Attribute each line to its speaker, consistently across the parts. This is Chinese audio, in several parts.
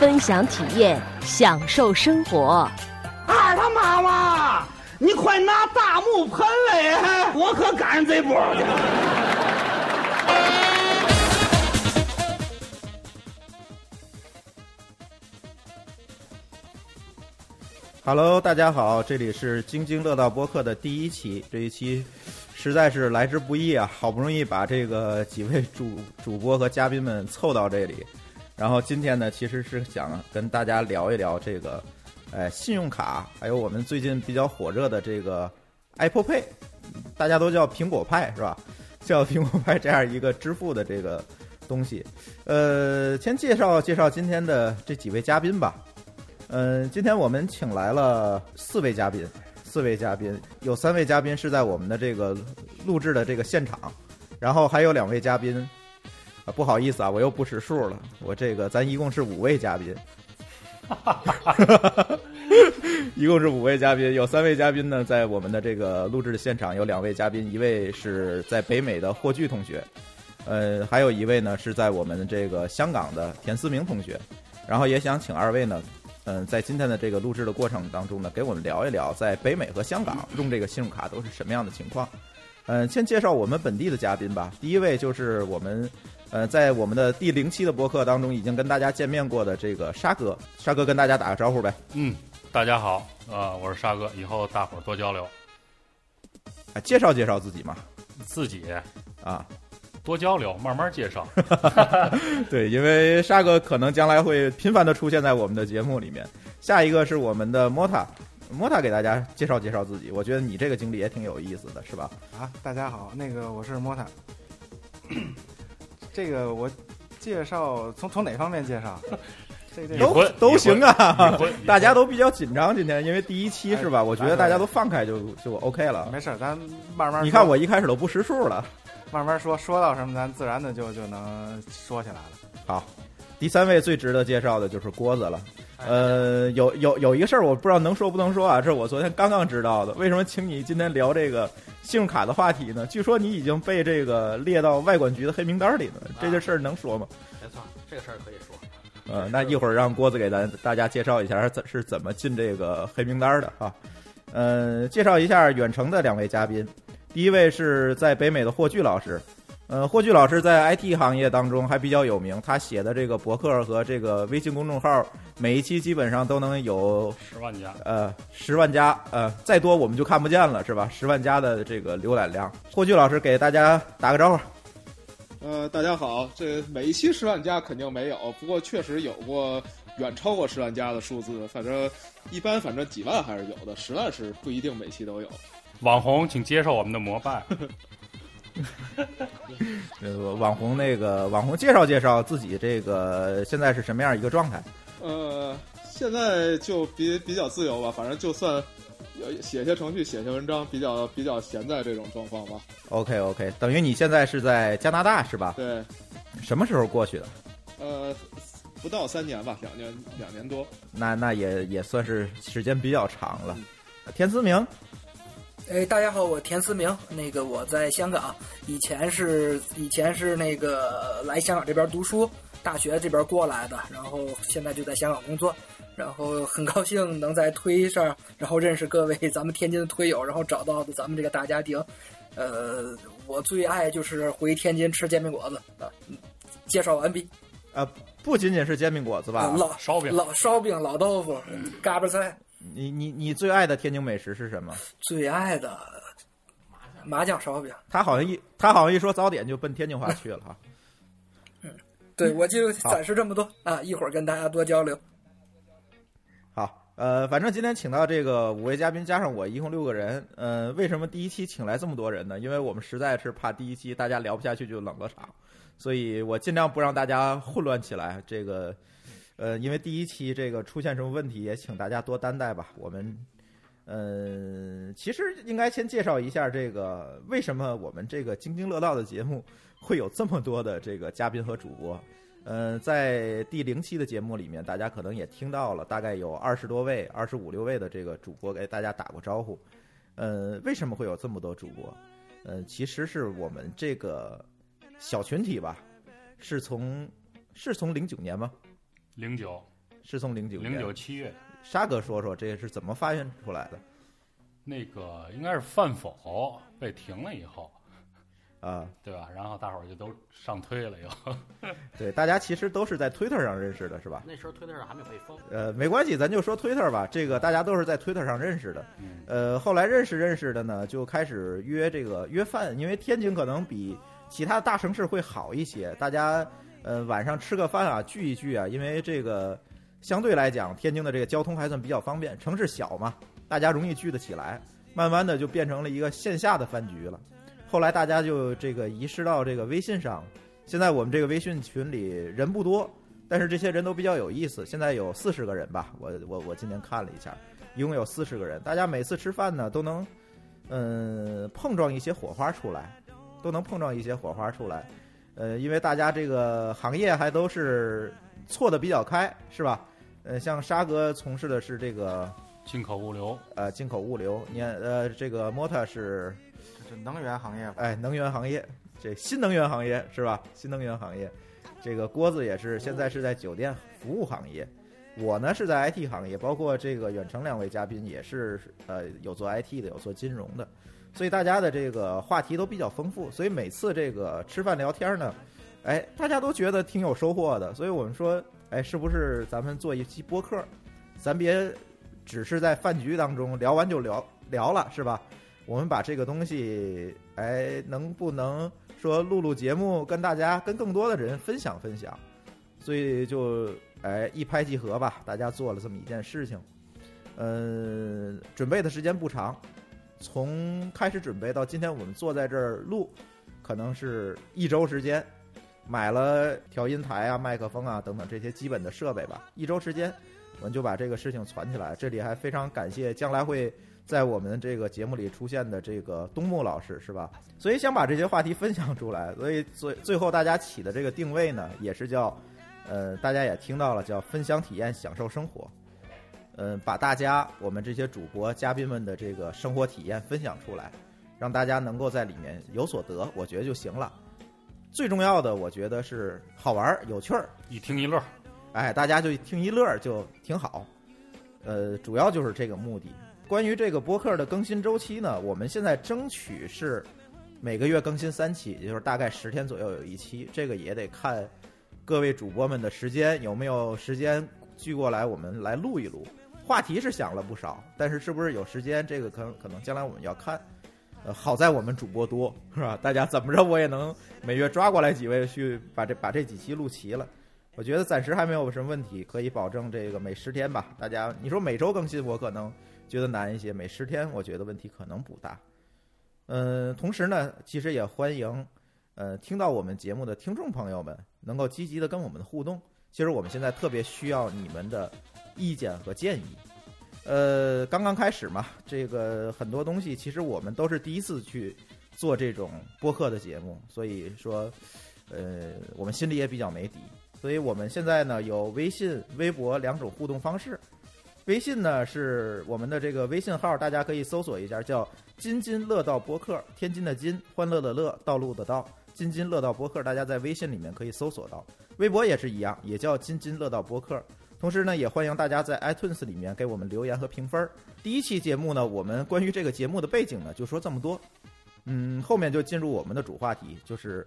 Speaker 1: 分享体验，享受生活。
Speaker 2: 二他妈妈，你快拿大木盆来，我可赶上这波了。
Speaker 3: Hello，大家好，这里是津津乐道播客的第一期。这一期实在是来之不易啊，好不容易把这个几位主主播和嘉宾们凑到这里。然后今天呢，其实是想跟大家聊一聊这个，呃，信用卡，还有我们最近比较火热的这个 Apple Pay，大家都叫苹果派是吧？叫苹果派这样一个支付的这个东西。呃，先介绍介绍今天的这几位嘉宾吧。嗯，今天我们请来了四位嘉宾，四位嘉宾有三位嘉宾是在我们的这个录制的这个现场，然后还有两位嘉宾，啊，不好意思啊，我又不识数了，我这个咱一共是五位嘉宾， 一共是五位嘉宾，有三位嘉宾呢在我们的这个录制的现场，有两位嘉宾，一位是在北美的霍炬同学，呃，还有一位呢是在我们这个香港的田思明同学，然后也想请二位呢嗯，在今天的这个录制的过程当中呢，给我们聊一聊在北美和香港用这个信用卡都是什么样的情况。嗯，先介绍我们本地的嘉宾吧。第一位就是我们，呃，在我们的第零期的播客当中已经跟大家见面过的这个沙哥，沙哥跟大家打个招呼呗。
Speaker 4: 嗯，大家好，呃，我是沙哥，以后大伙儿多交流，
Speaker 3: 啊，介绍介绍自己嘛。
Speaker 4: 自己
Speaker 3: 啊，
Speaker 4: 多交流，慢慢介 绍。
Speaker 3: 对，因为沙哥可能将来会频繁的出现在我们的节目里面。下一个是我们的莫塔，莫塔给大家介绍介绍自己。我觉得你这个经历也挺有意思的，是吧？
Speaker 5: 啊，大家好，那个我是莫塔。这个我介绍从从哪方面介绍？这这
Speaker 4: 已
Speaker 3: 都
Speaker 4: 婚
Speaker 3: 都行啊
Speaker 4: 已婚已婚，
Speaker 3: 大家都比较紧张，今天因为第一期是吧？我觉得大家都放开就就 OK 了。
Speaker 5: 没事儿，咱慢慢
Speaker 3: 你看
Speaker 5: 说
Speaker 3: 我一开始都不识数了。
Speaker 5: 慢慢说，说到什么咱自然的就就能说起来了。
Speaker 3: 好，第三位最值得介绍的就是郭子了。
Speaker 6: 哎
Speaker 3: 呃，有有有一个事儿，我不知道能说不能说啊，这是我昨天刚刚知道的。为什么请你今天聊这个信用卡的话题呢？据说你已经被这个列到外管局的黑名单里了，这件事儿能说吗？
Speaker 6: 啊没错，这个事儿可以说。
Speaker 3: 呃，那一会儿让郭子给咱大家介绍一下怎是怎么进这个黑名单的啊。呃，介绍一下远程的两位嘉宾，第一位是在北美的霍炬老师。呃，霍炬老师在 IT 行业当中还比较有名，他写的这个博客和这个微信公众号，每一期基本上都能有
Speaker 4: 十万加，
Speaker 3: 呃十万加，呃再多我们就看不见了，是吧？十万加的这个浏览量，霍炬老师给大家打个招呼。
Speaker 7: 呃，大家好，这每一期十万加肯定没有，不过确实有过远超过十万加的数字，反正一般反正几万还是有的，十万是不一定每期都有。
Speaker 4: 网红请接受我们的膜拜。
Speaker 3: 呃，网红那个网红介绍介绍自己这个现在是什么样一个状态？
Speaker 7: 呃，现在就比比较自由吧，反正就算呃写些程序、写些文章，比较比较闲在这种状况吧。
Speaker 3: OK OK，等于你现在是在加拿大是吧？
Speaker 7: 对，
Speaker 3: 什么时候过去的？
Speaker 7: 呃，不到三年吧，两年两年多。
Speaker 3: 那那也也算是时间比较长了。田思明，
Speaker 8: 哎，大家好，我田思明，那个我在香港，以前是以前是那个来香港这边读书，大学这边过来的，然后现在就在香港工作，然后很高兴能在推上，然后认识各位咱们天津的推友，然后找到的咱们这个大家庭，呃，我最爱就是回天津吃煎饼果子啊、嗯介绍完毕，
Speaker 3: 呃，不仅仅是煎饼果子吧？
Speaker 8: 啊老
Speaker 4: 烧饼
Speaker 8: 老烧饼、老豆腐、嘎巴菜，
Speaker 3: 你你你最爱的天津美食是什么？
Speaker 8: 最爱的麻酱烧饼。
Speaker 3: 他好像一他好像一说早点就奔天津话去了哈。
Speaker 8: 对，我就
Speaker 3: 好
Speaker 8: 暂时这么多啊，一会儿跟大家多交流。
Speaker 3: 好，呃，反正今天请到这个五位嘉宾，加上我，一共六个人。呃，为什么第一期请来这么多人呢？因为我们实在是怕第一期大家聊不下去就冷了场，所以我尽量不让大家混乱起来。这个，呃，因为第一期这个出现什么问题，也请大家多担待吧。我们，呃，其实应该先介绍一下这个为什么我们这个津津乐道的节目会有这么多的这个嘉宾和主播。呃，在第零期的节目里面，大家可能也听到了，大概有二十多位、二十五六位的这个主播给大家打过招呼。呃，为什么会有这么多主播？呃，其实是我们这个小群体吧，是从是从零九年吗？
Speaker 4: 零九
Speaker 3: 是从零九
Speaker 4: 零九七月，
Speaker 3: 沙哥说说这是怎么发现出来的？
Speaker 4: 那个应该是饭否被停了以后，
Speaker 3: 啊，
Speaker 4: 对吧？然后大伙儿就都上推了又。
Speaker 3: 对，大家其实都是在 Twitter 上认识的，是吧？
Speaker 9: 那时候推特上还没有被封，
Speaker 3: 呃，没关系，咱就说 Twitter 吧。这个大家都是在 Twitter 上认识的。
Speaker 4: 嗯，
Speaker 3: 呃，后来认识认识的呢，就开始约这个约饭，因为天津可能比其他大城市会好一些，大家呃晚上吃个饭啊，聚一聚啊，因为这个相对来讲，天津的这个交通还算比较方便，城市小嘛，大家容易聚得起来，慢慢的就变成了一个线下的饭局了。后来大家就这个移师到这个微信上，现在我们这个微信群里人不多，但是这些人都比较有意思，现在有四十个人吧，我我我今天看了一下，一共有四十个人，大家每次吃饭呢都能，嗯，碰撞一些火花出来，都能碰撞一些火花出来，呃，因为大家这个行业还都是错的比较开，是吧？呃，像沙哥从事的是这个
Speaker 4: 进口物流，
Speaker 3: 呃进口物流，你看呃这个莫特是
Speaker 5: 这这能源行业吧，
Speaker 3: 哎，能源行业，这新能源行业是吧？新能源行业，这个郭子也是现在是在酒店服务行业，我呢是在 IT 行业，包括这个远程两位嘉宾也是呃有做 IT 的，有做金融的，所以大家的这个话题都比较丰富，所以每次这个吃饭聊天呢，哎，大家都觉得挺有收获的，所以我们说，哎，是不是咱们做一期播客？咱别只是在饭局当中聊完就聊聊了，是吧？我们把这个东西，哎，能不能说录录节目，跟大家、跟更多的人分享分享？所以就哎一拍即合吧，大家做了这么一件事情。呃，准备的时间不长，从开始准备到今天我们坐在这儿录，可能是一周时间。买了调音台啊、麦克风啊等等这些基本的设备吧，一周时间，我们就把这个事情攒起来。这里还非常感谢将来会在我们这个节目里出现的这个东木老师，是吧？所以想把这些话题分享出来，所以最最后大家起的这个定位呢，也是叫，呃，大家也听到了，叫分享体验，享受生活。嗯，把大家我们这些主播嘉宾们的这个生活体验分享出来，让大家能够在里面有所得，我觉得就行了。最重要的，我觉得是好玩儿、有趣儿，
Speaker 4: 一听一乐儿。
Speaker 3: 哎，大家就听一乐儿就挺好。呃，主要就是这个目的。关于这个播客的更新周期呢，我们现在争取是每个月更新三期，也就是大概十天左右有一期。这个也得看各位主播们的时间有没有时间聚过来，我们来录一录。话题是想了不少，但是是不是有时间，这个可能可能将来我们要看。呃，好在我们主播多，是吧？大家怎么着我也能每月抓过来几位去把这把这几期录齐了。我觉得暂时还没有什么问题，可以保证这个每十天吧。大家，你说每周更新，我可能觉得难一些；每十天，我觉得问题可能不大。嗯，同时呢，其实也欢迎，呃，听到我们节目的听众朋友们能够积极的跟我们互动。其实我们现在特别需要你们的意见和建议。呃，刚刚开始嘛，这个很多东西其实我们都是第一次去做这种播客的节目，所以说，呃，我们心里也比较没底。所以我们现在呢有微信、微博两种互动方式。微信呢是我们的这个微信号，大家可以搜索一下，叫“津津乐道播客”，天津的津，欢乐的乐，道路的道，津津乐道播客，大家在微信里面可以搜索到。微博也是一样，也叫“津津乐道播客”。同时呢，也欢迎大家在 iTunes 里面给我们留言和评分儿。第一期节目呢，我们关于这个节目的背景呢，就说这么多。嗯，后面就进入我们的主话题，就是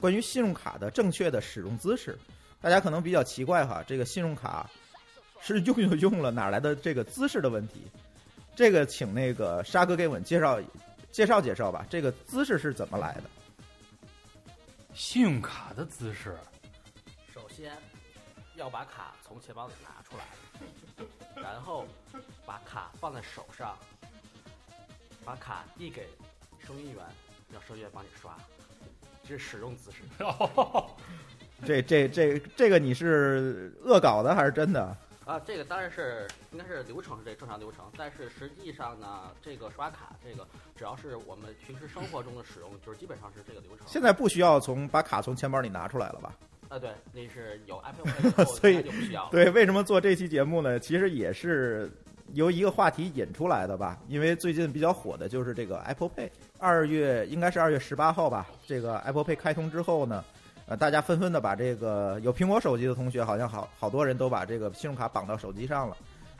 Speaker 3: 关于信用卡的正确的使用姿势。大家可能比较奇怪哈，这个信用卡是用就用了，哪来的这个姿势的问题？这个请那个沙哥给我们介绍介绍介绍吧，这个姿势是怎么来的？
Speaker 4: 信用卡的姿势，
Speaker 9: 首先要把卡从钱包里拿出来，然后把卡放在手上，把卡递给收银员，让收银员帮你刷，这是使用姿势。
Speaker 3: 这这这这个你是恶搞的还是真的？
Speaker 9: 啊，这个当然是应该是流程是这正常流程，但是实际上呢，这个刷卡这个只要是我们平时生活中的使用，就是基本上是这个流程。
Speaker 3: 现在不需要从把卡从钱包里拿出来了吧？
Speaker 9: 啊，对，那是有 Apple Pay 以后
Speaker 3: 所以
Speaker 9: 它就不需要了。
Speaker 3: 对，为什么做这期节目呢？其实也是由一个话题引出来的吧，因为最近比较火的就是这个 Apple Pay。二月应该是二月十八号吧，这个 Apple Pay 开通之后呢，呃，大家纷纷的把这个有苹果手机的同学，好像好好多人都把这个信用卡绑到手机上了，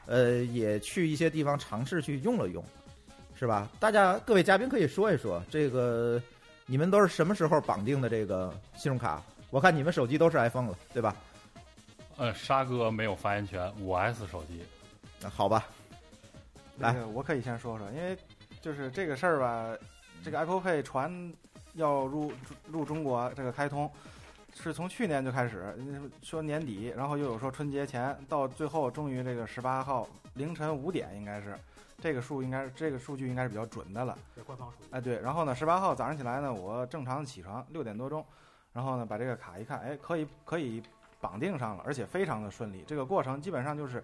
Speaker 3: 呃，也去一些地方尝试去用了用，是吧？大家各位嘉宾可以说一说这个。你们都是什么时候绑定的这个信用卡？我看你们手机都是 iPhone 了，对吧？
Speaker 4: 呃，沙哥没有发言权，五 S 手机，
Speaker 3: 那呃好吧，来
Speaker 5: 那个我可以先说说，因为就是这个事儿吧，这个 Apple Pay 传要入入中国这个开通，是从去年就开始，说年底，然后又有说春节前，到最后终于这个十八号凌晨五点应该是。这个数应该是这个数据应该是比较准的了，
Speaker 9: 这是官方数据。
Speaker 5: 哎对，然后呢，十八号早上起来呢，我正常起床六点多钟，然后呢把这个卡一看，哎，可以可以绑定上了，而且非常的顺利。这个过程基本上就是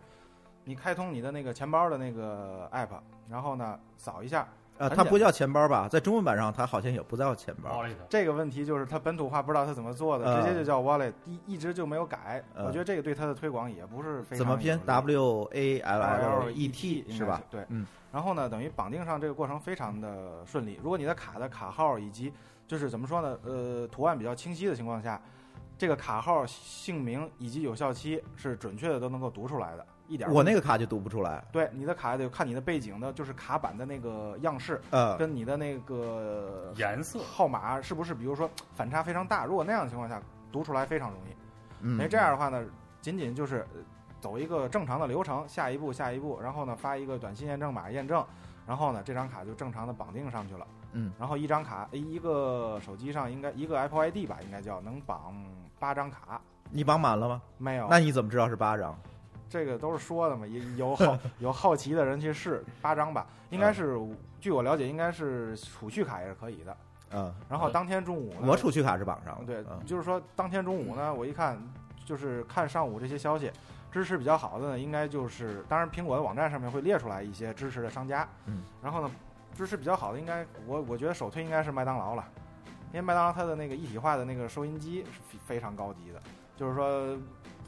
Speaker 5: 你开通你的那个钱包的那个 app，然后呢扫一下。
Speaker 3: 呃，
Speaker 5: 很
Speaker 3: 它
Speaker 5: 简
Speaker 3: 不叫钱包吧？在中文版上，它好像也不叫钱包。
Speaker 4: wallet
Speaker 5: 这个问题就是它本土化不知道它怎么做的，
Speaker 3: 呃
Speaker 5: 直接就叫 wallet，一一直就没有改。
Speaker 3: 呃
Speaker 5: 我觉得这个对它的推广也不是非常
Speaker 3: 怎么拼
Speaker 5: 有利
Speaker 3: ？W A L L
Speaker 5: L
Speaker 3: E
Speaker 5: E
Speaker 3: T
Speaker 5: T
Speaker 3: 是吧？？
Speaker 5: 对，
Speaker 3: 嗯。
Speaker 5: 然后呢，等于绑定上这个过程非常的顺利。如果你的卡的卡号以及就是怎么说呢，呃，图案比较清晰的情况下，这个卡号、姓名以及有效期是准确的都能够读出来的，一点儿
Speaker 3: 我那个卡就读不出来。
Speaker 5: 对你的卡得看你的背景的，就是卡板的那个样式
Speaker 3: 呃，
Speaker 5: 跟你的那个
Speaker 4: 颜色
Speaker 5: 号码是不是，比如说反差非常大。如果那样的情况下，读出来非常容易。
Speaker 3: 嗯，
Speaker 5: 因为这样的话呢，仅仅就是呃走一个正常的流程，下一步下一步，然后呢发一个短信验证码验证，然后呢这张卡就正常的绑定上去了。
Speaker 3: 嗯，
Speaker 5: 然后一张卡呃一个手机上应该一个 Apple ID 吧，应该叫能绑八张卡。
Speaker 3: 你绑满了吗？
Speaker 5: 没有，
Speaker 3: 那你怎么知道是八张？
Speaker 5: 这个都是说的嘛，也有 好有好奇的人去试八张吧，应
Speaker 3: 嗯
Speaker 5: 该是、据我了解，应该是储蓄卡也是可以的。
Speaker 3: 嗯，
Speaker 5: 然后当天中午呢，
Speaker 3: 我储蓄卡是绑上了。
Speaker 5: 对
Speaker 3: 嗯，
Speaker 5: 就是说当天中午呢，我一看，就是看上午这些消息，支持比较好的呢，应该就是，当然苹果的网站上面会列出来一些支持的商家，
Speaker 3: 嗯，
Speaker 5: 然后呢，支持比较好的应该，我我觉得首推应该是麦当劳了，因为麦当劳它的那个一体化的那个收银机是非非常高级的，就是说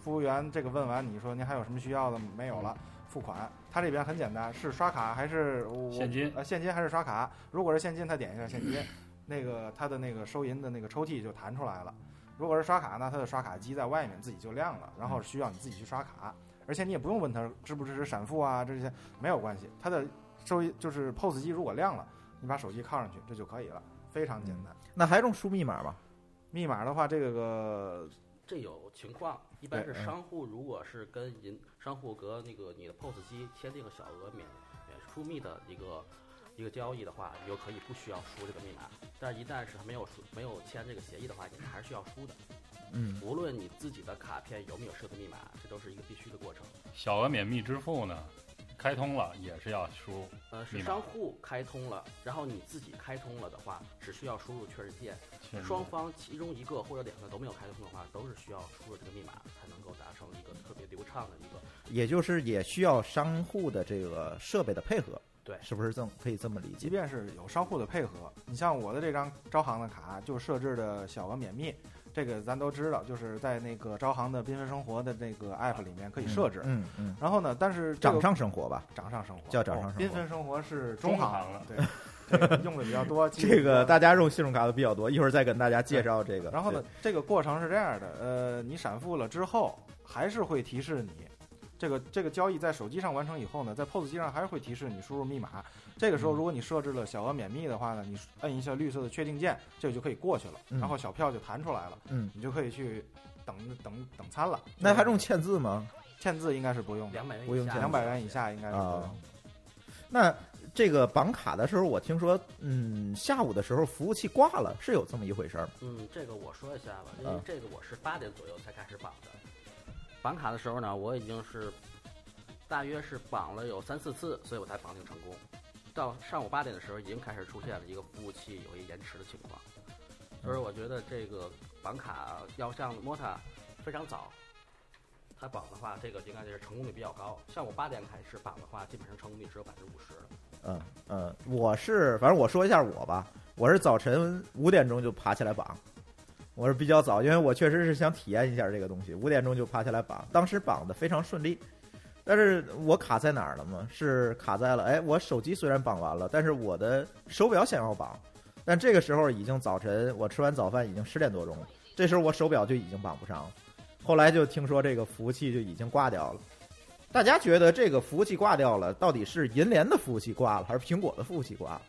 Speaker 5: 服务员这个问完你说您还有什么需要的没有了，付款，它这边很简单，是刷卡还是我
Speaker 4: 现金
Speaker 5: 呃，现金还是刷卡？如果是现金，他点一下现金，那个他的那个收银的那个抽屉就弹出来了。如果是刷卡呢，它的刷卡机在外面自己就亮了，然后需要你自己去刷卡，而且你也不用问他支不支持闪付啊这些没有关系，它的收银就是 POS 机如果亮了，你把手机靠上去这就可以了，非常简单。
Speaker 3: 那还用输密码吗？
Speaker 5: 密码的话，这个
Speaker 9: 这有情况，一般是
Speaker 3: 对嗯
Speaker 9: 商户如果是跟银商户和那个你的 POS 机签订个小额免免输密的一个一个交易的话，你就可以不需要输这个密码。但是一旦是没有输没有签这个协议的话，你还是需要输的。
Speaker 3: 嗯，
Speaker 9: 无论你自己的卡片有没有设定密码，这都是一个必须的过程。
Speaker 4: 小额免密支付呢，开通了也是要输入，
Speaker 9: 呃，是
Speaker 4: 密码
Speaker 9: 商户开通了，然后你自己开通了的话，只需要输入确认键。
Speaker 4: 确实
Speaker 9: 双方其中一个或者两个都没有开通的话，都是需要输入这个密码才能够达成一个特别流畅的一个。
Speaker 3: 也就是也需要商户的这个设备的配合，
Speaker 9: 对
Speaker 3: 是不是这么可以这么理
Speaker 5: 即
Speaker 3: 解？
Speaker 5: 便是有商户的配合，你像我的这张招行的卡就设置的小额免密，这个咱都知道，就是在那个招行的缤纷生活的那个 app 里面可以设置。
Speaker 3: 嗯嗯，
Speaker 5: 然后呢，但是这
Speaker 3: 掌
Speaker 5: 个
Speaker 3: 上生活吧。
Speaker 5: 掌上生活哦
Speaker 3: 叫掌上生活
Speaker 5: 缤纷生活是
Speaker 4: 中
Speaker 5: 行
Speaker 4: 行了
Speaker 5: 对，这个用的比较 多。记得
Speaker 3: 这个大家用信用卡的比较多，一会儿再跟大家介绍这个。
Speaker 5: 然后呢，这个过程是这样的，呃，你闪付了之后，还是会提示你，这个这个交易在手机上完成以后呢，在 POS 机上还是会提示你输入密码。这个时候，
Speaker 3: 嗯
Speaker 5: 如果你设置了小额免密的话呢，你摁一下绿色的确定键，这个就可以过去了，
Speaker 3: 嗯
Speaker 5: 然后小票就弹出来了，
Speaker 3: 嗯，
Speaker 5: 你就可以去等等等餐了。
Speaker 3: 那还用签字吗？
Speaker 5: 签字应该是不用的，
Speaker 9: 两百元
Speaker 3: 不用
Speaker 9: 以下，
Speaker 3: 签
Speaker 5: 两百元以下应该是不用的
Speaker 3: 啊。那这个绑卡的时候，我听说，嗯，下午的时候服务器挂了，是有这么一回事儿吗？
Speaker 9: 嗯，这个我说一下吧，因为
Speaker 3: 啊
Speaker 9: 这个我是八点左右才开始绑的。绑卡的时候呢，我已经是大约是绑了有三四次，所以我才绑定成功。到上午八点的时候，已经开始出现了一个服务器有一延迟的情况。
Speaker 5: 嗯
Speaker 9: 所以我觉得这个绑卡要像 Mota 非常早，它绑的话，这个应该就是成功率比较高。像我八点开始绑的话，基本上成功率只有百分之五十。
Speaker 3: 嗯嗯，我是反正我说一下我吧，我是早晨五点钟就爬起来绑，我是比较早，因为我确实是想体验一下这个东西，五点钟就爬起来绑，当时绑的非常顺利，但是我卡在哪儿了吗？是卡在了，哎，我手机虽然绑完了，但是我的手表想要绑，但这个时候已经早晨，我吃完早饭已经十点多钟了，这时候我手表就已经绑不上了，后来就听说这个服务器就已经挂掉了。大家觉得这个服务器挂掉了，到底是银联的服务器挂了，还是苹果的服务器挂了？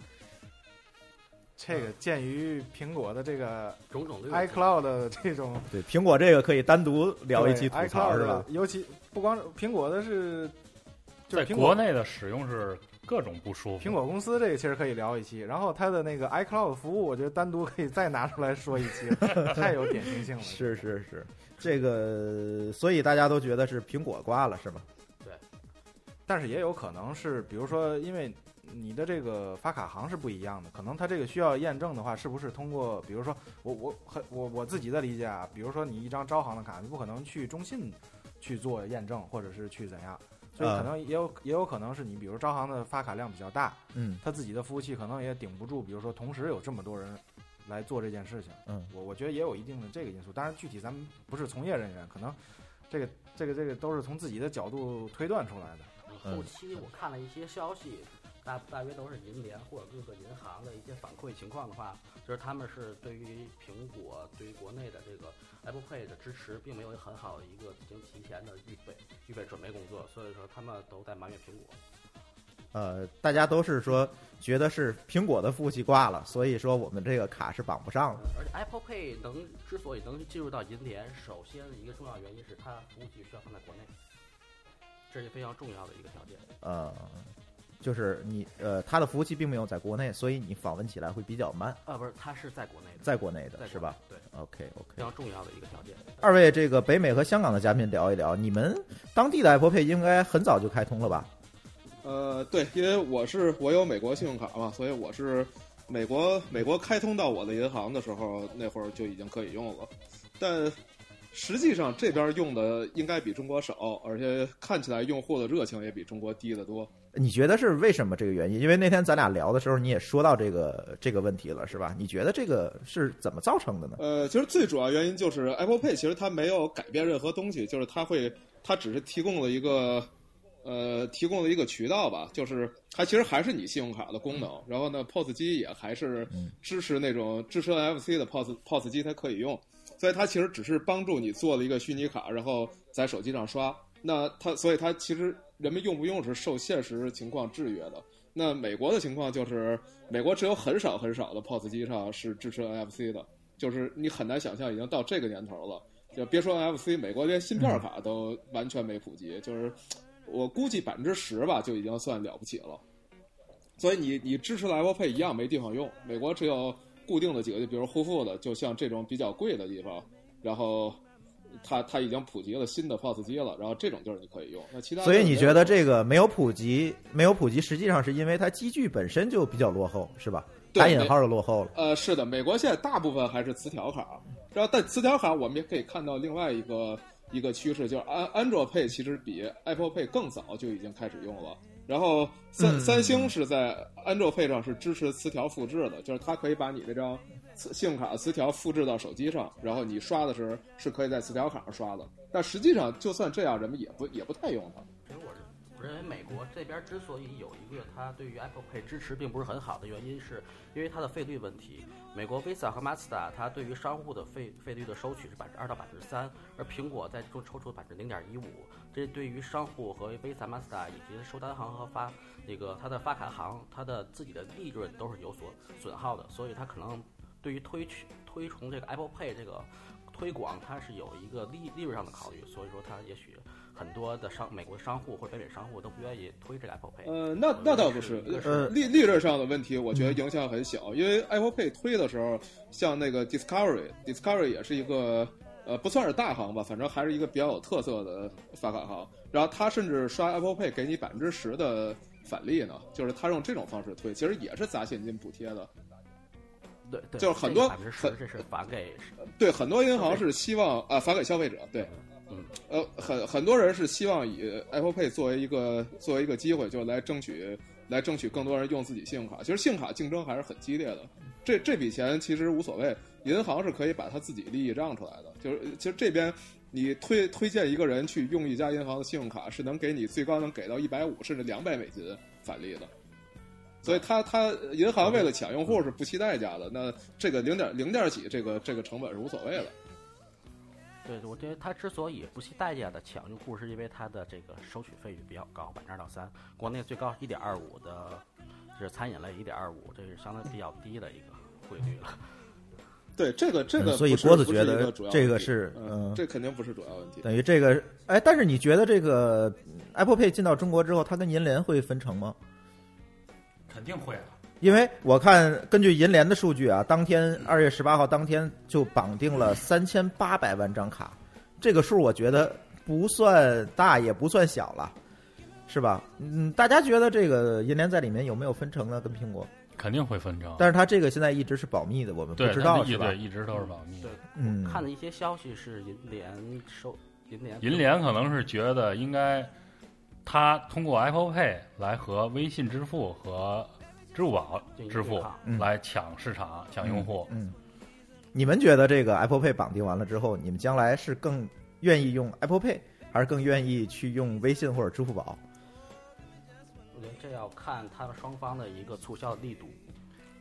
Speaker 5: 这
Speaker 3: 啊
Speaker 5: 个鉴于苹果的这个
Speaker 9: 种种率
Speaker 5: iCloud 的这种
Speaker 3: 对，苹果这个可以单独聊一期吐
Speaker 5: 对
Speaker 3: 槽
Speaker 5: iCloud
Speaker 3: 是
Speaker 5: 的
Speaker 3: 吧？
Speaker 5: 尤其不光是苹果的是，就是
Speaker 4: 在
Speaker 5: 苹
Speaker 4: 国
Speaker 5: 果
Speaker 4: 内的使用是各种不舒服。
Speaker 5: 苹果公司这个其实可以聊一期，然后它的那个 iCloud 服务，我觉得单独可以再拿出来说一 期了，太有典型性了。
Speaker 3: 是是是，这个所以大家都觉得是苹果挂了是吧？
Speaker 5: 但是也有可能是，比如说，因为你的这个发卡行是不一样的，可能它这个需要验证的话，是不是通过，比如说我我很我我自己的理解啊，比如说你一张招行的卡，你不可能去中信去做验证，或者是去怎样，所以
Speaker 3: 啊
Speaker 5: 可能也有、也有可能是你，比如招行的发卡量比较大，
Speaker 3: 嗯，
Speaker 5: 他自己的服务器可能也顶不住，比如说同时有这么多人来做这件事情，
Speaker 3: 嗯，
Speaker 5: 我我觉得也有一定的这个因素。当然，具体咱们不是从业人员，可能这个这个这个都是从自己的角度推断出来的。
Speaker 3: 嗯
Speaker 9: 后期我看了一些消息，大大约都是银联或者各个银行的一些反馈情况的话，就是他们是对于苹果对于国内的这个 Apple Pay 的支持，并没有很好的一个已经提前的预备预备准备工作，所以说他们都在埋怨苹果。
Speaker 3: 呃，大家都是说觉得是苹果的服务器挂了，所以说我们这个卡是绑不上了。
Speaker 9: 而且 Apple Pay 能之所以能进入到银联，首先一个重要原因是它服务器需要放在国内，这是非常重要的一个条件。
Speaker 3: 呃，就是你呃，它的服务器并没有在国内，所以你访问起来会比较慢，
Speaker 9: 啊，不是，它是在国内的，
Speaker 3: 在国内
Speaker 9: 在国
Speaker 3: 的
Speaker 9: 内
Speaker 3: 是吧？？
Speaker 9: 对，
Speaker 3: ？OK OK，
Speaker 9: 非常重要的一个条件。
Speaker 3: 二位这个北美和香港的嘉宾聊一聊，你们当地的 Apple Pay 应该很早就开通了吧？
Speaker 7: 呃，对，因为我是我有美国信用卡嘛，所以我是美国美国开通到我的银行的时候，那会儿就已经可以用了。但实际上这边用的应该比中国少，而且看起来用户的热情也比中国低得多。
Speaker 3: 你觉得是为什么这个原因？因为那天咱俩聊的时候，你也说到这个这个问题了，是吧？你觉得这个是怎么造成的呢？
Speaker 7: 呃，其实最主要原因就是 Apple Pay 其实它没有改变任何东西，就是它会它只是提供了一个呃提供了一个渠道吧，就是它其实还是你信用卡的功能。然后呢，POS 机也还是支持那种支持 NFC 的 POS POS 机，它可以用。所以它其实只是帮助你做了一个虚拟卡，然后在手机上刷。那它，所以它其实人们用不用是受现实情况制约的。那美国的情况就是，美国只有很少很少的 POS 机上是支持 NFC 的，就是你很难想象已经到这个年头了。就别说 NFC，美国连芯片卡都完全没普及，就是我估计百分之十吧，就已经算了不起了。所以你你支持的 Apple Pay 一样没地方用，美国只有固定的几个，就比如护肤的，就像这种比较贵的地方，然后它它已经普及了新的 POS 机了，然后这种就是你可以用。那其他的
Speaker 3: 所以你觉得
Speaker 7: 没有
Speaker 3: 这个没有普及，没有普及，实际上是因为它机具本身就比较落后，是吧？
Speaker 7: 对
Speaker 3: 打引号的落后了。
Speaker 7: 呃，是的，美国现在大部分还是磁条卡，然后但磁条卡我们也可以看到另外一个一个趋势，就是安安卓 Pay 其实比 Apple Pay 更早就已经开始用了。然后三、
Speaker 3: 嗯
Speaker 7: 三星是在安卓 Pay 上是支持磁条复制的，就是它可以把你这张磁信用卡磁条复制到手机上，然后你刷的时候是可以在磁条卡上刷的。但实际上，就算这样，人们也不也不太用它。
Speaker 9: 其实我是我认为美国这边之所以有一个它对于 Apple Pay 支持并不是很好的原因，是因为它的费率问题。美国 Visa 和 Master 它对于商户的费费率的收取是百分之二到百分之三，而苹果在中抽出百分之零点一五，这对于商户和 Visa、Master 以及收单行和发那个它的发卡行，它的自己的利润都是有所损耗的，所以它可能对于推去推崇这个 Apple Pay 这个推广，它是有一个利利润上的考虑，所以说它也许很多的商美国商户或者北美商户都不愿意推这个 Apple Pay。
Speaker 7: 呃，那那倒不是，
Speaker 3: 呃
Speaker 7: 利利润上的问题，我觉得影响很小，因为 Apple Pay 推的时候，像那个 Discovery，Discovery 也是一个呃不算是大行吧，反正还是一个比较有特色的发卡行。然后它甚至刷 Apple Pay 给你百分之十的返利呢，就是它用这种方式推，其实也是砸现金补贴的。
Speaker 9: 对对，
Speaker 7: 就是很多
Speaker 9: 百分之十
Speaker 7: 很，
Speaker 9: 这是返给
Speaker 7: 对，很多银行是希望啊返给消费者，对，
Speaker 9: 嗯，
Speaker 7: 呃，很很多人是希望以 Apple Pay 作为一个作为一个机会，就来争取来争取更多人用自己信用卡。其实信用卡竞争还是很激烈的，这这笔钱其实无所谓，银行是可以把他自己利益让出来的。就是其实这边你推推荐一个人去用一家银行的信用卡，是能给你最高能给到一百五甚至两百美金返利的。所以他他银行为了抢用户是不惜代价的，那这个零点零点几这个这个成本是无所谓的。
Speaker 9: 对，我觉得他之所以不惜代价的抢用户，是因为他的这个收取费率比较高，百分之二到三，国内最高一点二五的，是餐饮类一点二五，这是相对比较低的一个汇率了。
Speaker 7: 对，这个这个
Speaker 3: 嗯
Speaker 7: 不是，
Speaker 3: 所以郭子
Speaker 7: 不是
Speaker 3: 觉
Speaker 7: 一
Speaker 3: 得
Speaker 7: 个主要
Speaker 3: 这个
Speaker 7: 问题
Speaker 3: 是嗯
Speaker 7: 嗯，这肯定不是主要问题。
Speaker 3: 等于这个，哎，但是你觉得这个嗯 Apple Pay 进到中国之后，它跟银联会分成吗？
Speaker 4: 肯定会啊。
Speaker 3: 因为我看根据银联的数据啊，当天二月十八号当天就绑定了三千八百万张卡，这个数我觉得不算大也不算小了，是吧？嗯，大家觉得这个银联在里面有没有分成呢？跟苹果？
Speaker 4: 肯定会分成，
Speaker 3: 但是它这个现在一直是保密的，我们不
Speaker 4: 哦对，
Speaker 3: 知
Speaker 4: 它
Speaker 3: 道
Speaker 4: 一
Speaker 3: 是吧
Speaker 4: 对？一直都是保密的。
Speaker 3: 嗯，
Speaker 9: 看的一些消息是银联收银联
Speaker 4: 银联可能是觉得应该，它通过 Apple Pay 来和微信支付和支付宝支付
Speaker 3: 嗯
Speaker 4: 来抢市场、抢用户。
Speaker 3: 嗯，你们觉得这个 Apple Pay 绑定完了之后，你们将来是更愿意用 Apple Pay，还是更愿意去用微信或者支付宝？
Speaker 9: 我觉得这要看他们双方的一个促销的力度，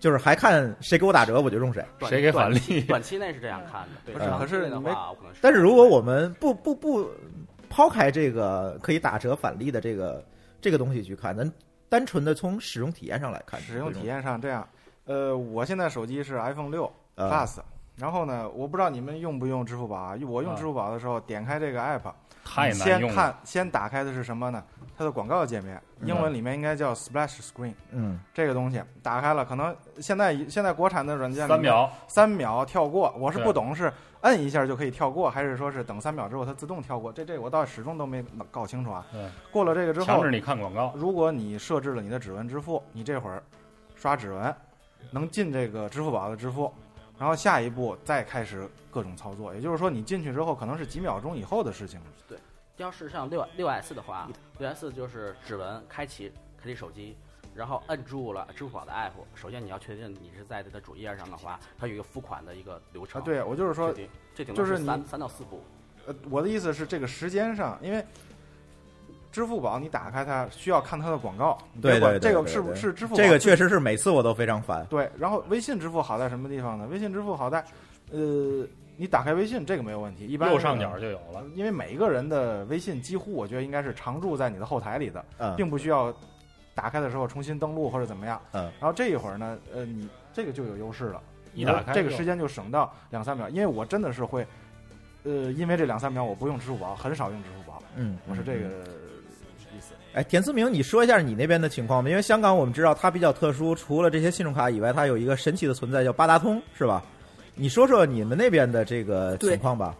Speaker 3: 就是还看谁给我打折我就用谁。
Speaker 9: 短
Speaker 4: 谁给
Speaker 9: 短
Speaker 4: 返利
Speaker 9: 期短期内是这样看的，对。
Speaker 5: 不是
Speaker 9: 长
Speaker 5: 可
Speaker 9: 期
Speaker 5: 是
Speaker 9: 内的
Speaker 5: 你没
Speaker 9: 话，我可能是
Speaker 3: 但是如果我们不不不抛开这个可以打折返利的这个这个东西去看，咱单纯的从使用体验上来看，
Speaker 5: 使用体验上这样，呃，我现在手机是 iPhone 六
Speaker 3: 啊
Speaker 5: Plus，、然后呢，我不知道你们用不用支付宝啊？我用
Speaker 4: 啊
Speaker 5: 支付宝的时候，点开这个 app，
Speaker 4: 太难
Speaker 5: 先
Speaker 4: 用了，
Speaker 5: 看先打开的是什么呢？它的广告界面，
Speaker 3: 嗯
Speaker 5: 英文里面应该叫 splash screen。
Speaker 3: 嗯，
Speaker 5: 这个东西打开了，可能现在现在国产的软件里面
Speaker 4: 三秒
Speaker 5: 三秒跳过，我是
Speaker 4: 对
Speaker 5: 不懂是摁一下就可以跳过，还是说是等三秒之后它自动跳过？这这我倒始终都没搞清楚啊。
Speaker 4: 嗯
Speaker 5: 过了这个之
Speaker 4: 强
Speaker 5: 后
Speaker 4: 制，你看广告。
Speaker 5: 如果你设置了你的指纹支付，你这会儿刷指纹能进这个支付宝的支付，然后下一步再开始各种操作。也就是说，你进去之后可能是几秒钟以后的事情了。
Speaker 9: 要是像六六 S 的话，六 S 就是指纹开启开启手机，然后摁住了支付宝的 app。首先你要确认你是在它的主页上的话，它有一个付款的一个流
Speaker 5: 啊，
Speaker 9: 程。，
Speaker 5: 对我就是说
Speaker 9: 这，顶这顶
Speaker 5: 就
Speaker 9: 多
Speaker 5: 是
Speaker 9: 是
Speaker 5: 你
Speaker 9: 三三到四步。
Speaker 5: 呃，我的意思是这个时间上，因为支付宝你打开它需要看它的广告，你别
Speaker 3: 对
Speaker 5: 管
Speaker 3: 对对
Speaker 5: 这个
Speaker 3: 对
Speaker 5: 是
Speaker 3: 对
Speaker 5: 是支付宝
Speaker 3: 这个
Speaker 5: 自
Speaker 3: 确实是每次我都非常烦。
Speaker 5: 对，然后微信支付好在什么地方呢？微信支付好在，呃，你打开微信这个没有问题，一般
Speaker 4: 右上角就有了
Speaker 5: 呃，，因为每一个人的微信几乎我觉得应该是常驻在你的后台里的，
Speaker 3: 嗯
Speaker 5: 并不需要打开的时候重新登录或者怎么样。
Speaker 3: 嗯，
Speaker 5: 然后这一会儿呢，呃，你这个就有优势了，
Speaker 4: 一打开
Speaker 5: 嗯这个
Speaker 4: 就
Speaker 5: 时间就省到两三秒，因为我真的是会，呃，因为这两三秒我不用支付宝，很少用支付宝，
Speaker 3: 嗯，
Speaker 5: 我是这
Speaker 3: 嗯
Speaker 5: 个
Speaker 4: 嗯
Speaker 5: 意思。
Speaker 3: 哎，田思明，你说一下你那边的情况吧？因为香港我们知道它比较特殊，除了这些信用卡以外，它有一个神奇的存在叫八达通，是吧？你说说你们那边的这个情况吧。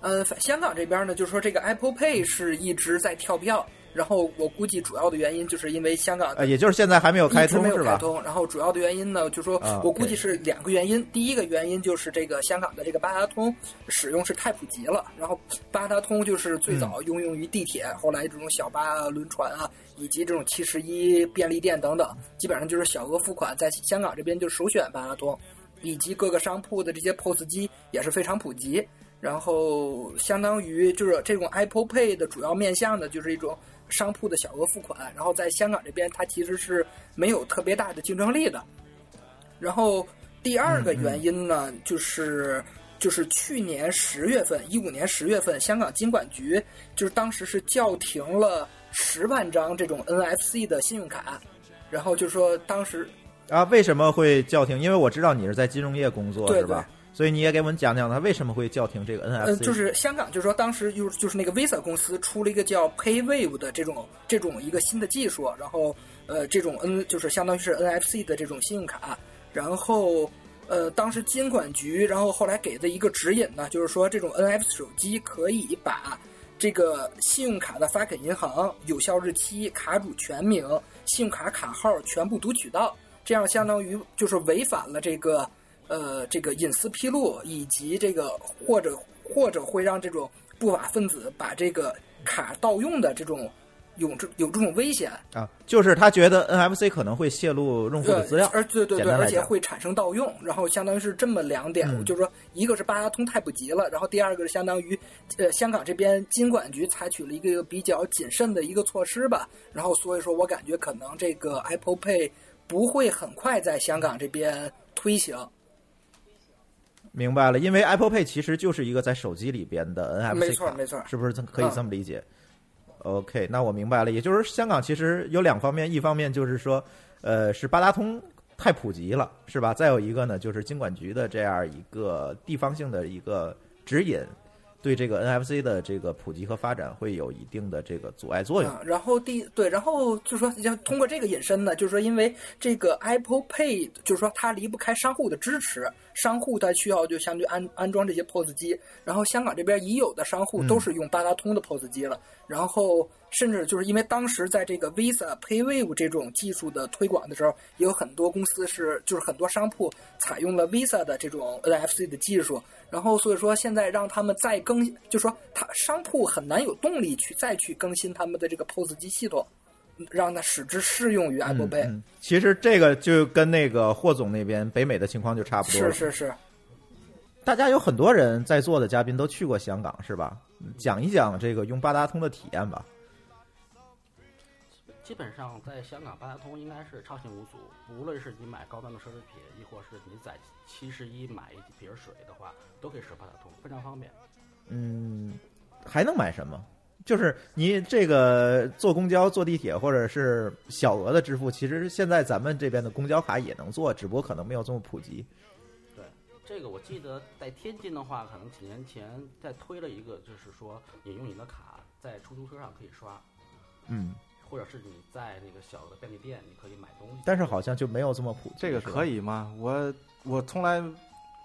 Speaker 8: 呃，反香港这边呢，就是说这个 Apple Pay 是一直在跳票，然后我估计主要的原因就是因为香港
Speaker 3: 呃，也就是现在还没有开
Speaker 8: 一直
Speaker 3: 通，
Speaker 8: 没有
Speaker 3: 是
Speaker 8: 开
Speaker 3: 吧？
Speaker 8: 通。然后主要的原因呢，就说
Speaker 3: 啊
Speaker 8: 我估计
Speaker 3: OK
Speaker 8: 是两个原因。第一个原因就是这个香港的这个八达通使用是太普及了，然后八达通就是最
Speaker 3: 嗯
Speaker 8: 早应用于地铁，后来这种小巴啊、轮船啊，以及这种七十一便利店等等，基本上就是小额付款，在香港这边就首选八达通，以及各个商铺的这些 POS 机也是非常普及。然后相当于就是这种 Apple Pay 的主要面向呢，就是一种商铺的小额付款。然后在香港这边，它其实是没有特别大的竞争力的。然后第二个原因呢，就是就是去年十月份，一五年十月份，香港金管局就是当时是叫停了十万张这种 NFC 的信用卡，然后就说当时
Speaker 3: 啊，为什么会叫停？因为我知道你是在金融业工作，
Speaker 8: 对
Speaker 3: 是吧？所以你也给我们讲讲它为什么会叫停这个 NFC？、
Speaker 8: 呃，就是香港，就是说当时就是就是那个 Visa 公司出了一个叫 PayWave 的这种这种一个新的技术，然后呃，这种 N 就是相当于是 NFC 的这种信用卡，然后呃，当时金管局，然后后来给的一个指引呢，就是说这种 NFC 手机可以把这个信用卡的发给银行、有效日期、卡主全名、信用卡卡号全部读取到。这样相当于就是违反了这个呃这个隐私披露，以及这个或者或者会让这种不法分子把这个卡盗用的这种有这有这种危险。
Speaker 3: 啊，就是他觉得 NFC 可能会泄露用户的
Speaker 8: 对，
Speaker 3: 资料，
Speaker 8: 而对对
Speaker 3: 简
Speaker 8: 对，
Speaker 3: 单来
Speaker 8: 而且
Speaker 3: 讲
Speaker 8: 会产生盗用，然后相当于是这么两点，
Speaker 3: 嗯
Speaker 8: 就是说，一个是八达通太普及了，然后第二个是相当于，呃，香港这边金管局采取了一个比较谨慎的一个措施吧，然后所以说我感觉可能这个 Apple Pay 不会很快在香港这边推行，
Speaker 3: 明白了，因为 Apple Pay 其实就是一个在手机里边的 NFC
Speaker 8: 没错
Speaker 3: 卡
Speaker 8: 没错嗯
Speaker 3: 是不是这可以这么理解、o k 那我明白了，也就是香港其实有两方面，一方面就是说，呃，是八达通太普及了，是吧？再有一个呢，就是金管局的这样一个地方性的一个指引，对这
Speaker 8: 嗯
Speaker 3: 个 NFC 的这个普及和发展会有一定的这个阻碍作用。
Speaker 8: 啊，然后第对，然后就说要通过这个引申呢，就是说因为这个 Apple Pay，就是说它离不开商户的支持，商户它需要就相对安安装这些 POS 机，然后香港这边已有的商户都
Speaker 3: 嗯
Speaker 8: 是用八达通的 POS 机了，然后甚至就是因为当时在这个 Visa PayWave 这种技术的推广的时候，也有很多公司是就是很多商铺采用了 Visa 的这种 NFC 的技术，然后所以说现在让他们再更，就说他商铺很难有动力去再去更新他们的这个 POS 机系统，让它使之适用于 Apple
Speaker 3: 嗯
Speaker 8: Pay。
Speaker 3: 嗯，其实这个就跟那个霍总那边北美的情况就差不多了。
Speaker 8: 是是是，
Speaker 3: 大家有很多人在座的嘉宾都去过香港，是吧？讲一讲这个用八达通的体验吧。
Speaker 9: 基本上在香港，八达通应该是畅行无阻。无论是你买高端的奢侈品，亦或是你在七十一买一瓶水的话，都可以使八达通，非常方便。
Speaker 3: 嗯，还能买什么？就是你这个坐公交、坐地铁或者是小额的支付，其实现在咱们这边的公交卡也能做，只不过可能没有这么普及。
Speaker 9: 这个我记得在天津的话，可能几年前在推了一个，就是说你用你的卡在出租车上可以刷，
Speaker 3: 嗯，
Speaker 9: 或者是你在那个小的便利店你可以买东西。
Speaker 3: 但是好像就没有这么普及。
Speaker 5: 这个
Speaker 3: 是吧
Speaker 5: 可，以吗？我我从来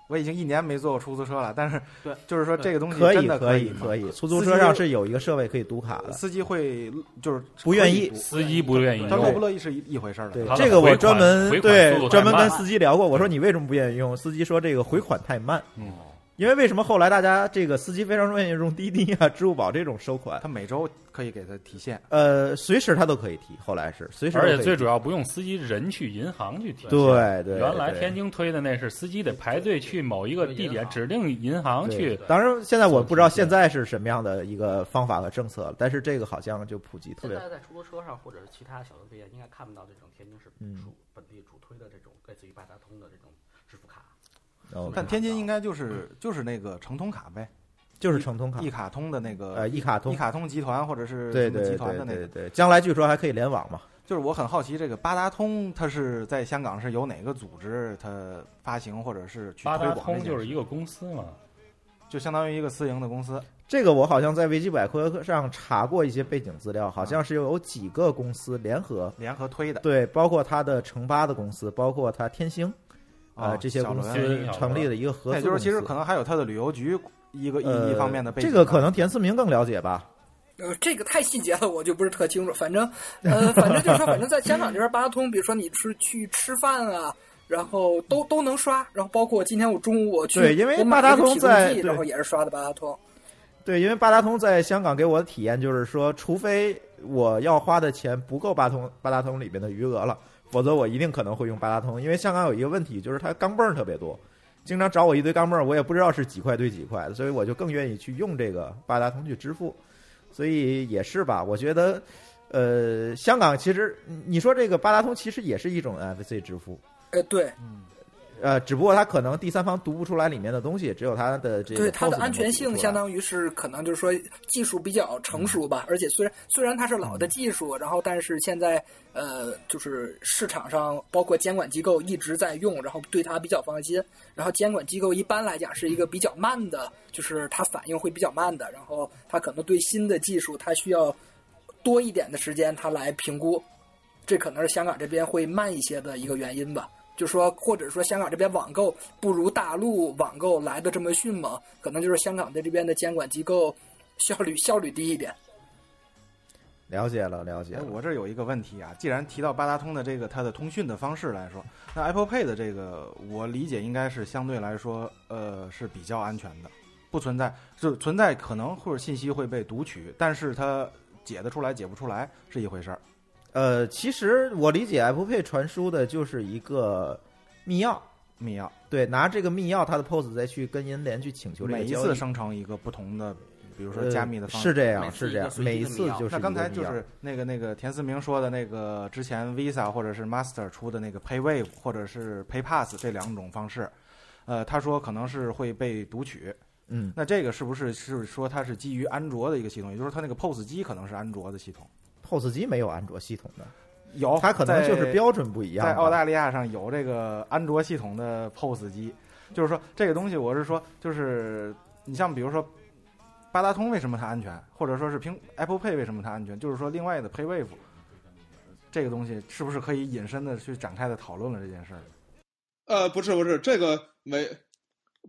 Speaker 5: 我已经一年没坐过出租车了，但是
Speaker 9: 对
Speaker 5: 就是说这个东西
Speaker 3: 可
Speaker 5: 真
Speaker 3: 以，
Speaker 5: 的
Speaker 3: 可
Speaker 5: 以吗
Speaker 3: 可以。出租车上是有一个设备可以读卡的。
Speaker 5: 司机会就是
Speaker 3: 不愿意
Speaker 5: 可以
Speaker 4: 司机不愿意
Speaker 5: 读，他
Speaker 3: 对
Speaker 5: 乐
Speaker 4: 用
Speaker 5: 不乐意是一一回事儿了。
Speaker 3: 对
Speaker 4: 他，的
Speaker 3: 这个我
Speaker 4: 回款
Speaker 3: 专门
Speaker 4: 回款速
Speaker 3: 对
Speaker 4: 度
Speaker 3: 专门
Speaker 4: 太慢
Speaker 3: 跟司机聊过，我说你为什么不愿意用？司机说这个回款太慢。
Speaker 4: 嗯，
Speaker 3: 因为为什么后来大家这个司机非常愿意用滴滴啊、支付宝这种收款？
Speaker 5: 他每周可以给他提现，
Speaker 3: 呃，随时他都可以提，后来是随时都
Speaker 4: 而
Speaker 3: 可以提。
Speaker 4: 且最主要不用司机人去银行去提现。
Speaker 3: 对对，
Speaker 4: 原来
Speaker 3: 对
Speaker 4: 天津推的那是司机得排队去某一个地点，指定银行
Speaker 3: 对
Speaker 4: 去。
Speaker 3: 当然，现在我不知道现在是什么样的一个方法和政策了，但是这个好像就普及特
Speaker 9: 现
Speaker 3: 别。
Speaker 9: 在在出租车上或者是其他小的店，应该看不到这种天津市
Speaker 3: 嗯
Speaker 9: 主本地主推的这种类似于八达通的这种支付卡。
Speaker 3: 哦，
Speaker 5: 但天津应该就是就是那个城通卡呗，
Speaker 3: 就是城通卡
Speaker 5: 一，卡通的那个
Speaker 3: 呃，一卡通
Speaker 5: 一，卡通集团或者是
Speaker 3: 啊对
Speaker 5: 什么
Speaker 3: 对
Speaker 5: 集
Speaker 3: 对
Speaker 5: 团
Speaker 3: 对
Speaker 5: 的那
Speaker 3: 对
Speaker 5: 个。
Speaker 3: 对，将来据说还可以联网嘛。
Speaker 5: 就是我很好奇，这个八达通它是在香港是由哪个组织它发行或者是去推
Speaker 4: 八
Speaker 5: 广
Speaker 4: 达
Speaker 5: 这件
Speaker 4: 通
Speaker 5: 事
Speaker 4: 就是一个公司 嘛，
Speaker 5: 就相当于一个私营的公司，
Speaker 3: 这个我好像在维基百科上查过一些背景资料，好像是有几个公司联合，
Speaker 5: 联合推的
Speaker 3: 对，包括它的城巴的公司，包括它天星，
Speaker 5: 啊
Speaker 3: 呃，这些
Speaker 5: 小
Speaker 3: 公
Speaker 5: 轮啊
Speaker 3: 司成立了一个合
Speaker 5: 那
Speaker 3: 资
Speaker 5: 也就
Speaker 3: 公
Speaker 5: 是
Speaker 3: 司。
Speaker 5: 其实可能还有它的旅游局一个一、
Speaker 3: 呃
Speaker 5: 一方面的背景
Speaker 3: 这
Speaker 5: 吧。
Speaker 3: 个可能田思明更了解吧。
Speaker 8: 呃，这个太细节了，我就不是特清楚。反正，呃，反正就是说，反正在香港这边八达通，比如说你是去吃饭啊，然后都都能刷，然后包括今天我中午我去，
Speaker 3: 对因为
Speaker 8: 我
Speaker 3: 八
Speaker 8: 买了
Speaker 3: 达
Speaker 8: 个
Speaker 3: 通
Speaker 8: 体重
Speaker 3: 在
Speaker 8: 计
Speaker 3: 对
Speaker 8: 然后也是刷的八达通。
Speaker 3: 对，因为八达通在香港给我的体验就是说，除非我要花的钱不够八通八达通里面的余额了，否则我一定可能会用八达通。因为香港有一个问题，就是它钢镚儿特别多，经常找我一堆钢镚儿，我也不知道是几块对几块，所以我就更愿意去用这个八达通去支付。所以也是吧，我觉得，呃，香港其实你说这个八达通其实也是一种 NFC 支付，
Speaker 8: 呃，对
Speaker 3: 呃，只不过它可能第三方读不出来里面的东西，只有它的这个
Speaker 8: 对，它的
Speaker 3: POS
Speaker 8: 安全
Speaker 3: 能
Speaker 8: 性
Speaker 3: 够读出来
Speaker 8: 相当于是可能就是说技术比较成熟
Speaker 3: 嗯
Speaker 8: 吧，而且虽然虽然它是老的技术，然后但是现在呃就是市场上包括监管机构一直在用，然后对它比较放心。然后监管机构一般来讲是一个比较慢的，就是它反应会比较慢的，然后它可能对新的技术它需要多一点的时间它来评估，这可能是香港这边会慢一些的一个原因吧。就说或者说香港这边网购不如大陆网购来的这么迅猛，可能就是香港的这边的监管机构效率效率低一点。
Speaker 3: 了解了，了解
Speaker 5: 哎，
Speaker 3: 了。
Speaker 5: 我这有一个问题啊，既然提到八达通的这个它的通讯的方式来说，那 Apple Pay 的这个我理解应该是相对来说，呃，是比较安全的，不存在就是存在可能或者信息会被读取，但是它解得出来解不出来是一回事儿。
Speaker 3: 呃，其实我理解 Apple Pay 传输的就是一个密钥，
Speaker 5: 密钥
Speaker 3: 对，拿这个密钥，它的 POS 再去跟银联去请求这个
Speaker 5: 每一
Speaker 3: 交易。
Speaker 5: 次生成一个不同的，比如说
Speaker 3: 呃
Speaker 5: 加密的方式。
Speaker 3: 是这
Speaker 9: 每
Speaker 3: 样，
Speaker 9: 次
Speaker 3: 是
Speaker 9: 一
Speaker 3: 这
Speaker 9: 个
Speaker 3: 样，
Speaker 9: 随机
Speaker 3: 每
Speaker 9: 的密
Speaker 3: 次
Speaker 9: 钥
Speaker 3: 就是
Speaker 5: 那刚才
Speaker 3: 一个
Speaker 5: 就
Speaker 3: 密钥
Speaker 5: 是那个那个田思明说的那个之前 Visa 或者是 Master 出的那个 PayWave 或者是 PayPass 这两种方式，呃，他说可能是会被读取。
Speaker 3: 嗯，
Speaker 5: 那这个是不是是说它是基于安卓的一个系统？也就是说，它那个 POS 机可能是安卓的系统，
Speaker 3: POS 机没有安卓系统的，
Speaker 5: 有
Speaker 3: 它可能就是
Speaker 5: 哦在
Speaker 3: 标准不一样吧。
Speaker 5: 在澳大利亚上有这个安卓系统的 POS 机，就是说这个东西，我是说，就是你像比如说八达通为什么它安全，或者说是苹 Apple Pay 为什么它安全，就是说另外的 PayWave 这个东西是不是可以引申的去展开的讨论了这件事儿？
Speaker 7: 呃，不是不是，这个美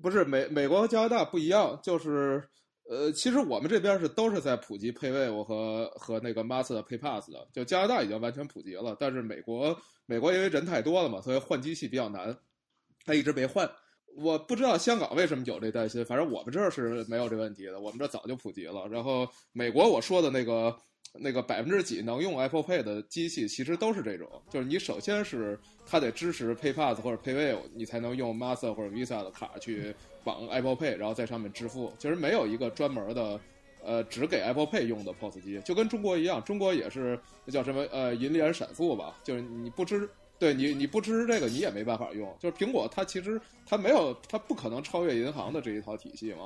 Speaker 7: 不是美美国和加拿大不一样，就是呃，其实我们这边是都是在普及 PayWave 和和那个 Master PayPass 的，就加拿大已经完全普及了，但是美国美国因为人太多了嘛，所以换机器比较难，他一直没换。我不知道香港为什么有这担心，反正我们这儿是没有这问题的，我们这早就普及了。然后美国我说的那个那个百分之几能用 Apple Pay 的机器，其实都是这种，就是你首先是它得支持 PayPass 或者 PayWave，你才能用 Master 或者 Visa 的卡去绑 Apple Pay，然后在上面支付。其实没有一个专门的，呃，只给 Apple Pay 用的 POS 机，就跟中国一样，中国也是那叫什么呃银联闪付吧，就是你不支。对你，你不支持这个，你也没办法用。就是苹果，它其实它没有，它不可能超越银行的这一套体系嘛。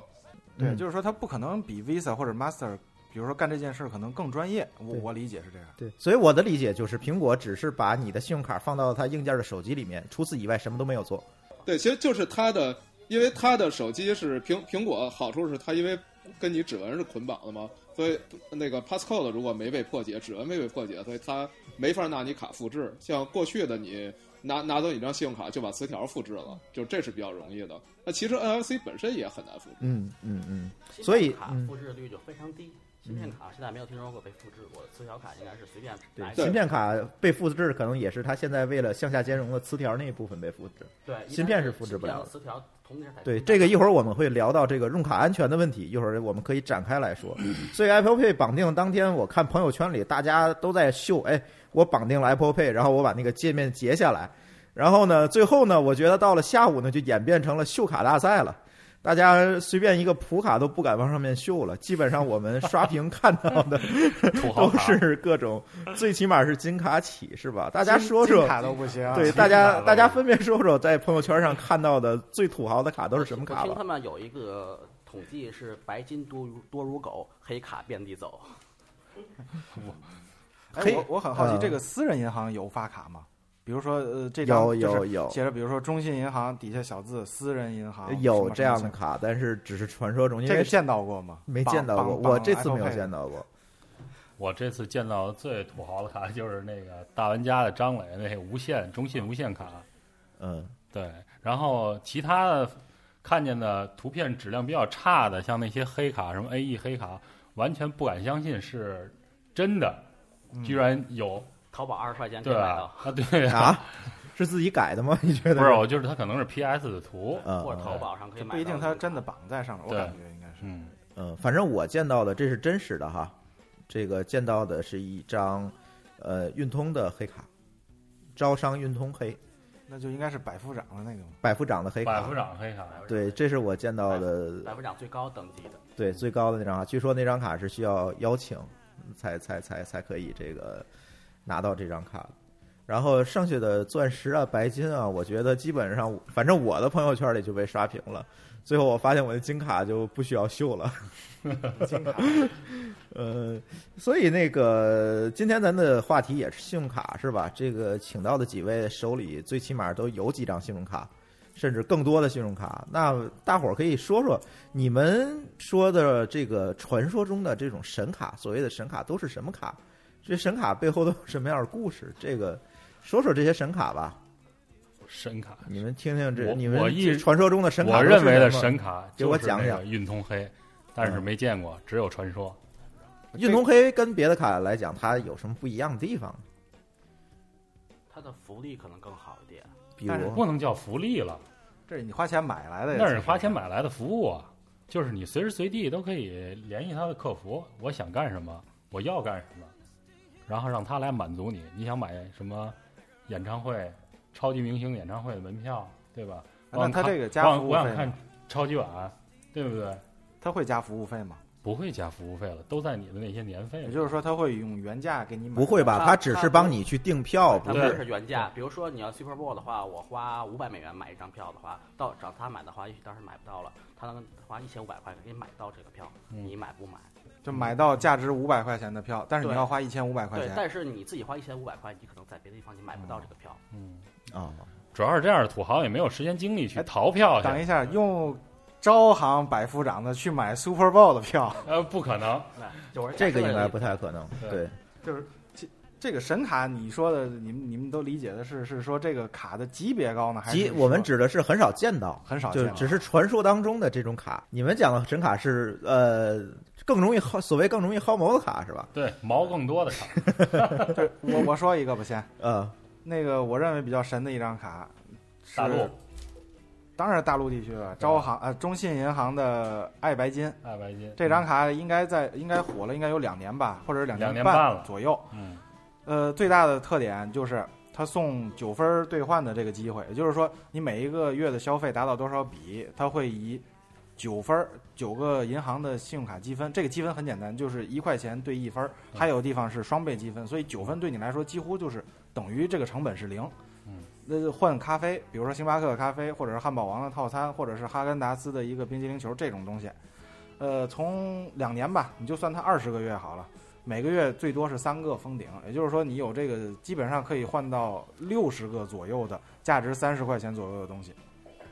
Speaker 5: 对，
Speaker 3: 嗯
Speaker 5: 就是说它不可能比 Visa 或者 Master，比如说干这件事儿可能更专业，我
Speaker 3: 对
Speaker 5: 我理解是这样。
Speaker 3: 对，所以我的理解就是，苹果只是把你的信用卡放到它硬件的手机里面，除此以外什么都没有做。
Speaker 7: 对，其实就是它的，因为它的手机是苹苹果，好处是它因为跟你指纹是捆绑的嘛，所以那个 passcode 如果没被破解，指纹没被破解，所以它没法拿你卡复制。像过去的你拿拿走你张信用卡就把磁条复制了，就这是比较容易的。那其实 NFC 本身也很难复制。
Speaker 3: 嗯嗯嗯，
Speaker 9: 信
Speaker 3: 所以
Speaker 9: 用卡
Speaker 3: 嗯
Speaker 9: 复制率就非常低。芯片卡现在没有听说过被复制过，磁条卡应该是随便拿
Speaker 3: 对，
Speaker 9: 一
Speaker 3: 芯
Speaker 9: 个。
Speaker 3: 片卡被复制，可能也是它现在为了向下兼容的磁条那一部分被复制。
Speaker 9: 对，
Speaker 3: 芯片是复制不了的
Speaker 9: 一般是芯片和磁条同时才
Speaker 3: 对，这个一会儿我们会聊到这个用卡安全的问题，一会儿我们可以展开来 说。所以 Apple Pay 绑定当天，我看朋友圈里大家都在秀，哎，我绑定了 Apple Pay，然后我把那个界面截下来，然后呢，最后呢，我觉得到了下午呢，就演变成了秀卡大赛了。大家随便一个普卡都不敢往上面秀了，基本上 我们刷屏看到的
Speaker 4: 土豪
Speaker 3: 都
Speaker 4: 卡
Speaker 3: 是各种，最起码是金卡起是吧？大家说说
Speaker 5: 金，卡都不行，啊
Speaker 3: 对
Speaker 4: 金
Speaker 3: 大
Speaker 4: 卡
Speaker 3: 家
Speaker 4: 吧
Speaker 3: 大家分别说说在朋友圈上看到的最土豪的卡都
Speaker 9: 都
Speaker 3: 是什么卡
Speaker 9: 我听
Speaker 3: 吧
Speaker 9: 他。们有一个统计是白金多如多如狗，黑卡遍地走。
Speaker 5: 哎
Speaker 3: 黑，
Speaker 5: 我我很好奇，
Speaker 3: 呃
Speaker 5: 这个私人银行有发卡吗？比如说，呃，这张
Speaker 3: 有
Speaker 5: 就是
Speaker 3: 有有
Speaker 5: 写着，比如说中信银行底下小字“私人银行”，什
Speaker 3: 有
Speaker 5: 么
Speaker 3: 这样
Speaker 5: 什
Speaker 3: 的
Speaker 5: 么
Speaker 3: 卡，但是只是传说中，因
Speaker 5: 这个
Speaker 3: 为
Speaker 5: 见到过吗？
Speaker 3: 没见到过，
Speaker 5: 绑
Speaker 3: 我这次没有。
Speaker 5: 绑绑 Apple Pay
Speaker 3: 见到过。
Speaker 4: 我这次见到最土豪的卡就是那个大玩家的张磊那无限中信无限卡，
Speaker 3: 嗯，
Speaker 4: 对，然后其他的看见的图片质量比较差的，像那些黑卡，什么 AE 黑卡，完全不敢相信是真的，
Speaker 3: 嗯
Speaker 4: 居然有，
Speaker 9: 淘宝二十块钱可以
Speaker 4: 对
Speaker 9: 买
Speaker 4: 吧
Speaker 9: 到，？
Speaker 4: 啊，对
Speaker 3: 啊，是自己改的吗？你 觉得？
Speaker 4: 不是，我就是它可能是 PS 的图，
Speaker 3: 嗯，
Speaker 9: 或者淘
Speaker 3: 嗯
Speaker 9: 宝上可以
Speaker 5: 就
Speaker 9: 买到。
Speaker 5: 不一定它真的绑在上面，我
Speaker 4: 对
Speaker 5: 感觉应该是。
Speaker 4: 嗯，
Speaker 3: 嗯，反正我见到的这是真实的哈，这个见到的是一张呃运通的黑卡，招商运通黑
Speaker 5: 那就应该是百夫长的那种。
Speaker 3: 百夫长的黑
Speaker 4: 百
Speaker 3: 卡
Speaker 4: 夫。长黑卡，
Speaker 3: 对，这是我见到的
Speaker 9: 百夫长最高等级的。
Speaker 3: 对最高的那张卡，据说那张卡是需要邀请才才才才可以这个拿到这张卡。然后剩下的钻石啊、白金啊，我觉得基本上，反正我的朋友圈里就被刷屏了。最后我发现我的金卡就不需要秀了。
Speaker 5: 金卡
Speaker 3: 呃，所以那个今天咱的话题也是信用卡是吧？这个请到的几位手里最起码都有几张信用卡，甚至更多的信用卡。那大伙儿可以说说你们说的这个传说中的这种神卡，所谓的神卡都是什么卡？这神卡背后都有什么样的故事？这个说说这些神卡吧，
Speaker 4: 神卡。
Speaker 3: 你们听听这
Speaker 4: 我
Speaker 3: 你们
Speaker 4: 我一
Speaker 3: 这传说中的神卡，
Speaker 4: 我认为的神，卡
Speaker 3: 给我
Speaker 4: 就是那
Speaker 3: 讲
Speaker 4: 个
Speaker 3: 讲
Speaker 4: 运通黑，但是没见过，只有传说。
Speaker 3: 运通 K 跟别的卡来讲，它有什么不一样的地方？
Speaker 9: 它的福利可能更好一点。
Speaker 3: 比
Speaker 5: 但是
Speaker 3: 如
Speaker 4: 不能叫福利了，
Speaker 5: 这是你花钱买来的呀，
Speaker 4: 那是
Speaker 5: 其实
Speaker 4: 花钱买来的服务啊，就是你随时随地都可以联系他的客服，我想干什么，我要干什么，然后让他来满足你。你想买什么演唱会、超级明星演唱会的门票，对吧？
Speaker 5: 啊
Speaker 4: 我
Speaker 5: 那
Speaker 4: 想
Speaker 5: 他
Speaker 4: 看
Speaker 5: 这个加
Speaker 4: 我
Speaker 5: 服
Speaker 4: 想
Speaker 5: 务
Speaker 4: 我
Speaker 5: 费
Speaker 4: 想
Speaker 5: 吗
Speaker 4: 看，超级碗，对不对？
Speaker 5: 他会加服务费吗？
Speaker 4: 不会加服务费了，都在你的那些年费
Speaker 5: 也
Speaker 4: 里。
Speaker 5: 就是说，他会用原价给你买？
Speaker 3: 不会吧？
Speaker 9: 它
Speaker 3: 它只是帮你去订票，
Speaker 9: 它
Speaker 3: 哦不
Speaker 9: 不
Speaker 4: 对
Speaker 9: 是原价，比如说你要 Super Bowl 的话，我花五百美元买一张票的话，到找他买的话，也许当时买不到了，他能花一千五百块给你买到这个票，
Speaker 4: 嗯
Speaker 9: 你买不买？
Speaker 5: 就买到价值五百块钱的票，但是你
Speaker 9: 对
Speaker 5: 要花一千五百块
Speaker 9: 对，
Speaker 5: 钱。
Speaker 9: 但是你自己花一千五百块，你可能在别的地方你买不到这个票。
Speaker 4: 嗯，
Speaker 3: 啊。
Speaker 4: 主要是这样的土豪也没有时间精力去逃票去。
Speaker 5: 哎等一下，用招行百夫长的去买 Super Bowl 的票，
Speaker 4: 呃，不可能，
Speaker 9: 那就是
Speaker 3: 嗯这个应该不太可能。
Speaker 4: 对
Speaker 3: 对，
Speaker 5: 就是这这个神卡，你说的，你们你们都理解的是是说这个卡的级别高呢，还
Speaker 3: 即
Speaker 5: 是
Speaker 3: 我们
Speaker 5: 说
Speaker 3: 指的是很少见到，
Speaker 5: 很少见
Speaker 3: 就是
Speaker 5: 到
Speaker 3: 只是传说当中的这种卡。你们讲的神卡是呃更容易薅，所谓更容易薅毛的卡是吧？
Speaker 4: 对毛更多的卡，
Speaker 5: 就是我我说一个吧，先
Speaker 3: 呃，
Speaker 5: 那个我认为比较神的一张卡，是
Speaker 4: 大陆
Speaker 5: 当然是大陆地区了，招行呃中信银行的爱白金
Speaker 4: 爱白金
Speaker 5: 这张卡应该在应该火了，应该有两年吧，或者是两
Speaker 4: 两年半
Speaker 5: 半
Speaker 4: 了
Speaker 5: 左右。
Speaker 4: 嗯，
Speaker 5: 呃，最大的特点就是它送九分儿兑换的这个机会，也就是说，你每一个月的消费达到多少笔，它会以九分儿九个银行的信用卡积分，这个积分很简单，就是一块钱兑一分儿，
Speaker 4: 嗯
Speaker 5: 还有地方是双倍积分，所以九分对你来说几乎就是等于这个成本是零。
Speaker 4: 嗯，
Speaker 5: 那换咖啡，比如说星巴克的咖啡，或者是汉堡王的套餐，或者是哈根达斯的一个冰激凌球这种东西，呃，从两年吧，你就算它二十个月好了。每个月最多是三个封顶，也就是说你有这个基本上可以换到六十个左右的价值三十块钱左右的东西，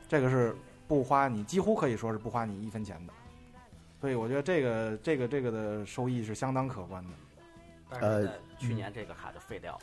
Speaker 5: 这个是不花你几乎可以说是不花你一分钱的，所以我觉得这个这个这个的收益是相当可观的。
Speaker 9: 但
Speaker 3: 呃
Speaker 9: 是在去年这个卡就废掉了。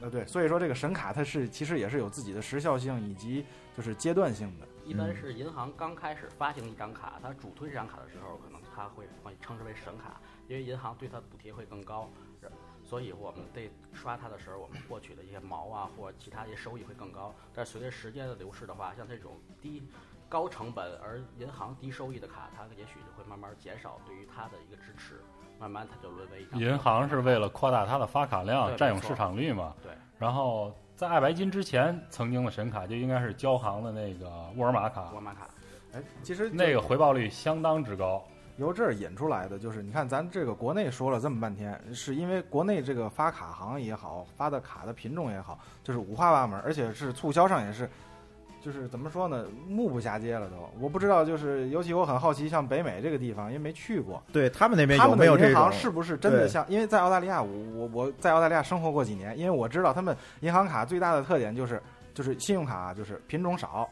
Speaker 5: 呃，对，所以说这个神卡它是其实也是有自己的时效性以及就是阶段性的。
Speaker 9: 一
Speaker 4: 嗯
Speaker 9: 般是银行刚开始发行一张卡，它主推这张卡的时候，可能它会把你称之为神卡，因为银行对它的补贴会更高，呃所以我们对刷它的时候，我们获取的一些毛啊或者其他一些收益会更高。但是随着时间的流逝的话，像这种低高成本而银行低收益的卡，它也许就会慢慢减少对于它的一个支持，慢慢它就沦为一
Speaker 4: 嗯
Speaker 9: 张
Speaker 4: 银行是为了扩大它的发卡量，
Speaker 9: 对
Speaker 4: 占有
Speaker 9: 没错
Speaker 4: 市场率嘛。
Speaker 9: 对。
Speaker 4: 然后在爱白金之前，曾经的神卡就应该是交行的那个沃尔玛卡
Speaker 9: 沃，尔玛卡。
Speaker 5: 哎，其实就
Speaker 4: 那个回报率相当之高。
Speaker 5: 由这儿引出来的，就是你看咱这个国内说了这么半天，是因为国内这个发卡行也好，发的卡的品种也好，就是五花八门，而且是促销上也是，就是怎么说呢，目不暇接了都。我不知道，就是尤其我很好奇，像北美这个地方，因为没去过，
Speaker 3: 对他们那边
Speaker 5: 他
Speaker 3: 有
Speaker 5: 们
Speaker 3: 没有
Speaker 5: 的
Speaker 3: 这
Speaker 5: 银
Speaker 3: 种
Speaker 5: 行？是不是真的像？因为在澳大利亚，我我我在澳大利亚生活过几年，因为我知道他们银行卡最大的特点就是就是信用卡就是品种少，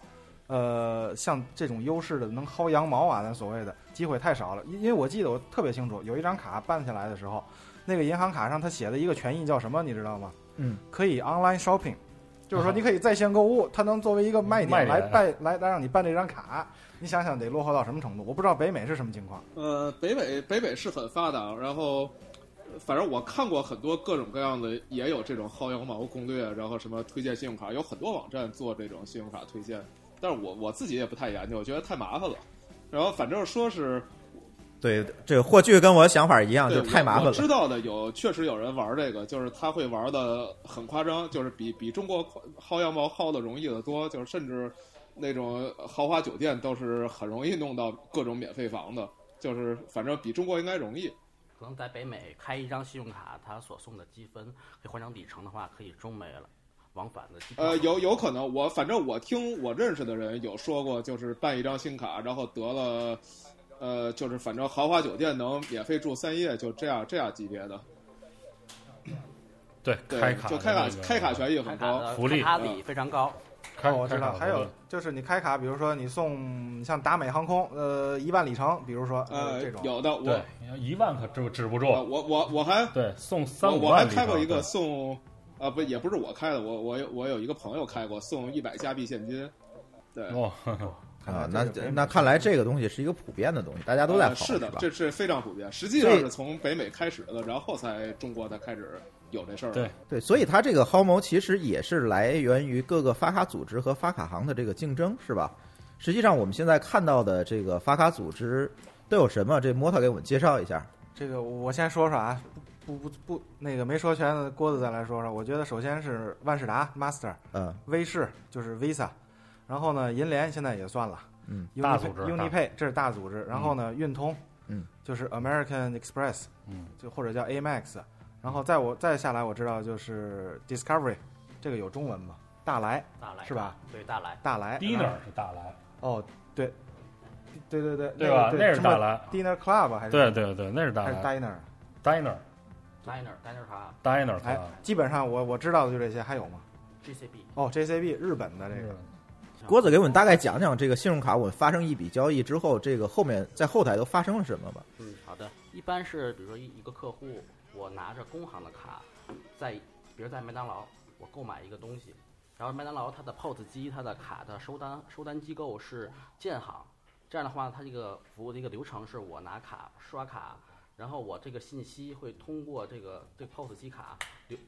Speaker 5: 呃，像这种优势的能薅羊毛啊，咱所谓的机会太少了。因因为我记得我特别清楚，有一张卡办下来的时候，那个银行卡上它写的一个权益叫什么，你知道吗？
Speaker 3: 嗯，啊
Speaker 5: 可以 online shopping。就是说，你可以在线购物，它能作为一个卖
Speaker 4: 卖
Speaker 5: 点
Speaker 4: 点
Speaker 5: 来办来来让你办这张卡，你想想得落后到什么程度？我不知道北美是什么情况。
Speaker 7: 呃，北美北美是很发达，然后呃反正我看过很多各种各样的，也有这种薅羊毛攻略，然后什么推荐信用卡，有很多网站做这种信用卡推荐，但是我我自己也不太研究，我觉得太麻烦了。然后反正说是
Speaker 3: 对，这个霍炬跟我想法一样，
Speaker 7: 对，
Speaker 3: 啊就太麻烦
Speaker 7: 我
Speaker 3: 了
Speaker 7: 我。知道的有，确实有人玩这个，就是他会玩的很夸张，就是比比中国薅羊毛薅的容易的多，就是甚至那种豪华呃酒店都是很容易弄到各种免费房的，就是反正比中国应该容易。
Speaker 9: 可能在北美开一张信用卡，它所送的积分可以换成里程的话，可以中美了往返的机票
Speaker 7: 呃，有有可能，我反正我听我认识的人有说过，就是办一张新卡，然后得了，呃，就是反正豪华酒店能免费住三夜，就这样这样级别的，
Speaker 4: 对，
Speaker 7: 对，
Speaker 4: 开卡
Speaker 7: 就开卡、
Speaker 4: 的那个
Speaker 7: 开卡权益
Speaker 9: 开
Speaker 7: 很
Speaker 9: 卡
Speaker 7: 高，
Speaker 9: 的
Speaker 4: 福利
Speaker 9: 卡里非常高，
Speaker 4: 开
Speaker 5: 哦，我知
Speaker 4: 开
Speaker 5: 道，
Speaker 4: 卡
Speaker 5: 还
Speaker 4: 活
Speaker 5: 有
Speaker 4: 动
Speaker 5: 就是你开卡，比如说你送像达美航空，呃，一万里程，比如说
Speaker 7: 呃
Speaker 5: 这，种，
Speaker 7: 有的我
Speaker 4: 对一万可止止不
Speaker 7: 呃
Speaker 4: 住，
Speaker 7: 我我我还
Speaker 4: 对，送三
Speaker 7: 我
Speaker 4: 五
Speaker 7: 我还
Speaker 4: 万里
Speaker 7: 开过
Speaker 4: 头
Speaker 7: 一个
Speaker 4: 对
Speaker 7: 送，啊不也不是我开的，我我有我有一个朋友开过送一百加币现金，对，
Speaker 4: 哦，呵呵
Speaker 5: 看来
Speaker 3: 啊，
Speaker 5: 这
Speaker 3: 那
Speaker 5: 个北美
Speaker 3: 那看来这个东西是一个普遍的东西，大家都在
Speaker 7: 呃
Speaker 3: 跑，
Speaker 7: 是的
Speaker 3: 吧，？
Speaker 7: 这是非常普遍，实际上
Speaker 3: 对
Speaker 7: 是从北美开始的，然后才中国才开始有这事儿。
Speaker 4: 对
Speaker 3: 对，所以它这个薅毛其实也是来源于各个发卡组织和发卡行的这个竞争，是吧？实际上我们现在看到的这个发卡组织都有什么？这摸头给我们介绍一下。
Speaker 5: 这个我先说说啊，不不不不，那个没说全的郭子再来说说。我觉得首先是万事达 Master，
Speaker 3: 嗯，
Speaker 5: 威士就是 Visa，然后呢，银联现在也算了，
Speaker 3: 嗯
Speaker 5: Unipay，
Speaker 4: 大组织大
Speaker 5: ，UniPay 这是大组织，然后呢，运通，
Speaker 3: 嗯，
Speaker 5: 就是 American Express，
Speaker 4: 嗯，
Speaker 5: 就或者叫 Amex，然后再我再下来我知道就是 Discovery，这个有中文吗？大来，
Speaker 9: 大来
Speaker 5: 是吧？
Speaker 9: 对，大来，
Speaker 5: 大来
Speaker 4: Dinner 是大来，
Speaker 5: 哦，对，对对对，
Speaker 4: 对
Speaker 5: 那？个
Speaker 4: 吧那
Speaker 5: 对
Speaker 4: 是大来，
Speaker 5: Dinner Club 还是
Speaker 4: 对对对，那是大
Speaker 5: 还是
Speaker 4: 来
Speaker 5: Diner？
Speaker 4: ，Diner
Speaker 9: diner diner 卡
Speaker 4: Diner 嗯
Speaker 5: 哎
Speaker 4: 它，
Speaker 5: 基本上我我知道的就这些，还有吗？
Speaker 9: GCB
Speaker 5: 哦，JCB 日本的这
Speaker 4: 嗯
Speaker 5: 个，
Speaker 7: 嗯
Speaker 9: 啊
Speaker 3: 郭子给我们大概讲讲这个信用卡，我们发生一笔交易之后，这个后面在后台都发生了什么吧？
Speaker 9: 嗯，好的。一般是比如说一一个客户，我拿着工行的卡，在比如在麦当劳，我购买一个东西，然后麦当劳它的 POS 机、它的卡的收单收单机构是建行，这样的话，它这个服务的一个流程是我拿卡刷卡，然后我这个信息会通过这个这 POS 机卡流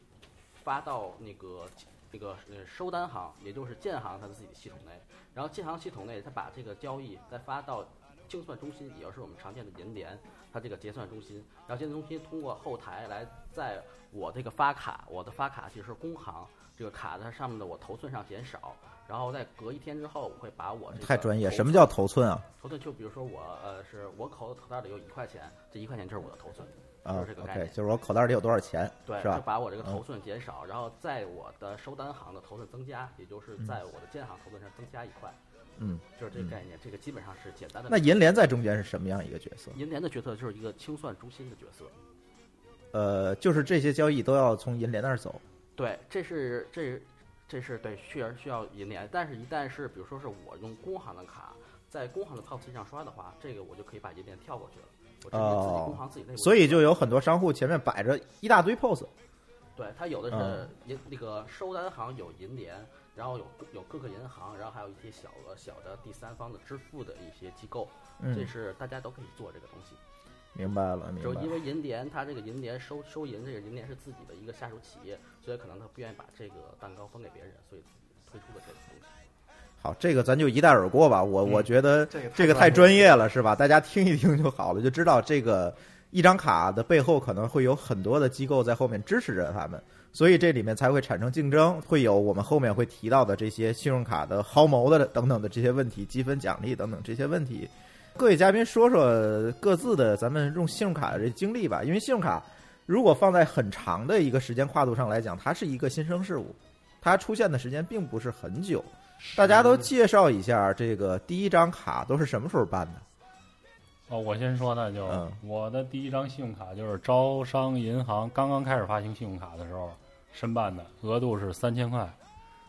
Speaker 9: 发到那个那个呃收单行，也就是建行它的自己的系统内，然后建行系统内它把这个交易再发到清算中心，也就是我们常见的银联，它这个结算中心，然后结算中心通过后台来在我这个发卡，我的发卡其实是工行这个卡的上面的我头寸上减少，然后在隔一天之后，我会把我这个
Speaker 3: 太专业，
Speaker 9: 头
Speaker 3: 什么
Speaker 9: 寸
Speaker 3: 叫头寸啊？
Speaker 9: 头寸就比如说我呃是我口口袋里有一块钱，这一块钱就是我的头寸，就
Speaker 3: 啊
Speaker 9: 是这个概
Speaker 3: ，OK，
Speaker 9: 念。
Speaker 3: 就是我口袋里有多少钱，
Speaker 9: 对，
Speaker 3: 是吧嗯
Speaker 9: 就把我这个头寸减少，然后在我的收单行的头寸增加，也就是在我的建行头寸上增加一块，
Speaker 3: 嗯，
Speaker 9: 就是这个概念。这个基本上是简单的。
Speaker 3: 那银联在中间是什么样一个角色？
Speaker 9: 银联的角色就是一个清算中心的角色。
Speaker 3: 呃，就是这些交易都要从银联那儿走。
Speaker 9: 对，这是这这是对，确实需要银联，但是一旦是比如说是我用工行的卡，在工行的 POS 机上刷的话，这个我就可以把银联跳过去了。我直接自己
Speaker 3: 哦
Speaker 9: 工行自己内部，
Speaker 3: 所以就有很多商户前面摆着一大堆 POS，
Speaker 9: 对，它有的
Speaker 3: 嗯
Speaker 9: 是银、那个收单行有银联，然后有有各个银行，然后还有一些小额小的第三方的支付的一些机构，这
Speaker 3: 嗯，
Speaker 9: 是大家都可以做这个东西。
Speaker 3: 明白了，
Speaker 9: 就
Speaker 3: 明白
Speaker 9: 因
Speaker 3: 了。
Speaker 9: 为银联它这个银联收收银这个银联是自己的一个下属企业，所以可能他不愿意把这个蛋糕分给别人，所以推出了这个东
Speaker 3: 哦
Speaker 9: 西。
Speaker 3: 好，这个咱就一带而过吧。我我觉得
Speaker 5: 这个
Speaker 3: 嗯这个太专业了，是吧？大家听一听就好了，就知道这个一张卡的背后可能会有很多的机构在后面支持着他们，所以这里面才会产生竞争，会有我们后面会提到的这些信用卡的薅毛的等等的这些问题，积分奖励等等这些问题。各位嘉宾说说各自的咱们用信用卡的这经历吧，因为信用卡如果放在很长的一个时间跨度上来讲，它是一个新生事物，它出现的时间并不是很久。大家都介绍一下这个第一张卡都是什么时候办的？
Speaker 4: 哦，我先说，那就、
Speaker 3: 嗯
Speaker 4: 我的第一张信用卡就是招商银行刚刚开始发行信用卡的时候申办的，额度是三千块，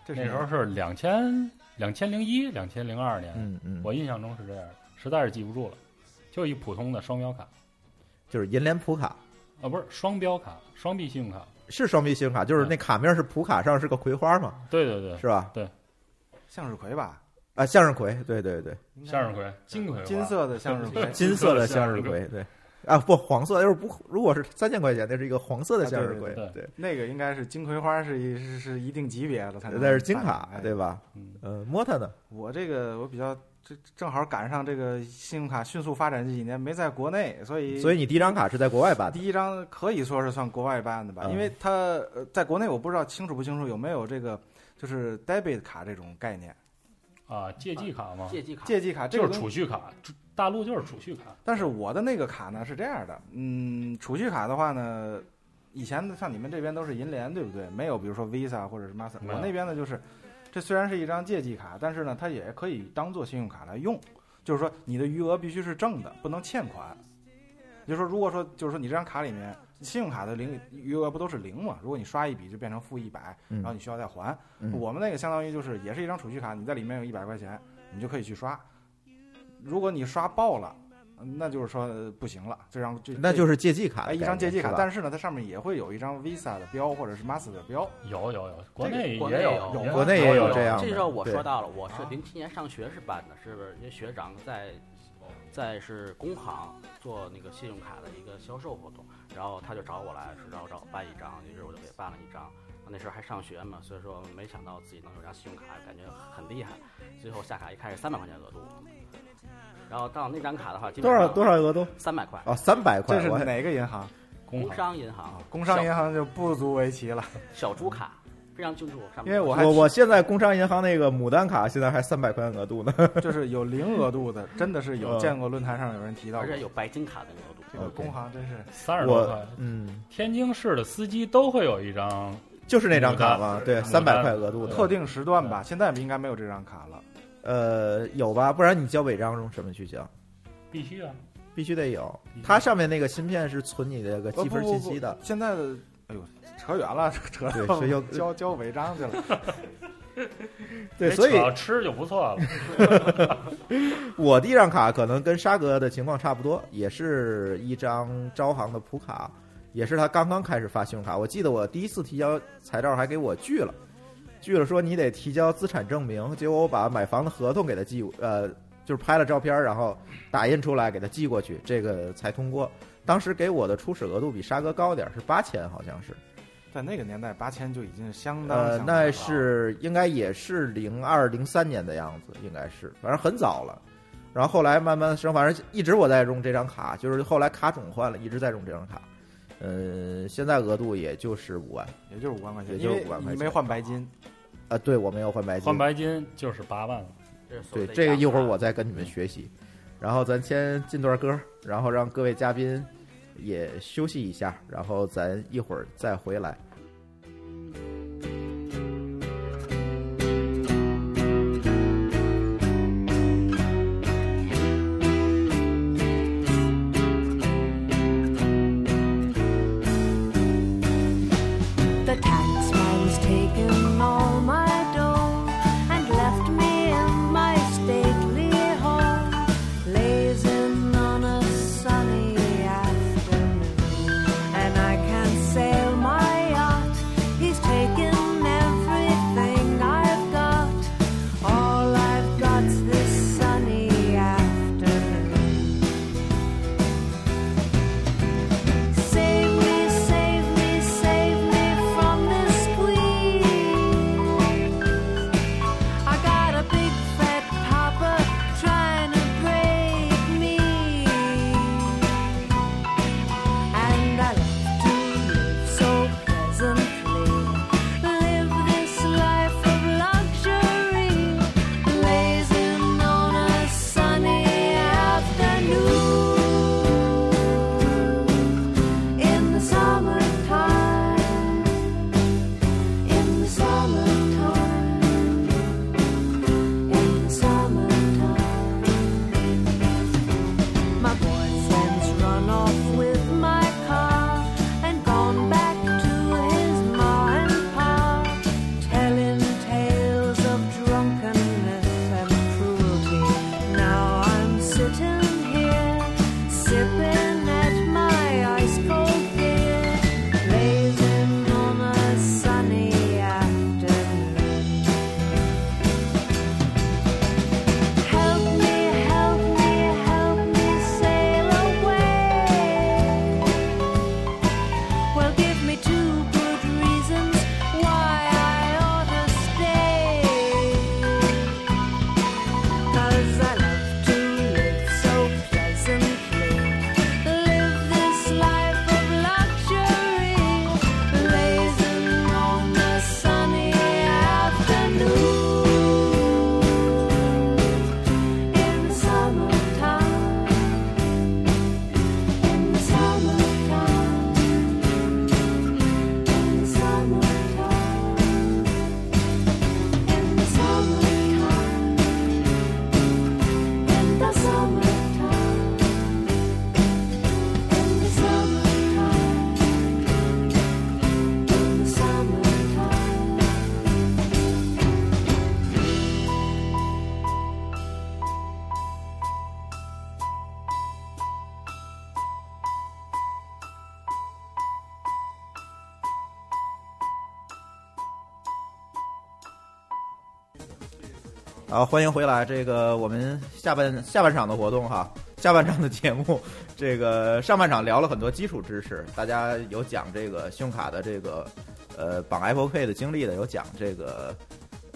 Speaker 5: 这是
Speaker 4: 那时候是两千两千零一两千零二年，
Speaker 3: 嗯嗯，
Speaker 4: 哎我印象中是这样，实在是记不住了，就一普通的双标卡，
Speaker 3: 就是银联普卡，
Speaker 4: 啊，不是双标卡，双币信用卡，
Speaker 3: 是双币信用卡，就是那卡面是普卡上是个葵花嘛，
Speaker 4: 对对对，
Speaker 3: 是吧？
Speaker 5: 向日葵吧？
Speaker 3: 啊，向日葵，对对对，
Speaker 5: 应该是
Speaker 4: 向日葵，金葵花，，
Speaker 5: 嗯金色的向日葵
Speaker 3: 金色的向日
Speaker 4: 向
Speaker 3: 葵，对。啊，不，黄色要是不，如果是三千块钱，那是一个黄色的向日葵，
Speaker 5: 啊
Speaker 4: 对
Speaker 3: 对，
Speaker 5: 那个应该是金葵花是一是是一定级别的才能办，
Speaker 3: 那是金卡，
Speaker 5: 哎
Speaker 3: 对吧？
Speaker 4: 嗯，
Speaker 3: 呃，摸它呢，
Speaker 5: 我这个我比较这正好赶上这个信用卡迅速发展这几年，没在国内，所以
Speaker 3: 所以你第一张卡是在国外办的，
Speaker 5: 第一张可以说是算国外办的吧，
Speaker 3: 嗯
Speaker 5: 因为它呃在国内我不知道清楚不清楚有没有这个就是 debit 卡这种概念，
Speaker 4: 啊，借记卡嘛，
Speaker 9: 借记卡
Speaker 5: 借记卡这
Speaker 4: 就
Speaker 5: 个
Speaker 4: 是
Speaker 5: 东
Speaker 4: 储蓄卡，大陆就是储蓄卡，
Speaker 5: 但是我的那个卡呢是这样的，嗯，储蓄卡的话呢，以前的像你们这边都是银联，对不对？没有，比如说 Visa 或者是 Master，
Speaker 4: 没有
Speaker 5: 我那边呢就是，这虽然是一张借记卡，但是呢，它也可以当做信用卡来用，就是说你的余额必须是正的，不能欠款。也就是说，如果说就是说你这张卡里面信用卡的零余额不都是零嘛？如果你刷一笔就变成负一百，
Speaker 3: 嗯
Speaker 5: 然后你需要再还。
Speaker 3: 嗯
Speaker 5: 我们那个相当于就是也是一张储蓄卡，你在里面有一百块钱，你就可以去刷。如果你刷爆了，那就是说呃不行了，这张这
Speaker 3: 那
Speaker 5: 这
Speaker 3: 就是借记卡的
Speaker 5: 哎
Speaker 3: 概念，
Speaker 5: 一张借记
Speaker 3: 是
Speaker 5: 卡，
Speaker 3: 吧
Speaker 5: 但是呢，它上面也会有一张 Visa 的标或者是 Master 的标，
Speaker 4: 有有有，国内
Speaker 9: 国内
Speaker 4: 也
Speaker 9: 有
Speaker 4: 也
Speaker 3: 国内也有这样的
Speaker 9: 这时候我
Speaker 3: 对
Speaker 9: 说到了，我是
Speaker 5: 啊
Speaker 9: 零七年上学是办的，是不是？因为学长在在是工行做那个信用卡的一个销售活动，然后他就找我来说让我让我办一张，于是我就给办了一张。那时候还上学嘛，所以说没想到自己能有张信用卡，感觉很厉害。最后下卡一看是三百块钱额度，然后到那张卡的话，基本
Speaker 3: 多少多少额度？
Speaker 9: 三百块。
Speaker 3: 哦，三百块，
Speaker 5: 这是
Speaker 3: 我还
Speaker 5: 哪个银行
Speaker 4: 工行
Speaker 9: 商银行
Speaker 5: 啊？工商银行就不足为奇 了，
Speaker 9: 小猪卡，非常清楚。上面
Speaker 5: 因为我还
Speaker 3: 我我现在工商银行那个牡丹卡现在还三百块钱额度呢，
Speaker 5: 就是有零额度的，真的是有
Speaker 3: 嗯
Speaker 5: 见过论坛上有人提到
Speaker 9: 而
Speaker 5: 过
Speaker 9: 且，有白金卡的额度。
Speaker 5: 这个工行真是
Speaker 4: 三十多
Speaker 3: 我
Speaker 4: 块，
Speaker 3: 嗯，
Speaker 4: 天津市的司机都会有一张，
Speaker 3: 就是那张卡
Speaker 4: 牡丹
Speaker 3: 嘛，对，
Speaker 4: 牡丹
Speaker 3: 三百块额度
Speaker 5: 特
Speaker 3: 的，
Speaker 5: 定时段
Speaker 3: 嗯
Speaker 5: 吧，现在应该没有这张卡了。
Speaker 3: 呃，有吧？不然你交违章用什么去交？
Speaker 4: 必须啊，
Speaker 3: 必须得有
Speaker 4: 必，须
Speaker 3: 它上面那个芯片是存你这个
Speaker 5: 呃
Speaker 3: 积分信息的
Speaker 5: 不不。不现在的，哎呦，扯远了，扯
Speaker 3: 对
Speaker 5: 到
Speaker 3: 是要
Speaker 5: 交交违章去了。
Speaker 3: 对，
Speaker 4: 没
Speaker 3: 所以
Speaker 4: 扯到吃就不错了。
Speaker 3: 我第一张卡可能跟沙哥的情况差不多，也是一张招行的普卡，也是他刚刚开始发信用卡。我记得我第一次提交材料还给我拒了，拒了说你得提交资产证明，结果我把买房的合同给他寄，呃，就是拍了照片，然后打印出来给他寄过去，这个才通过。当时给我的初始额度比沙哥高点儿，是八千，好像是。
Speaker 5: 在那个年代，八千就已经相当相
Speaker 3: 呃，
Speaker 5: 当高
Speaker 3: 那
Speaker 5: 了
Speaker 3: 是应该也是零二零三年的样子，应该是，反正很早了。然后后来慢慢地升，反正一直我在用这张卡，就是后来卡种换了，一直在用这张卡。呃，现在额度也就是五万。
Speaker 5: 也就是五万块钱，
Speaker 3: 也
Speaker 5: 因
Speaker 3: 就是
Speaker 5: 为
Speaker 3: 5万块
Speaker 5: 你
Speaker 3: 钱
Speaker 5: 没换白金，
Speaker 3: 啊，对我没有换白金，
Speaker 4: 换白金就是八万了，
Speaker 9: 这是所
Speaker 3: 对
Speaker 9: 谓的
Speaker 3: 这个
Speaker 9: 亚
Speaker 3: 一会儿
Speaker 9: 卡
Speaker 3: 我再跟你们学习。然后咱先进段歌，然后让各位嘉宾也休息一下，然后咱一会儿再回来。
Speaker 10: The taxman's taken all my dough and left me in my stately home, lazing on a sunny afternoon. And I can sail my yacht. He's taken everything I've got. All I've got's this sunny afternoon. Save me, save me, save me from this
Speaker 3: 好，欢迎回来。这个我们下半下半场的活动哈，下半场的节目， 这个上半场聊了很多基础知识，大家有讲这个信用卡的这个呃绑 Apple Pay 的经历的，有讲这个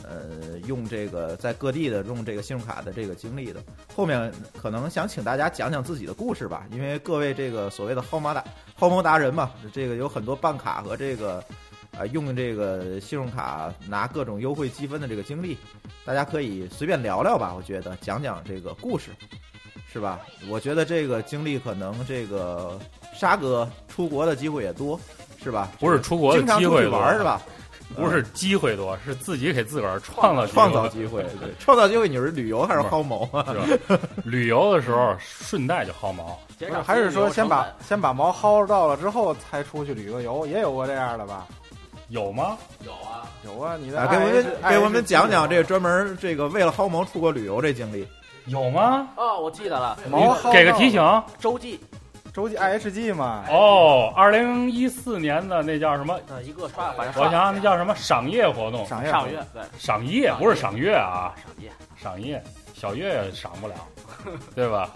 Speaker 3: 呃用这个在各地的用这个信用卡的这个经历的。后面可能想请大家讲讲自己的故事吧，因为各位这个所谓的薅毛达薅毛达人嘛，这个有很多办卡和这个。啊，用这个信用卡拿各种优惠积分的这个经历，大家可以随便聊聊吧。我觉得讲讲这个故事，是吧？我觉得这个经历可能这个沙哥出国的机会也多，是吧？
Speaker 4: 不是出国的
Speaker 3: 经常
Speaker 4: 机
Speaker 3: 出
Speaker 4: 会
Speaker 3: 去玩
Speaker 4: 多
Speaker 3: 儿是吧？
Speaker 4: 不是机会多，是自己给自个儿创造
Speaker 3: 嗯创造
Speaker 4: 造
Speaker 3: 机会，对，创造机会，你是旅游还是
Speaker 4: 不是
Speaker 3: 薅毛 啊？
Speaker 4: 是吧？旅游的时候顺带就薅毛，
Speaker 9: 减
Speaker 5: 不
Speaker 9: 少
Speaker 5: 是还是说先把
Speaker 9: 啊旅游成
Speaker 5: 先把毛薅到了之后才出去旅个游，也有过这样的吧？
Speaker 4: 有吗？
Speaker 9: 本有啊，
Speaker 5: 有啊，你的
Speaker 3: 啊，给我
Speaker 5: IH
Speaker 3: 们给我们讲讲这个
Speaker 5: IH
Speaker 3: 专门这个为了薅毛出国旅游这经历。
Speaker 4: 有吗？
Speaker 9: 哦，我记得了，
Speaker 5: 毛薅
Speaker 4: 给个
Speaker 5: 到哎
Speaker 4: 提醒
Speaker 9: 周记
Speaker 5: 洲际 IHG 嘛，
Speaker 4: 哦，二零一四年的那叫什么？
Speaker 9: 的呃一个刷，反正
Speaker 4: 我
Speaker 9: 刷
Speaker 4: 想想，那叫什么哦赏夜活动？
Speaker 5: 赏
Speaker 9: 上
Speaker 5: 月
Speaker 9: 月对
Speaker 4: 赏夜不是赏月啊，
Speaker 9: 上月，
Speaker 4: 赏夜小月也赏不了，对吧？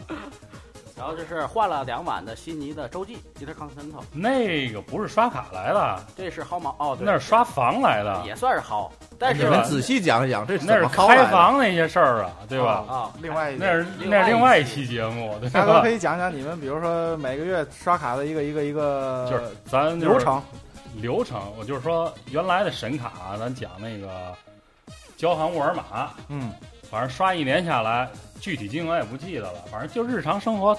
Speaker 9: 然后这是换了两晚的悉尼的周记 d i t e r Continental，
Speaker 4: 那个不是刷卡来的，
Speaker 9: 这是薅毛哦，对，
Speaker 4: 那是刷房来的，
Speaker 9: 也算是薅，但
Speaker 3: 你
Speaker 9: 是
Speaker 4: 吧
Speaker 3: 们仔细讲一讲这是
Speaker 4: 那
Speaker 3: 怎
Speaker 4: 是
Speaker 3: 么薅来
Speaker 4: 开
Speaker 3: 的？
Speaker 4: 房那些事儿啊，对吧？
Speaker 9: 啊，
Speaker 5: 另外一
Speaker 4: 那
Speaker 5: 个。
Speaker 4: 是那是另外一期节目，对
Speaker 5: 大哥
Speaker 4: 吧
Speaker 5: 可？以讲讲你们，比如说每个月刷卡的一个一个一个
Speaker 4: 就是
Speaker 3: 呃
Speaker 4: 咱就是
Speaker 5: 流程，
Speaker 4: 流程，我就是说原来的神卡，咱讲那个交行沃尔玛，
Speaker 5: 嗯，
Speaker 4: 反正刷一年下来，具体金额也不记得了，反正就日常生活，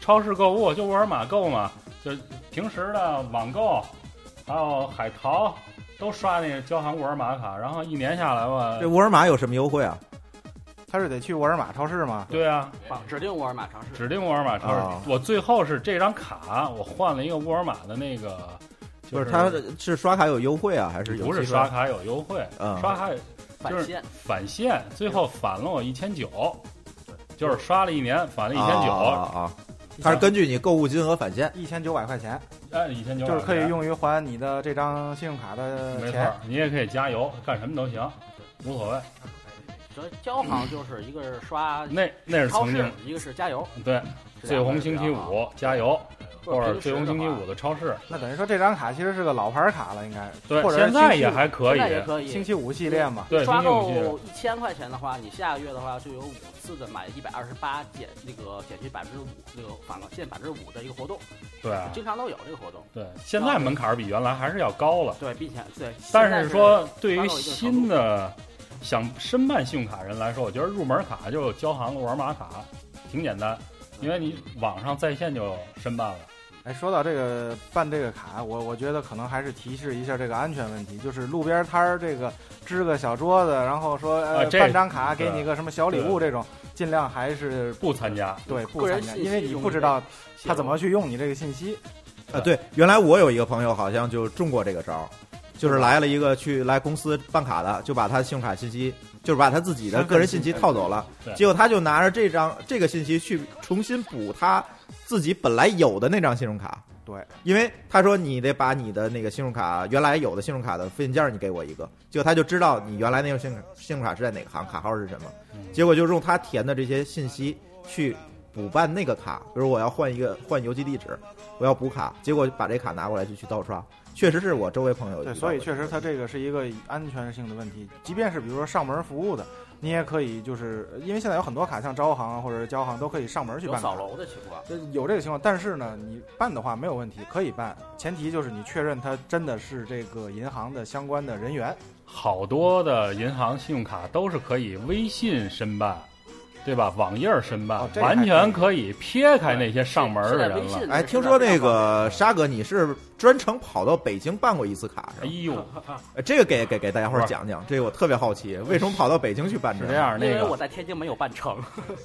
Speaker 4: 超市购物就沃尔玛购嘛，就平时的网购，还有海淘都刷那个交行沃尔玛卡，然后一年下来吧
Speaker 3: 这，沃尔玛有什么优惠啊？
Speaker 5: 他是得去沃尔玛超市嘛，
Speaker 4: 对啊，
Speaker 9: 啊指定沃尔玛超市，
Speaker 4: 指定沃尔玛超市。
Speaker 3: 啊
Speaker 4: 我最后是这张卡，我换了一个沃尔玛的那个，
Speaker 3: 不，
Speaker 4: 就是
Speaker 3: 它是刷卡有优惠啊，还是有
Speaker 4: 不是
Speaker 3: 积分
Speaker 4: 刷卡有优惠，
Speaker 3: 嗯
Speaker 4: 刷卡就
Speaker 9: 返
Speaker 4: 是
Speaker 9: 现
Speaker 4: 返现，最后返了我一千九，就是刷了一年返了一千
Speaker 3: 啊
Speaker 4: 九，
Speaker 3: 啊啊啊！它是根据你购物金额返现。
Speaker 5: 一千九百块钱，
Speaker 4: 按哎一千九
Speaker 5: 就是可以。用于还你的这张信用卡的
Speaker 4: 没错
Speaker 5: 钱
Speaker 4: 儿，，你也可以加油，干什么都行，无所谓。
Speaker 9: 这交行就是一个是刷
Speaker 4: 那那是
Speaker 9: 超
Speaker 4: 曾
Speaker 9: 市
Speaker 4: 经，
Speaker 9: 一个是加油，
Speaker 4: 对
Speaker 9: 这
Speaker 4: 最
Speaker 9: 两个
Speaker 4: 红
Speaker 9: 是
Speaker 4: 星
Speaker 9: 比
Speaker 4: 期
Speaker 9: 较好
Speaker 4: 五加油，或者
Speaker 9: 平时
Speaker 4: 最红
Speaker 9: 的
Speaker 4: 星期
Speaker 9: 话
Speaker 4: 五的超市，
Speaker 5: 那等于说这张卡其实是个老牌卡了，应该是，
Speaker 4: 对
Speaker 5: 或，者是
Speaker 4: 现在
Speaker 5: 星期
Speaker 4: 也
Speaker 5: 五
Speaker 4: 还可以
Speaker 9: 现，在也可以
Speaker 5: 星期五系列嘛，
Speaker 4: 对，星
Speaker 9: 刷
Speaker 4: 期五系列
Speaker 9: 够一千块钱的话，你下个月的话就有五次的买一百二十八减那个减去百分之五，那个返现百分之五的一个活动，
Speaker 4: 对啊
Speaker 9: 经常都有这个活动。
Speaker 4: 对，现在门槛儿比原来还是要高了。
Speaker 9: 对，并且对，现在
Speaker 4: 但是
Speaker 9: 是
Speaker 4: 说，对
Speaker 9: 刷
Speaker 4: 于
Speaker 9: 到一定
Speaker 4: 新的想申办信用卡人来说，我觉得入门卡就交行沃尔玛卡，挺简单，
Speaker 9: 嗯
Speaker 4: 因为你网上在线就申办了。
Speaker 5: 哎，说到这个办这个卡，我我觉得可能还是提示一下这个安全问题，就是路边摊儿这个支个小桌子，然后说呃、
Speaker 4: 啊这
Speaker 5: 办张卡
Speaker 4: 对
Speaker 5: 给你个什么小礼物这种，尽量还是
Speaker 4: 不参加，
Speaker 5: 对不
Speaker 9: 个人
Speaker 5: 参加，
Speaker 9: 信息
Speaker 5: 因为你
Speaker 9: 用
Speaker 5: 不
Speaker 9: 一
Speaker 5: 知
Speaker 9: 个
Speaker 5: 道他怎么
Speaker 9: 写
Speaker 5: 去用你这个信息。
Speaker 3: 啊，对，原来我有一个朋友好像就中过这个招儿，就是来了一个去来公司办卡的，就把他信用卡信息，就是把他自己的个人信息套走了
Speaker 4: 对，
Speaker 3: 结果他就拿着这张这个信息去重新补他自己本来有的那张信用卡。
Speaker 5: 对，
Speaker 3: 因为他说你得把你的那个信用卡原来有的信用卡的附件件儿你给我一个，结果他就知道你原来那个信用卡信用卡是在哪个行，卡号是什么，结果就是用他填的这些信息去补办那个卡，比如我要换一个换邮寄地址，我要补卡，结果把这卡拿过来就去盗刷，确实是我周围朋友遇到
Speaker 5: 对，
Speaker 3: 的
Speaker 5: 所以确实它这个是一个安全性的问题。即便是比如说上门服务的，你也可以就是因为现在有很多卡，像招行啊或者是交行都可以上门去
Speaker 9: 有
Speaker 5: 办卡
Speaker 9: 扫。楼的情况，
Speaker 5: 呃有这个情况，但是呢，你办的话没有问题，可以办，前提就是你确认他真的是这个银行的相关的人员。
Speaker 4: 好多的银行信用卡都是可以微信申办，对吧？网页儿申办，
Speaker 5: 哦这个还
Speaker 4: 完全可以撇开那些上门
Speaker 9: 现
Speaker 4: 的
Speaker 9: 在
Speaker 4: 人
Speaker 9: 微信
Speaker 4: 了。
Speaker 3: 哎，听说那个沙哥你是专程跑到北京办过一次卡
Speaker 4: 哎
Speaker 3: 是吧？
Speaker 4: 呦，
Speaker 3: 哎这个给给给大家伙儿讲讲，这个我特别好奇，为什么跑到北京去办
Speaker 4: 是
Speaker 3: 个
Speaker 4: 这样，
Speaker 9: 因
Speaker 4: 那
Speaker 9: 为我
Speaker 4: 个
Speaker 9: 在天津没有办成，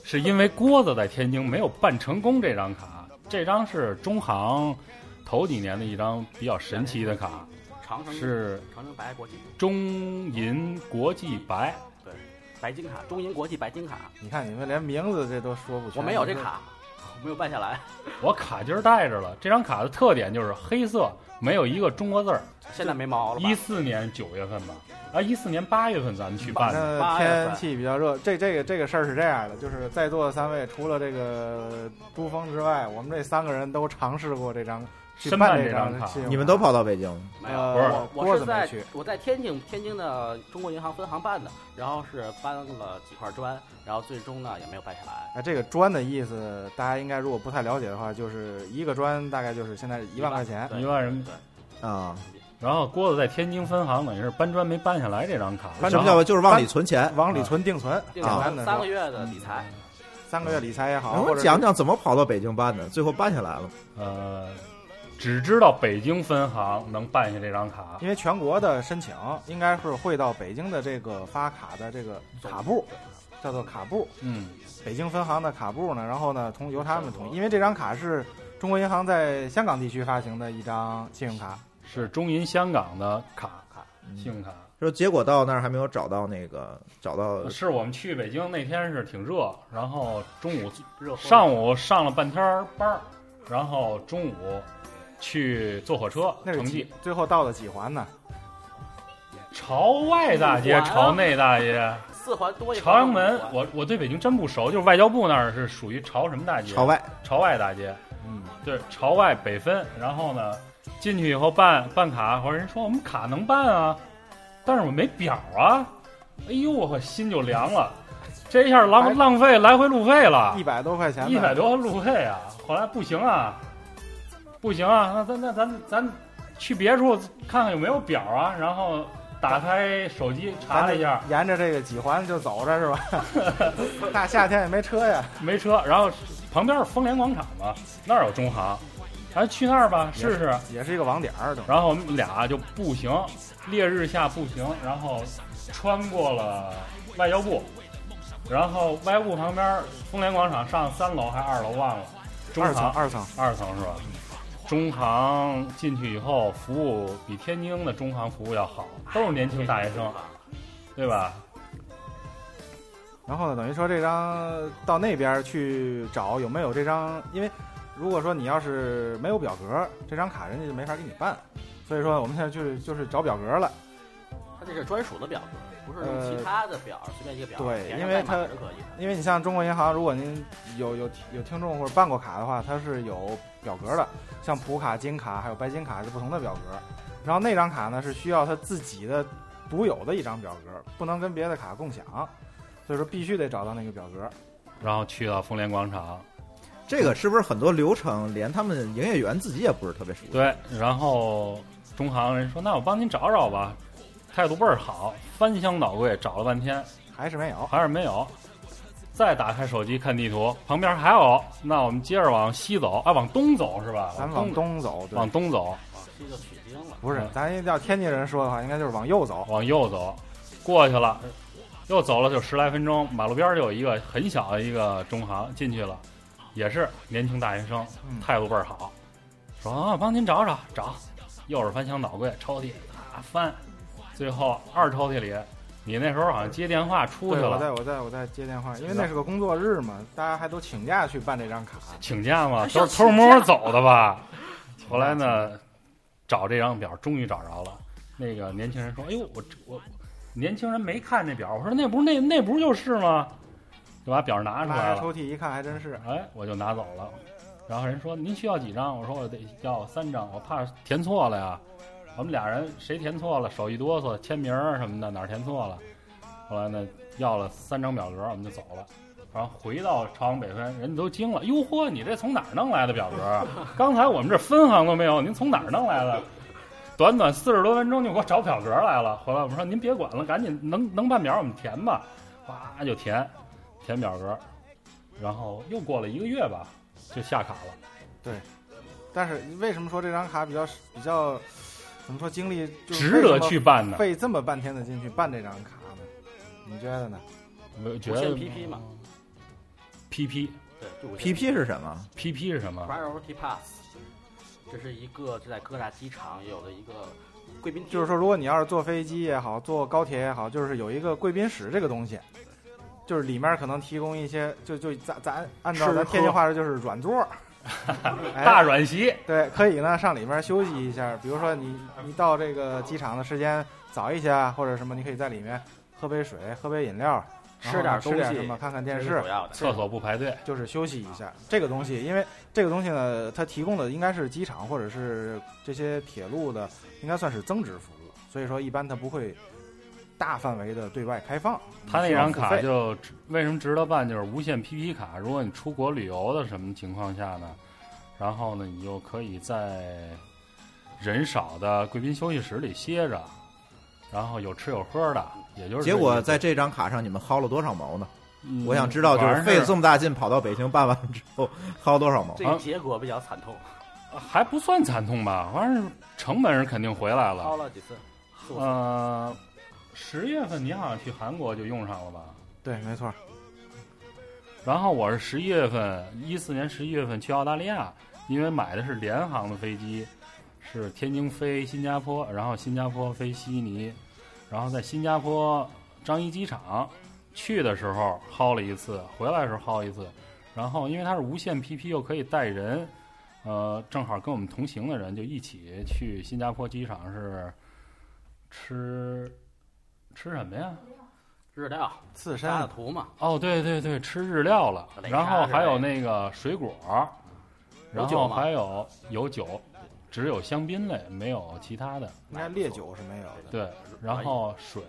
Speaker 4: 是因为郭子在天津没有办成功这张卡，这张是中行头几年的一张比较 神奇的卡，
Speaker 9: 长城
Speaker 4: 是
Speaker 9: 长城白国际
Speaker 4: 中银国际白。
Speaker 9: 白金卡，中银国际白金卡，
Speaker 5: 你看你们连名字这都说不全。
Speaker 9: 我没有这，卡，我没有办下来。
Speaker 4: 我卡今儿带着了。这张卡的特点就是黑色，没有一个中国字儿，
Speaker 9: 现在没毛了吧
Speaker 4: 一？四年九月份吧，啊，一四年八月份咱们去办
Speaker 5: 反
Speaker 4: 的，
Speaker 5: 正
Speaker 9: 八月份
Speaker 5: 天气比较热，这这个这个事儿是这样的，就是在座的三位除了这个朱峰之外，我们这三个人都尝试过这张去
Speaker 4: 申办
Speaker 5: 这
Speaker 4: 这张
Speaker 5: 张
Speaker 4: 卡
Speaker 5: 信用卡，
Speaker 3: 你们都跑到北京了，
Speaker 9: 没有。
Speaker 5: 呃，
Speaker 4: 不是
Speaker 5: 我
Speaker 9: 我
Speaker 5: 郭
Speaker 9: 是
Speaker 5: 子没
Speaker 9: 在
Speaker 5: 去，
Speaker 9: 我在天津天津的中国银行分行办的，然后是搬了几块砖，然后最终呢也没有搬下
Speaker 4: 啊
Speaker 9: 来。
Speaker 5: 哎，这个砖的意思，大家应该如果不太了解的话，就是一个砖大概就是现在一万块钱，
Speaker 9: 对
Speaker 4: 一万人民币。
Speaker 9: 对，
Speaker 3: 啊，
Speaker 4: 然后郭子在天津分行等于是搬砖没搬下来这张卡，
Speaker 5: 搬
Speaker 3: 什
Speaker 5: 砖
Speaker 3: 么
Speaker 4: 然后
Speaker 3: 叫就是往里存钱？
Speaker 5: 往里存定存，
Speaker 9: 定
Speaker 5: 简单
Speaker 9: 了
Speaker 5: 的
Speaker 9: 三个
Speaker 5: 说，
Speaker 9: 月的
Speaker 4: 嗯
Speaker 9: 理财，
Speaker 5: 三个月理财也
Speaker 4: 哎
Speaker 5: 好，
Speaker 3: 然
Speaker 5: 或
Speaker 3: 后
Speaker 5: 者是
Speaker 3: 讲讲怎么跑到北京办的，最后办下来了吗。
Speaker 4: 呃，只知道北京分行能办下这张卡，
Speaker 5: 因为全国的申请应该是会到北京的这个发卡的这个卡部，叫做卡部，
Speaker 4: 嗯，
Speaker 5: 北京分行的卡部呢，然后呢，从由他们统一，因为这张卡是中国银行在香港地区发行的一张信用卡，
Speaker 4: 是中银香港的卡卡
Speaker 3: 嗯
Speaker 4: 信用卡。
Speaker 3: 说结果到那儿还没有找到那个找到
Speaker 4: 是我们去北京那天是挺热，然后中午
Speaker 9: 热乎
Speaker 4: 上午上了半天儿班儿，然后中午去坐火车，
Speaker 5: 那是
Speaker 4: 城
Speaker 5: 几
Speaker 4: 际
Speaker 5: 最后到了几环呢？
Speaker 4: 朝外大街、
Speaker 9: 五环啊
Speaker 4: 朝内大街、
Speaker 9: 四环多一个
Speaker 4: 朝阳门
Speaker 9: 五。环
Speaker 4: 我我对北京真不熟，就是外交部那儿是属于朝什么大街？
Speaker 3: 朝外，
Speaker 4: 朝外大街，
Speaker 5: 嗯，
Speaker 4: 对，朝外北分。然后呢，进去以后办办卡，或者人说我们卡能办啊，但是我没表啊。哎呦，我心就凉了，这一下
Speaker 5: 白
Speaker 4: 浪浪费来回路费了
Speaker 5: 一，百多块钱呢，
Speaker 4: 啊一百多路费啊。后来不行啊，不行啊，那咱那咱咱去别处看看有没有表啊。然后打开手机查了一下，
Speaker 5: 沿着这个几环就走着是吧？ 大夏天也没车呀，
Speaker 4: 没车，然后旁边是丰联广场嘛，那儿有中行，咱去那儿吧试试。
Speaker 5: 也是一个网点儿，等于
Speaker 4: 然后我们俩就步行，烈日下步行，然后穿过了外交部，然后外交部旁边丰联广场上三楼还是二楼忘了，中
Speaker 5: 二层
Speaker 4: 行
Speaker 5: 二层，
Speaker 4: 二层是吧？中行进去以后，服务比天津的中行服务要好，都是年轻大学生，对吧？
Speaker 5: 然后呢，等于说这张到那边去找有没有这张，因为如果说你要是没有表格，这张卡人家就没法给你办。所以说我们现在就是就是找表格了，
Speaker 9: 它这是专属的表格，不是用
Speaker 4: 呃
Speaker 9: 其他的表，随便一个表，
Speaker 5: 对
Speaker 9: 填上
Speaker 5: 因为
Speaker 9: 代码
Speaker 5: 它
Speaker 9: 就可以了。
Speaker 5: 因为你像中国银行，如果您有有有听众或者办过卡的话，它是有表格的，像普卡、金卡还有白金卡是不同的表格。然后那张卡呢是需要它自己的独有的一张表格，不能跟别的卡共享，所以说必须得找到那个表格。
Speaker 4: 然后去到丰联广场，
Speaker 3: 这个是不是很多流程连他们营业员自己也不是特别熟？
Speaker 4: 对，然后中行人说：“那我帮您找找吧。”态度倍儿好，翻箱倒柜找了半天，
Speaker 5: 还是没有，
Speaker 4: 还是没有。再打开手机看地图，旁边还有。那我们接着往西走，啊，往东走是吧？
Speaker 5: 咱们
Speaker 4: 往
Speaker 5: 往，东走，对
Speaker 4: 往东走，
Speaker 9: 啊，这就取经了。
Speaker 5: 不是
Speaker 4: 嗯，
Speaker 5: 咱要天津人说的话，应该就是往右走。
Speaker 4: 往右走，过去了，又走了就十来分钟，马路边儿就有一个很小的一个中行，进去了，也是年轻大学生，
Speaker 5: 嗯
Speaker 4: 态度倍儿好，说啊，帮您找找找，又是翻箱倒柜、抽屉啊翻，最后二抽屉里，你那时候好像接电话出去
Speaker 5: 对我
Speaker 4: 了，
Speaker 5: 在我在我在接电话，因为那是个工作日嘛，大家还都请假去办这张卡。
Speaker 4: 啊请假嘛，
Speaker 10: 是
Speaker 4: 都
Speaker 10: 要
Speaker 4: 是偷摸摸走的 吧？后来呢，找这张表终于找着了。那个年轻人说：“哎呦，我我年轻人没看这表。”我说：“那不是那那不就是吗？”就把表拿出
Speaker 5: 拉
Speaker 4: 来
Speaker 5: 开
Speaker 4: 了，
Speaker 5: 抽屉一看，还真是。
Speaker 4: 哎，我就拿走了。然后人说：“您需要几张？”我说：“我得要三张，我怕填错了呀。”我们俩人谁填错了，手一哆嗦，签名儿什么的哪儿填错了。后来呢，要了三张表格，我们就走了。然后回到朝阳北分，人都惊了：“哟呵，你这从哪儿弄来的表格啊？刚才我们这分行都没有，您从哪儿弄来的？”短短四十多分钟就给我找表格来了。后来我们说：“您别管了，赶紧能能办表我们填吧。”哗就填，填表格。然后又过了一个月吧，就下卡了。
Speaker 5: 但是为什么说这张卡比较比较怎么说经历就是
Speaker 4: 值得
Speaker 5: 为什么
Speaker 4: 去办呢？
Speaker 5: 费这么半天的劲去办这张卡呢？你觉得呢？
Speaker 4: 我觉
Speaker 9: 无限
Speaker 4: 得嗯
Speaker 9: PP 嘛，
Speaker 4: PP
Speaker 9: 对就无限
Speaker 3: PP 是什么？
Speaker 4: PP 是什么？
Speaker 9: Priority Pass，这是一个在各大机场有的一个贵宾厅，
Speaker 5: 就是说，如果你要是坐飞机也好，坐高铁也好，就是有一个贵宾室这个东西，就是里面可能提供一些，就就咱咱按照
Speaker 3: 吃
Speaker 5: 咱
Speaker 3: 喝
Speaker 5: 天津话说就是软座，哎
Speaker 4: 大软席，
Speaker 5: 对，可以呢，上里边休息一下。比如说你你到这个机场的时间早一些啊，或者什么，你可以在里面喝杯水、喝杯饮料，然后
Speaker 9: 吃点
Speaker 5: 呢吃点
Speaker 9: 东西
Speaker 5: 什么，看看
Speaker 9: 这
Speaker 5: 电
Speaker 9: 是
Speaker 5: 视
Speaker 9: 主，要的。
Speaker 4: 厕所不排队，
Speaker 5: 就是休息一下。这个东西，因为这个东西呢，它提供的应该是机场或者是这些铁路的，应该算是增值服务，所以说一般它不会大范围的对外开放。
Speaker 4: 他那
Speaker 5: 需要
Speaker 4: 张
Speaker 5: 付
Speaker 4: 卡
Speaker 5: 费
Speaker 4: 就值为什么值得办，就是无限 PP 卡。如果你出国旅游的什么情况下呢，然后呢，你就可以在人少的贵宾休息室里歇着，然后有吃有喝的，也就是
Speaker 3: 结果在这张卡上你们薅了多少毛呢？
Speaker 4: 嗯
Speaker 3: 我想知道，就
Speaker 4: 玩
Speaker 3: 是
Speaker 4: 儿
Speaker 3: 费了这么大劲跑到北京办完之后薅多少毛？
Speaker 9: 这个结果比较惨痛，
Speaker 4: 还不算惨痛吧，反正成本是肯定回来
Speaker 9: 掏
Speaker 4: 了。
Speaker 9: 了几次，四五次
Speaker 4: 呃，十月份你好像去韩国就用上了吧？
Speaker 5: 对，没错。
Speaker 4: 然后我是十一月份，一四年十一月份去澳大利亚，因为买的是联航的飞机，是天津飞新加坡，然后新加坡飞悉尼，然后在新加坡樟宜机场去的时候薅了一次，回来的时候薅一次，然后因为它是无限 PP 又可以带人，呃，正好跟我们同行的人就一起去新加坡机场是吃吃什么呀？
Speaker 9: 日料
Speaker 5: 刺身
Speaker 9: 搭的图嘛，
Speaker 4: 哦，对对对，吃日料了，
Speaker 9: 擂茶
Speaker 4: 然后还有
Speaker 9: 之
Speaker 4: 那个水果，
Speaker 9: 有
Speaker 4: 然
Speaker 9: 酒
Speaker 4: 后
Speaker 9: 吗
Speaker 4: 还有有酒，只有香槟类，没有其他的。
Speaker 5: 应该烈酒是没有的。
Speaker 4: 对，然
Speaker 9: 哎
Speaker 4: 后水，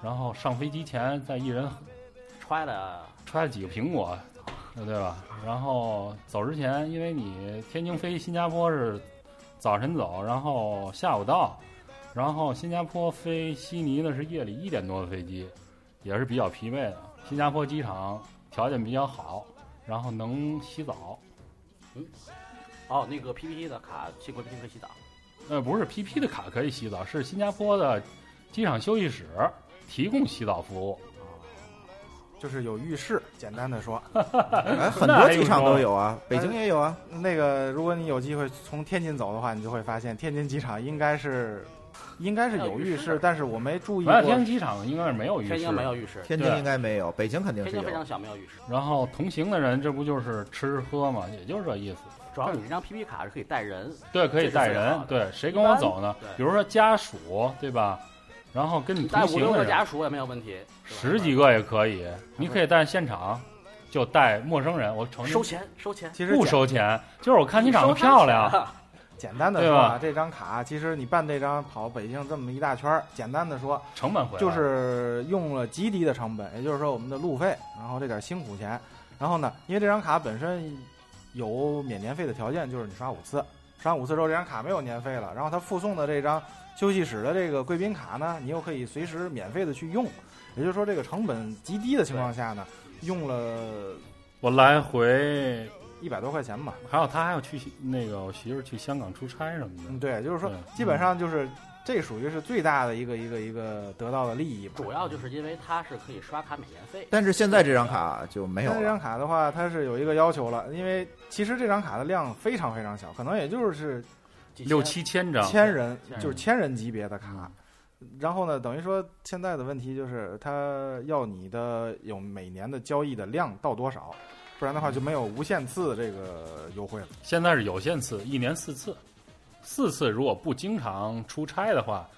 Speaker 4: 然后上飞机前再一人
Speaker 9: 揣了
Speaker 4: 揣了几个苹果，呃对吧？然后走之前，因为你天津飞新加坡是早晨走，然后下午到，然后新加坡飞悉尼呢是夜里一点多的飞机，也是比较疲惫的。新加坡机场条件比较好，然后能洗澡，
Speaker 9: 哦，那个 PPT 的卡去贵宾可以洗澡，
Speaker 4: 呃，不是 PP 的卡可以洗澡，是新加坡的机场休息室提供洗澡服务。
Speaker 5: 就是有浴室，简单的说，
Speaker 3: 哎，很
Speaker 4: 那
Speaker 3: 多
Speaker 4: 还用
Speaker 3: 机场
Speaker 4: 说
Speaker 3: 都有啊，北京也有啊。
Speaker 5: 那个如果你有机会从天津走的话，你就会发现天津机场应该是应该是有浴室，但是我没注意
Speaker 4: 反正天
Speaker 5: 过
Speaker 4: 津。机场应该是没有浴室，
Speaker 9: 天津没有浴室，
Speaker 3: 天津应该没有，北京肯定是
Speaker 9: 天津
Speaker 3: 有
Speaker 9: 非。常小，没有浴室。
Speaker 4: 然后同行的人，这不就是吃喝嘛，也就是这意思。
Speaker 9: 主要你这张 PP 卡是可以带人，
Speaker 4: 对，可以带
Speaker 9: 这是最
Speaker 4: 人
Speaker 9: 好的。
Speaker 4: 对，谁跟我走呢
Speaker 9: 一般？对
Speaker 4: 比如说家属，对吧？然后跟你
Speaker 9: 带
Speaker 4: 同
Speaker 9: 五
Speaker 4: 行
Speaker 9: 六
Speaker 4: 的
Speaker 9: 个
Speaker 4: 人，
Speaker 9: 家属也没有问题。是吧
Speaker 4: 十几个也可以。你可以带现场，就带陌生人。我成
Speaker 9: 收钱，收钱。
Speaker 5: 其实
Speaker 4: 不
Speaker 5: 简
Speaker 4: 收钱，就是我看你长得漂亮，
Speaker 9: 啊
Speaker 5: 简单的
Speaker 4: 对
Speaker 5: 说啊
Speaker 4: 吧，
Speaker 5: 这张卡其实你办这张跑北京这么一大圈儿，简单的说
Speaker 4: 成本回来
Speaker 5: 就是用了极低的成本，也就是说我们的路费，然后这点辛苦钱，然后呢，因为这张卡本身有免年费的条件，就是你刷五次，刷完五次之后这张卡没有年费了，然后它附送的这张休息室的这个贵宾卡呢，你又可以随时免费的去用，也就是说这个成本极低的情况下呢，用了
Speaker 4: 我来回，
Speaker 5: 一百多块钱吧，
Speaker 4: 还有他还要去那个我媳妇儿去香港出差什么
Speaker 5: 嗯，
Speaker 4: 的。
Speaker 5: 对，就是说
Speaker 4: 对
Speaker 5: 基本上就是这属于是最大的一个一个一个得到的利益吧。
Speaker 9: 主要就是因为它是可以刷卡免年费，
Speaker 3: 但是现在这张卡就没有
Speaker 5: 但这张
Speaker 3: 了，
Speaker 5: 卡的话，它是有一个要求了，因为其实这张卡的量非常非常小，可能也就是
Speaker 9: 几千
Speaker 4: 六七千嗯张，
Speaker 5: 千人
Speaker 9: 千，人
Speaker 5: 就是千人级别的卡。然后呢，等于说现在的问题就是，它要你的有每年的交易的量到多少，不然的话就没有无限次这个优惠了。
Speaker 4: 现在是有限次，一年四次，四次如果不经常出差的话，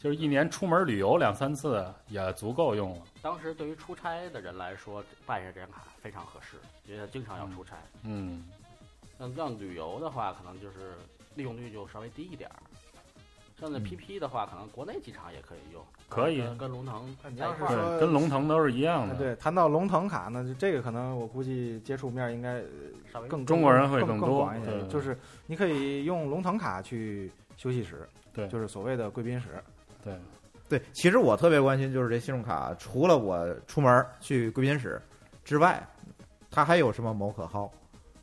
Speaker 4: 就是一年出门旅游两三次也足够用了。
Speaker 9: 当时对于出差的人来说，办一下这张卡非常合适，因为他经常要出差。
Speaker 4: 嗯，
Speaker 9: 像像旅游的话，可能就是利用率就稍微低一点儿。像那
Speaker 4: 嗯
Speaker 9: PP 的话，可能国内机场也可以用，
Speaker 4: 可以
Speaker 9: 跟跟龙腾
Speaker 5: 那你
Speaker 9: 在
Speaker 5: 要
Speaker 9: 一
Speaker 5: 是
Speaker 9: 块儿。
Speaker 5: 说
Speaker 4: 对，跟龙腾都是一样
Speaker 5: 啊
Speaker 4: 的。，
Speaker 5: 对，谈到龙腾卡呢，就这个可能我估计接触面应该
Speaker 9: 稍微
Speaker 5: 更
Speaker 4: 中国人会
Speaker 5: 更
Speaker 4: 更多嗯
Speaker 5: 广一些，
Speaker 4: 对
Speaker 5: 就是你可以用龙腾卡去休息室，
Speaker 4: 对
Speaker 5: 就是所谓的贵宾室，
Speaker 4: 对，
Speaker 3: 对，其实我特别关心就是这信用卡，除了我出门去贵宾室之外，它还有什么谋可薅？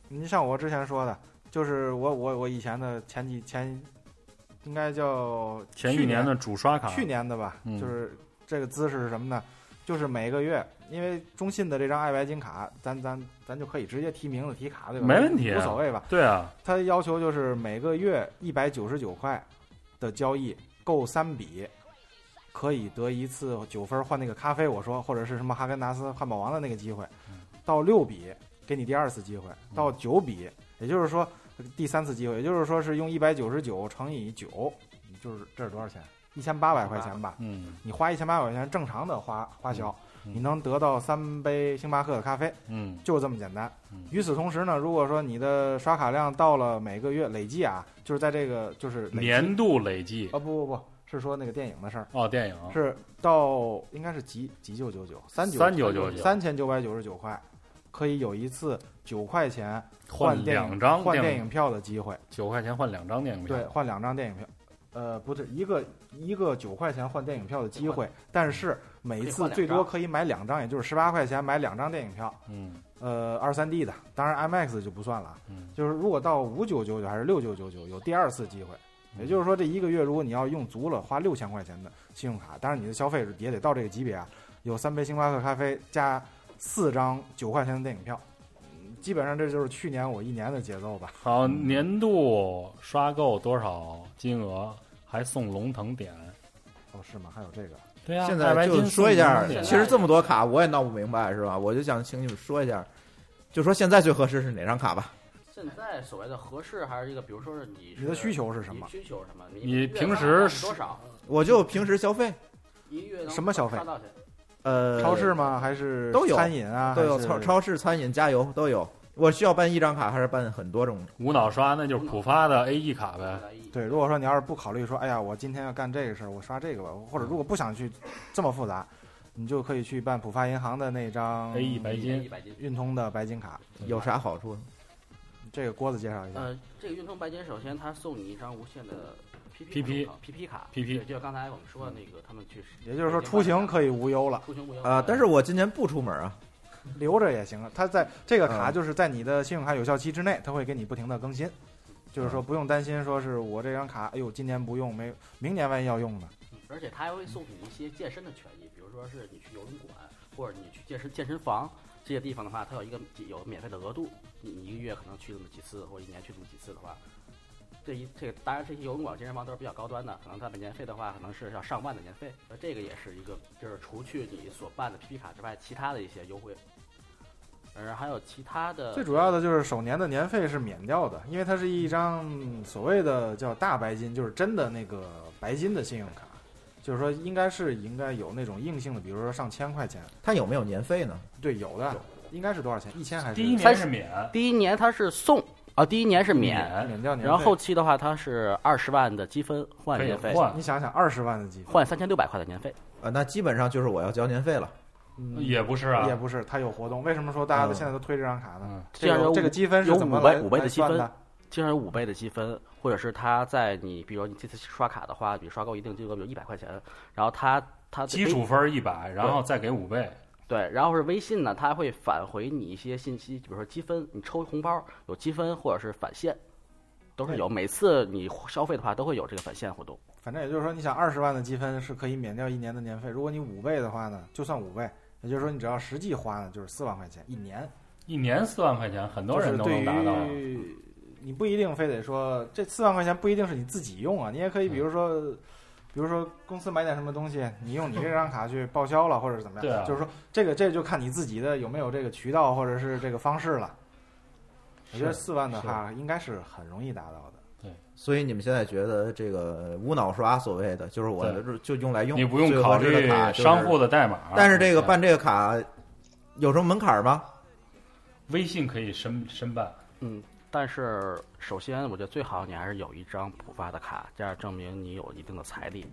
Speaker 5: 你像我之前说的，就是我我我以前的前几前，应该叫
Speaker 4: 前
Speaker 5: 去
Speaker 4: 一年的主刷卡，
Speaker 5: 去年的吧，
Speaker 4: 嗯
Speaker 5: 就是这个姿势是什么呢？就是每个月，因为中信的这张爱白金卡，咱咱咱就可以直接提名字提卡对吧？
Speaker 4: 没问题啊
Speaker 5: 无所谓吧。
Speaker 4: 对啊，
Speaker 5: 它要求就是每个月一百九十九块的交易够三笔，可以得一次九分换那个咖啡，我说或者是什嗯么哈根达斯汉堡王的那个机会，到六笔给你第二次机会，到九笔也就是说第三次机会，也就是说是用一百九十九乘以九，就是这是多少钱？一千八百块钱吧。
Speaker 4: 嗯
Speaker 5: 你花一千八百块钱正常的花花销，
Speaker 4: 嗯
Speaker 5: 你能得到三杯星巴克的咖啡，
Speaker 4: 嗯
Speaker 5: 就这么简单
Speaker 4: 嗯。
Speaker 5: 与此同时呢，如果说你的刷卡量到了每个月累计啊，就是在这个就是累计
Speaker 4: 年度累计
Speaker 5: 啊不不不是说那个电影的事儿，
Speaker 4: 哦，电影
Speaker 5: 是到应该是几几九九九三九
Speaker 4: 3999
Speaker 5: 三千九百九十九块，可以有一次九块钱
Speaker 4: 换
Speaker 5: 电影
Speaker 4: 两张
Speaker 5: 换
Speaker 4: 电
Speaker 5: 电
Speaker 4: 影
Speaker 5: 影票的机会，
Speaker 4: 九块钱换两张电影票，
Speaker 5: 对，换两张电影票。呃，不是一个一个九块钱换电影票的机会，但是每一次最多可以买两张，也就是十八块钱买两张电影票。
Speaker 4: 嗯
Speaker 5: 呃，二三 D 的，当然 IMAX 就不算了啊。
Speaker 4: 嗯
Speaker 5: 就是如果到五九九九还是六九九九，有第二次机会。也就是说，这一个月如果你要用足了，花六千块钱的信用卡，当然你的消费也得到这个级别啊，有三杯星巴克咖啡加四张九块钱的电影票，嗯基本上这就是去年我一年的节奏吧。
Speaker 4: 好，年度刷够多少金额还送龙腾点？
Speaker 5: 哦，是吗？还有这个，
Speaker 4: 对啊，
Speaker 3: 现
Speaker 4: 爱
Speaker 3: 在
Speaker 4: 白
Speaker 3: 就
Speaker 4: 金
Speaker 3: 说一下
Speaker 4: 送龙腾，点
Speaker 3: 其实这么多卡我也闹不明白，是吧？我就想请你们说一下，就说现在最合适是哪张卡吧。
Speaker 9: 现在所谓的合适还是一个，比如说是你
Speaker 5: 你的需求是什么
Speaker 9: 你需求是什么？
Speaker 4: 你
Speaker 9: 月
Speaker 4: 平
Speaker 9: 花
Speaker 4: 时
Speaker 9: 是多少？
Speaker 3: 我就平时消费，
Speaker 9: 一月能
Speaker 5: 什么消费
Speaker 9: 花多少钱？
Speaker 3: 呃，
Speaker 5: 超市吗？还是
Speaker 3: 都有
Speaker 5: 餐饮啊？
Speaker 3: 都有
Speaker 5: 还是
Speaker 3: 超超市、餐饮、加油都有。我需要办一张卡还是办很多种？
Speaker 4: 无脑刷，那就是浦发的 AE 卡呗。
Speaker 5: 对，如果说你要是不考虑说，哎呀，我今天要干这个事儿，我刷这个吧，或者如果不想去这么复杂，你就可以去办浦发银行的那张
Speaker 4: AE 白
Speaker 9: 一
Speaker 4: 金，嗯
Speaker 9: 百斤。
Speaker 5: 运通的白金卡。
Speaker 3: 有啥好处呢？
Speaker 5: 这个郭子介绍一下，
Speaker 9: 呃，这个运通白金，首先它送你一张无限的
Speaker 4: PP
Speaker 9: PP 卡 PP 卡
Speaker 4: PP
Speaker 9: 对就刚才我们说的那个，他们去使，
Speaker 5: 也就是说出行可以呃无忧了，
Speaker 9: 出行不用
Speaker 3: 啊、但是我今年不出门啊，
Speaker 5: 留着也行了。它在这个卡
Speaker 3: 嗯
Speaker 5: 就是在你的信用卡有效期之内，它会给你不停的更新，就是说不用担心说是我这张卡，哎呦，今年不用，没明年万一要用呢。
Speaker 9: 嗯而且它还会送你一些健身的权益，比如说是你去游泳馆或者你去健身健身房这些地方的话，它有一个有免费的额度，你你一个月可能去那么几次，或者一年去那么几次的话，这一这个当然这些游泳馆、健身房都是比较高端的，可能它的年费的话可能是要上万的年费，那这个也是一个就是除去你所办的 PP 卡之外，其他的一些优惠。而还有其他的，
Speaker 5: 最主要的就是首年的年费是免掉的，因为它是一张所谓的叫大白金，就是真的那个白金的信用卡，就是说应该是应该有那种硬性的，比如说上千块钱，
Speaker 3: 它有没有年费呢？
Speaker 5: 对，有的应该是多少钱？一千还是
Speaker 4: 第一年
Speaker 9: 三
Speaker 4: 是
Speaker 9: 十
Speaker 4: 免，
Speaker 9: 第一年它是送啊，第一年是免，
Speaker 5: 免掉年费？
Speaker 9: 然后后期的话它是二十万的积分换
Speaker 4: 可以
Speaker 9: 年费，
Speaker 4: 换
Speaker 5: 你，想想二十万的积分
Speaker 9: 换三千六百块的年费。
Speaker 3: 啊、那基本上就是我要交年费了。
Speaker 5: 嗯
Speaker 4: 也不是啊，
Speaker 5: 也不是，它有活动。为什么说大家都
Speaker 3: 嗯
Speaker 5: 现在都推这张卡呢？
Speaker 4: 嗯
Speaker 5: 这
Speaker 9: 这样
Speaker 5: 个
Speaker 9: 有
Speaker 5: 这个
Speaker 9: 五
Speaker 5: 积分是
Speaker 9: 有
Speaker 5: 怎么
Speaker 9: 五倍
Speaker 5: 来
Speaker 9: 五倍
Speaker 5: 来
Speaker 9: 的积
Speaker 5: 算
Speaker 9: 分
Speaker 5: 的？
Speaker 9: 经常有五倍的积分，或者是他在你，比如你这次刷卡的话，比如刷够一定金额，比如一百块钱，然后他他
Speaker 4: 基础分一百，然后再给五倍，
Speaker 9: 对，然后是微信呢，他会返回你一些信息，比如说积分，你抽红包有积分或者是返现，都是有。每次你消费的话都会有这个返现活动。
Speaker 5: 反正也就是说，你想二十万的积分是可以免掉一年的年费。如果你五倍的话呢，就算五倍，也就是说你只要实际花呢，就是四万块钱一年。
Speaker 4: 一年四万块钱，很多
Speaker 5: 就是
Speaker 4: 人都
Speaker 5: 对
Speaker 4: 能达到。
Speaker 5: 于你不一定非得说这四万块钱不一定是你自己用啊，你也可以比如说，比如说公司买点什么东西，你用你这张卡去报销了，或者是怎么样？
Speaker 4: 对啊
Speaker 5: 就是说这个这就看你自己的有没有这个渠道或者是这个方式了。我觉得
Speaker 4: 是
Speaker 5: 四万的话应该是很容易达到的。
Speaker 3: 所以你们现在觉得这个无脑刷，所谓的就是我
Speaker 4: 对
Speaker 3: 就用来用，
Speaker 4: 你不用考虑商户。的代码，啊
Speaker 3: 但是这个
Speaker 4: 对
Speaker 3: 办这个卡有什么门槛吗？
Speaker 4: 微信可以申申办，
Speaker 9: 嗯，但是首先我觉得最好你还是有一张浦发的卡，这样证明你有一定的财力。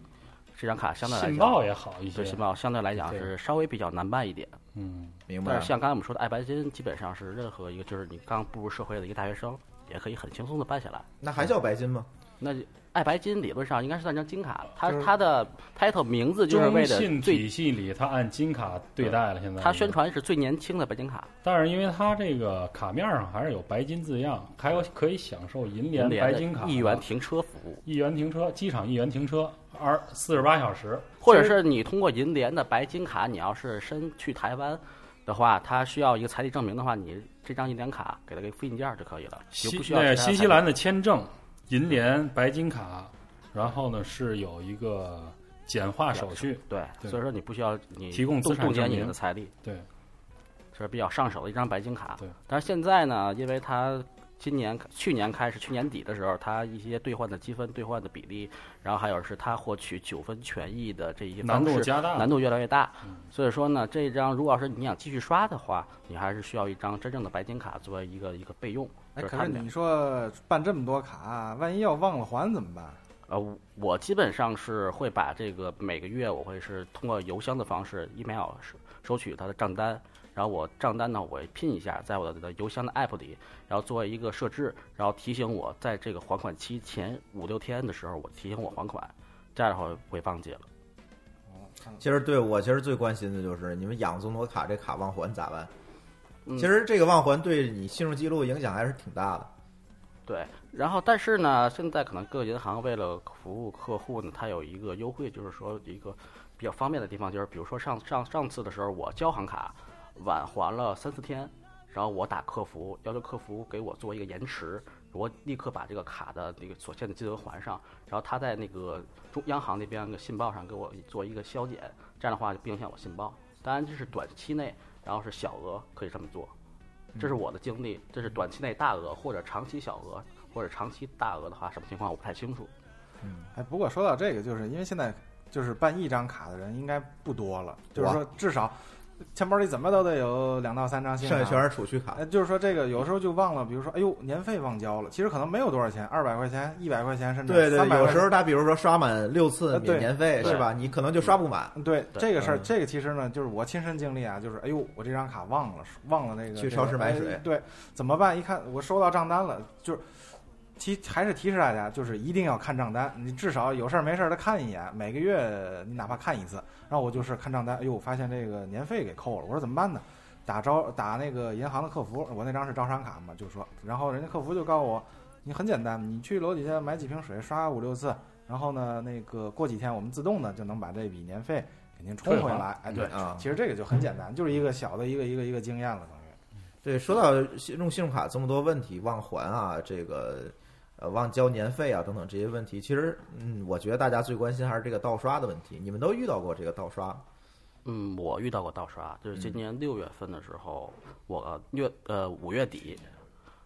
Speaker 9: 这张卡相对来讲，
Speaker 4: 信报也好一些
Speaker 9: 对。信报相对来讲是稍微比较难办一点。
Speaker 4: 嗯，
Speaker 3: 明白
Speaker 9: 但
Speaker 3: 了
Speaker 9: 是。像刚才我们说的，爱白金基本上是任何一个就是你刚步入社会的一个大学生，也可以很轻松的办下来。
Speaker 3: 那还叫白金吗？
Speaker 9: 那就爱白金理论上应该是算张金卡，它
Speaker 5: 就是
Speaker 9: 它的 title 名字就是
Speaker 4: 中
Speaker 9: 为
Speaker 4: 信体
Speaker 9: 了最，
Speaker 4: 系里，它按金卡对待了。现在
Speaker 9: 它宣，传是最年轻的白金卡，
Speaker 4: 但是因为它这个卡面上还是有白金字样，还有可以享受银联
Speaker 9: 银联
Speaker 4: 白
Speaker 9: 的
Speaker 4: 金卡啊
Speaker 9: 一元停车服务，
Speaker 4: 一元停车，机场一元停车，二四十八小时，
Speaker 9: 或者是你通过银联的白金卡，你要是申去台湾的话，它需要一个财力证明的话，你这张银联卡给它个复印件儿就可以了，就
Speaker 4: 新
Speaker 9: 不需要
Speaker 4: 那
Speaker 9: 其他
Speaker 4: 新西
Speaker 9: 财力
Speaker 4: 兰的签证、银联白金卡，然后呢是有一个简化手续，
Speaker 9: 对，
Speaker 4: 对
Speaker 9: 所以说你不需要你
Speaker 4: 提供资
Speaker 9: 冻
Speaker 4: 产
Speaker 9: 冻结
Speaker 4: 证
Speaker 9: 你
Speaker 4: 明
Speaker 9: 的财力。
Speaker 4: 对，
Speaker 9: 这是比较上手的一张白金卡。
Speaker 4: 对，
Speaker 9: 但是现在呢，因为它今年去年开始，去年底的时候，他一些兑换的积分、兑换的比例，然后还有是他获取九分权益的这一些
Speaker 4: 难
Speaker 9: 方
Speaker 4: 度
Speaker 9: 式
Speaker 4: 加大嗯
Speaker 9: 难度越来越大。所以说呢，这一张如果要是你想继续刷的话，你还是需要一张真正的白金卡作为一个一个备用。
Speaker 5: 哎，
Speaker 9: 就是
Speaker 5: 可
Speaker 9: 他
Speaker 5: 是
Speaker 9: 们俩
Speaker 5: 你说办这么多卡，万一要忘了还怎么办？
Speaker 9: 呃，我我基本上是会把这个每个月我会是通过邮箱的方式 email 收收取它的账单，然后我账单呢我会拼一下，在我的邮箱的 app 里，然后作为一个设置，然后提醒我在这个还款期前五六天的时候，我提醒我还款，这样的话我会忘记了。
Speaker 5: 哦，看
Speaker 3: 其实对我其实最关心的就是你们养这么多卡，这卡忘还咋办？
Speaker 9: 嗯
Speaker 3: 其实这个忘还对你信用记录影响还是挺大的。
Speaker 9: 对，然后但是呢，现在可能各银行为了服务客户呢，它有一个优惠，就是说一个比较方便的地方，就是比如说上上上次的时候，我交行卡晚还了三四天，然后我打客服要求客服给我做一个延迟，我立刻把这个卡的那个所欠的金额还上，然后他在那个中央行那边的信报上给我做一个消减，这样的话就不影响我信报。当然这是短期内，然后是小额可以这么做。这是我的经历，这是短期内大额或者长期小额或者长期大额的话，什么情况我不太清楚。
Speaker 5: 哎，不过说到这个，就是因为现在就是办一张卡的人应该不多了，就是
Speaker 3: 哇
Speaker 5: 说至少钱包里怎么都得有两到三张信
Speaker 3: 剩
Speaker 5: 用
Speaker 3: 下
Speaker 5: 卡。
Speaker 3: 全是储蓄卡
Speaker 5: 哎，，就是说这个有时候就忘了，比如说，哎呦，年费忘交了，其实可能没有多少钱，二百块钱、一百块钱，甚至
Speaker 3: 对对，
Speaker 5: 嗯三百
Speaker 3: 有
Speaker 5: 块
Speaker 3: 时
Speaker 5: 钱。
Speaker 3: 候他比如说刷满六次
Speaker 5: 呃对
Speaker 3: 免年费
Speaker 9: 对
Speaker 3: 是吧？你可能就刷不满，
Speaker 5: 对
Speaker 9: 对
Speaker 5: 这个事儿，
Speaker 3: 嗯
Speaker 5: 这个其实呢，就是我亲身经历啊，就是哎呦，我这张卡忘了，忘了那个
Speaker 3: 去
Speaker 5: 这
Speaker 3: 超
Speaker 5: 个
Speaker 3: 市买
Speaker 5: 哎
Speaker 3: 水
Speaker 5: 对，怎么办？一看我收到账单了，就是提还是提示大家，就是一定要看账单，你至少有事儿没事儿的看一眼，每个月你哪怕看一次。然后我就是看账单，哎呦，我发现这个年费给扣了，我说怎么办呢？打招打那个银行的客服，我那张是招商卡嘛，就说，然后人家客服就告诉我，你很简单，你去楼底下买几瓶水，刷五六次，然后呢，那个过几天我们自动的就能把这笔年费给您充
Speaker 4: 退
Speaker 5: 回
Speaker 4: 还
Speaker 5: 来。哎，对
Speaker 3: 啊
Speaker 5: 其实这个就很简单，就是一个小的一个一个一个经验了，等于。
Speaker 3: 对，说到信用信用卡这么多问题，忘还啊，这个呃忘交年费啊等等这些问题，其实嗯，我觉得大家最关心还是这个盗刷的问题。你们都遇到过这个盗刷吗？
Speaker 9: 嗯，我遇到过盗刷，就是今年六月份的时候，我月呃五月底，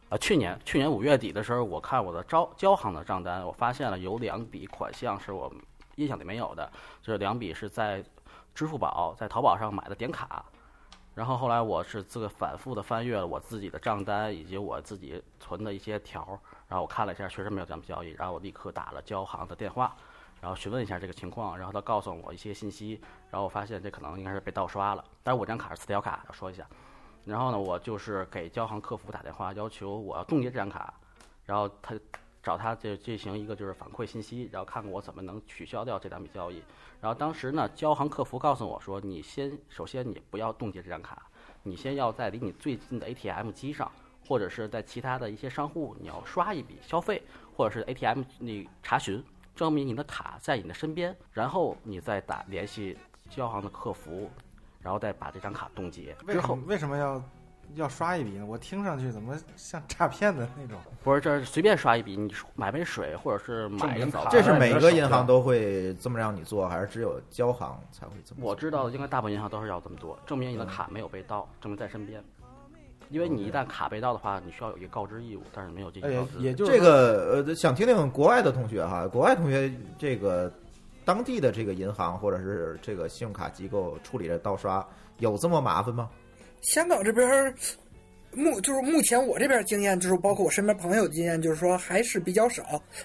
Speaker 9: 啊、去年去年五月底的时候，我看我的招交行的账单，我发现了有两笔款项是我印象里没有的，这两笔是在支付宝在淘宝上买的点卡。然后后来我是这个反复的翻阅了我自己的账单以及我自己存的一些条儿，然后我看了一下，确实没有这样的交易，然后我立刻打了交行的电话，然后询问一下这个情况，然后他告诉我一些信息，然后我发现这可能应该是被盗刷了，但是我这张卡是磁条卡，要说一下。然后呢，我就是给交行客服打电话，要求我要冻结这张卡，然后他找他就进行一个就是反馈信息，然后看看我怎么能取消掉这两笔交易。然后当时呢，交行客服告诉我说，你先首先你不要冻结这张卡，你先要在离你最近的 ATM 机上，或者是在其他的一些商户，你要刷一笔消费，或者是 ATM 那查询，证明你的卡在你的身边，然后你再打联系交行的客服，然后再把这张卡冻结。
Speaker 5: 为
Speaker 9: 之
Speaker 5: 什
Speaker 9: 后
Speaker 5: 么为什么要要刷一笔呢？我听上去怎么像诈骗的那种？
Speaker 9: 不是，这是随便刷一笔，你买杯水或者是
Speaker 4: 证
Speaker 9: 买
Speaker 4: 明
Speaker 9: 一个早
Speaker 4: 卡
Speaker 9: 餐
Speaker 3: 这是每个银
Speaker 4: 手
Speaker 3: 行
Speaker 4: 段
Speaker 3: 都会这么让你做，还是只有交行才会这么做？
Speaker 9: 我知道的，应该大部分银行都是要这么做，证明你的卡没有被盗，证明在身边。因为你一旦卡被盗的话，你需要有一个告知义务，但是没有进
Speaker 5: 哎，
Speaker 9: 行
Speaker 5: 也
Speaker 9: 告知。
Speaker 5: 也就是
Speaker 3: 这
Speaker 5: 说
Speaker 3: 个呃，想听听国外的同学哈，国外同学这个当地的这个银行或者是这个信用卡机构处理的盗刷有这么麻烦吗？
Speaker 8: 香港这边儿目就是目前我这边儿经验，就是包括我身边朋友的经验，就是说还是比较少。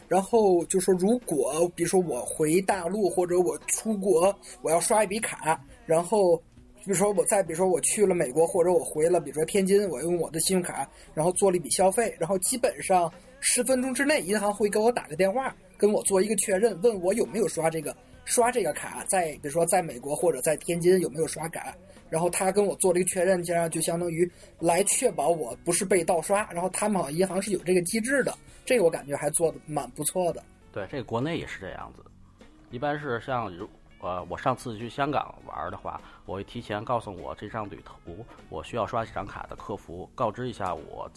Speaker 8: 然后就说，如果比如说我回大陆或者我出国，我要刷一笔卡，然后比如说我再比如说我去了美国或者我回了，比如说天津，我用我的信用卡然后做了一笔消费，然后基本上十分钟之内，银行会给我打个电话，跟我做一个确认，问我有没有刷这个刷这个卡，在比如说在美国或者在天津有没有刷卡。然后他跟我做了一个确认，这样就相当于来确保我不是被盗刷。然后他们好像银行是有这个机制的，这个我感觉还做的蛮不错的。
Speaker 9: 对，这个国内也是这样子，一般是像如呃，我上次去香港玩儿的话，我会提前告诉我这张旅途我需要刷几张卡的客服，告知一下我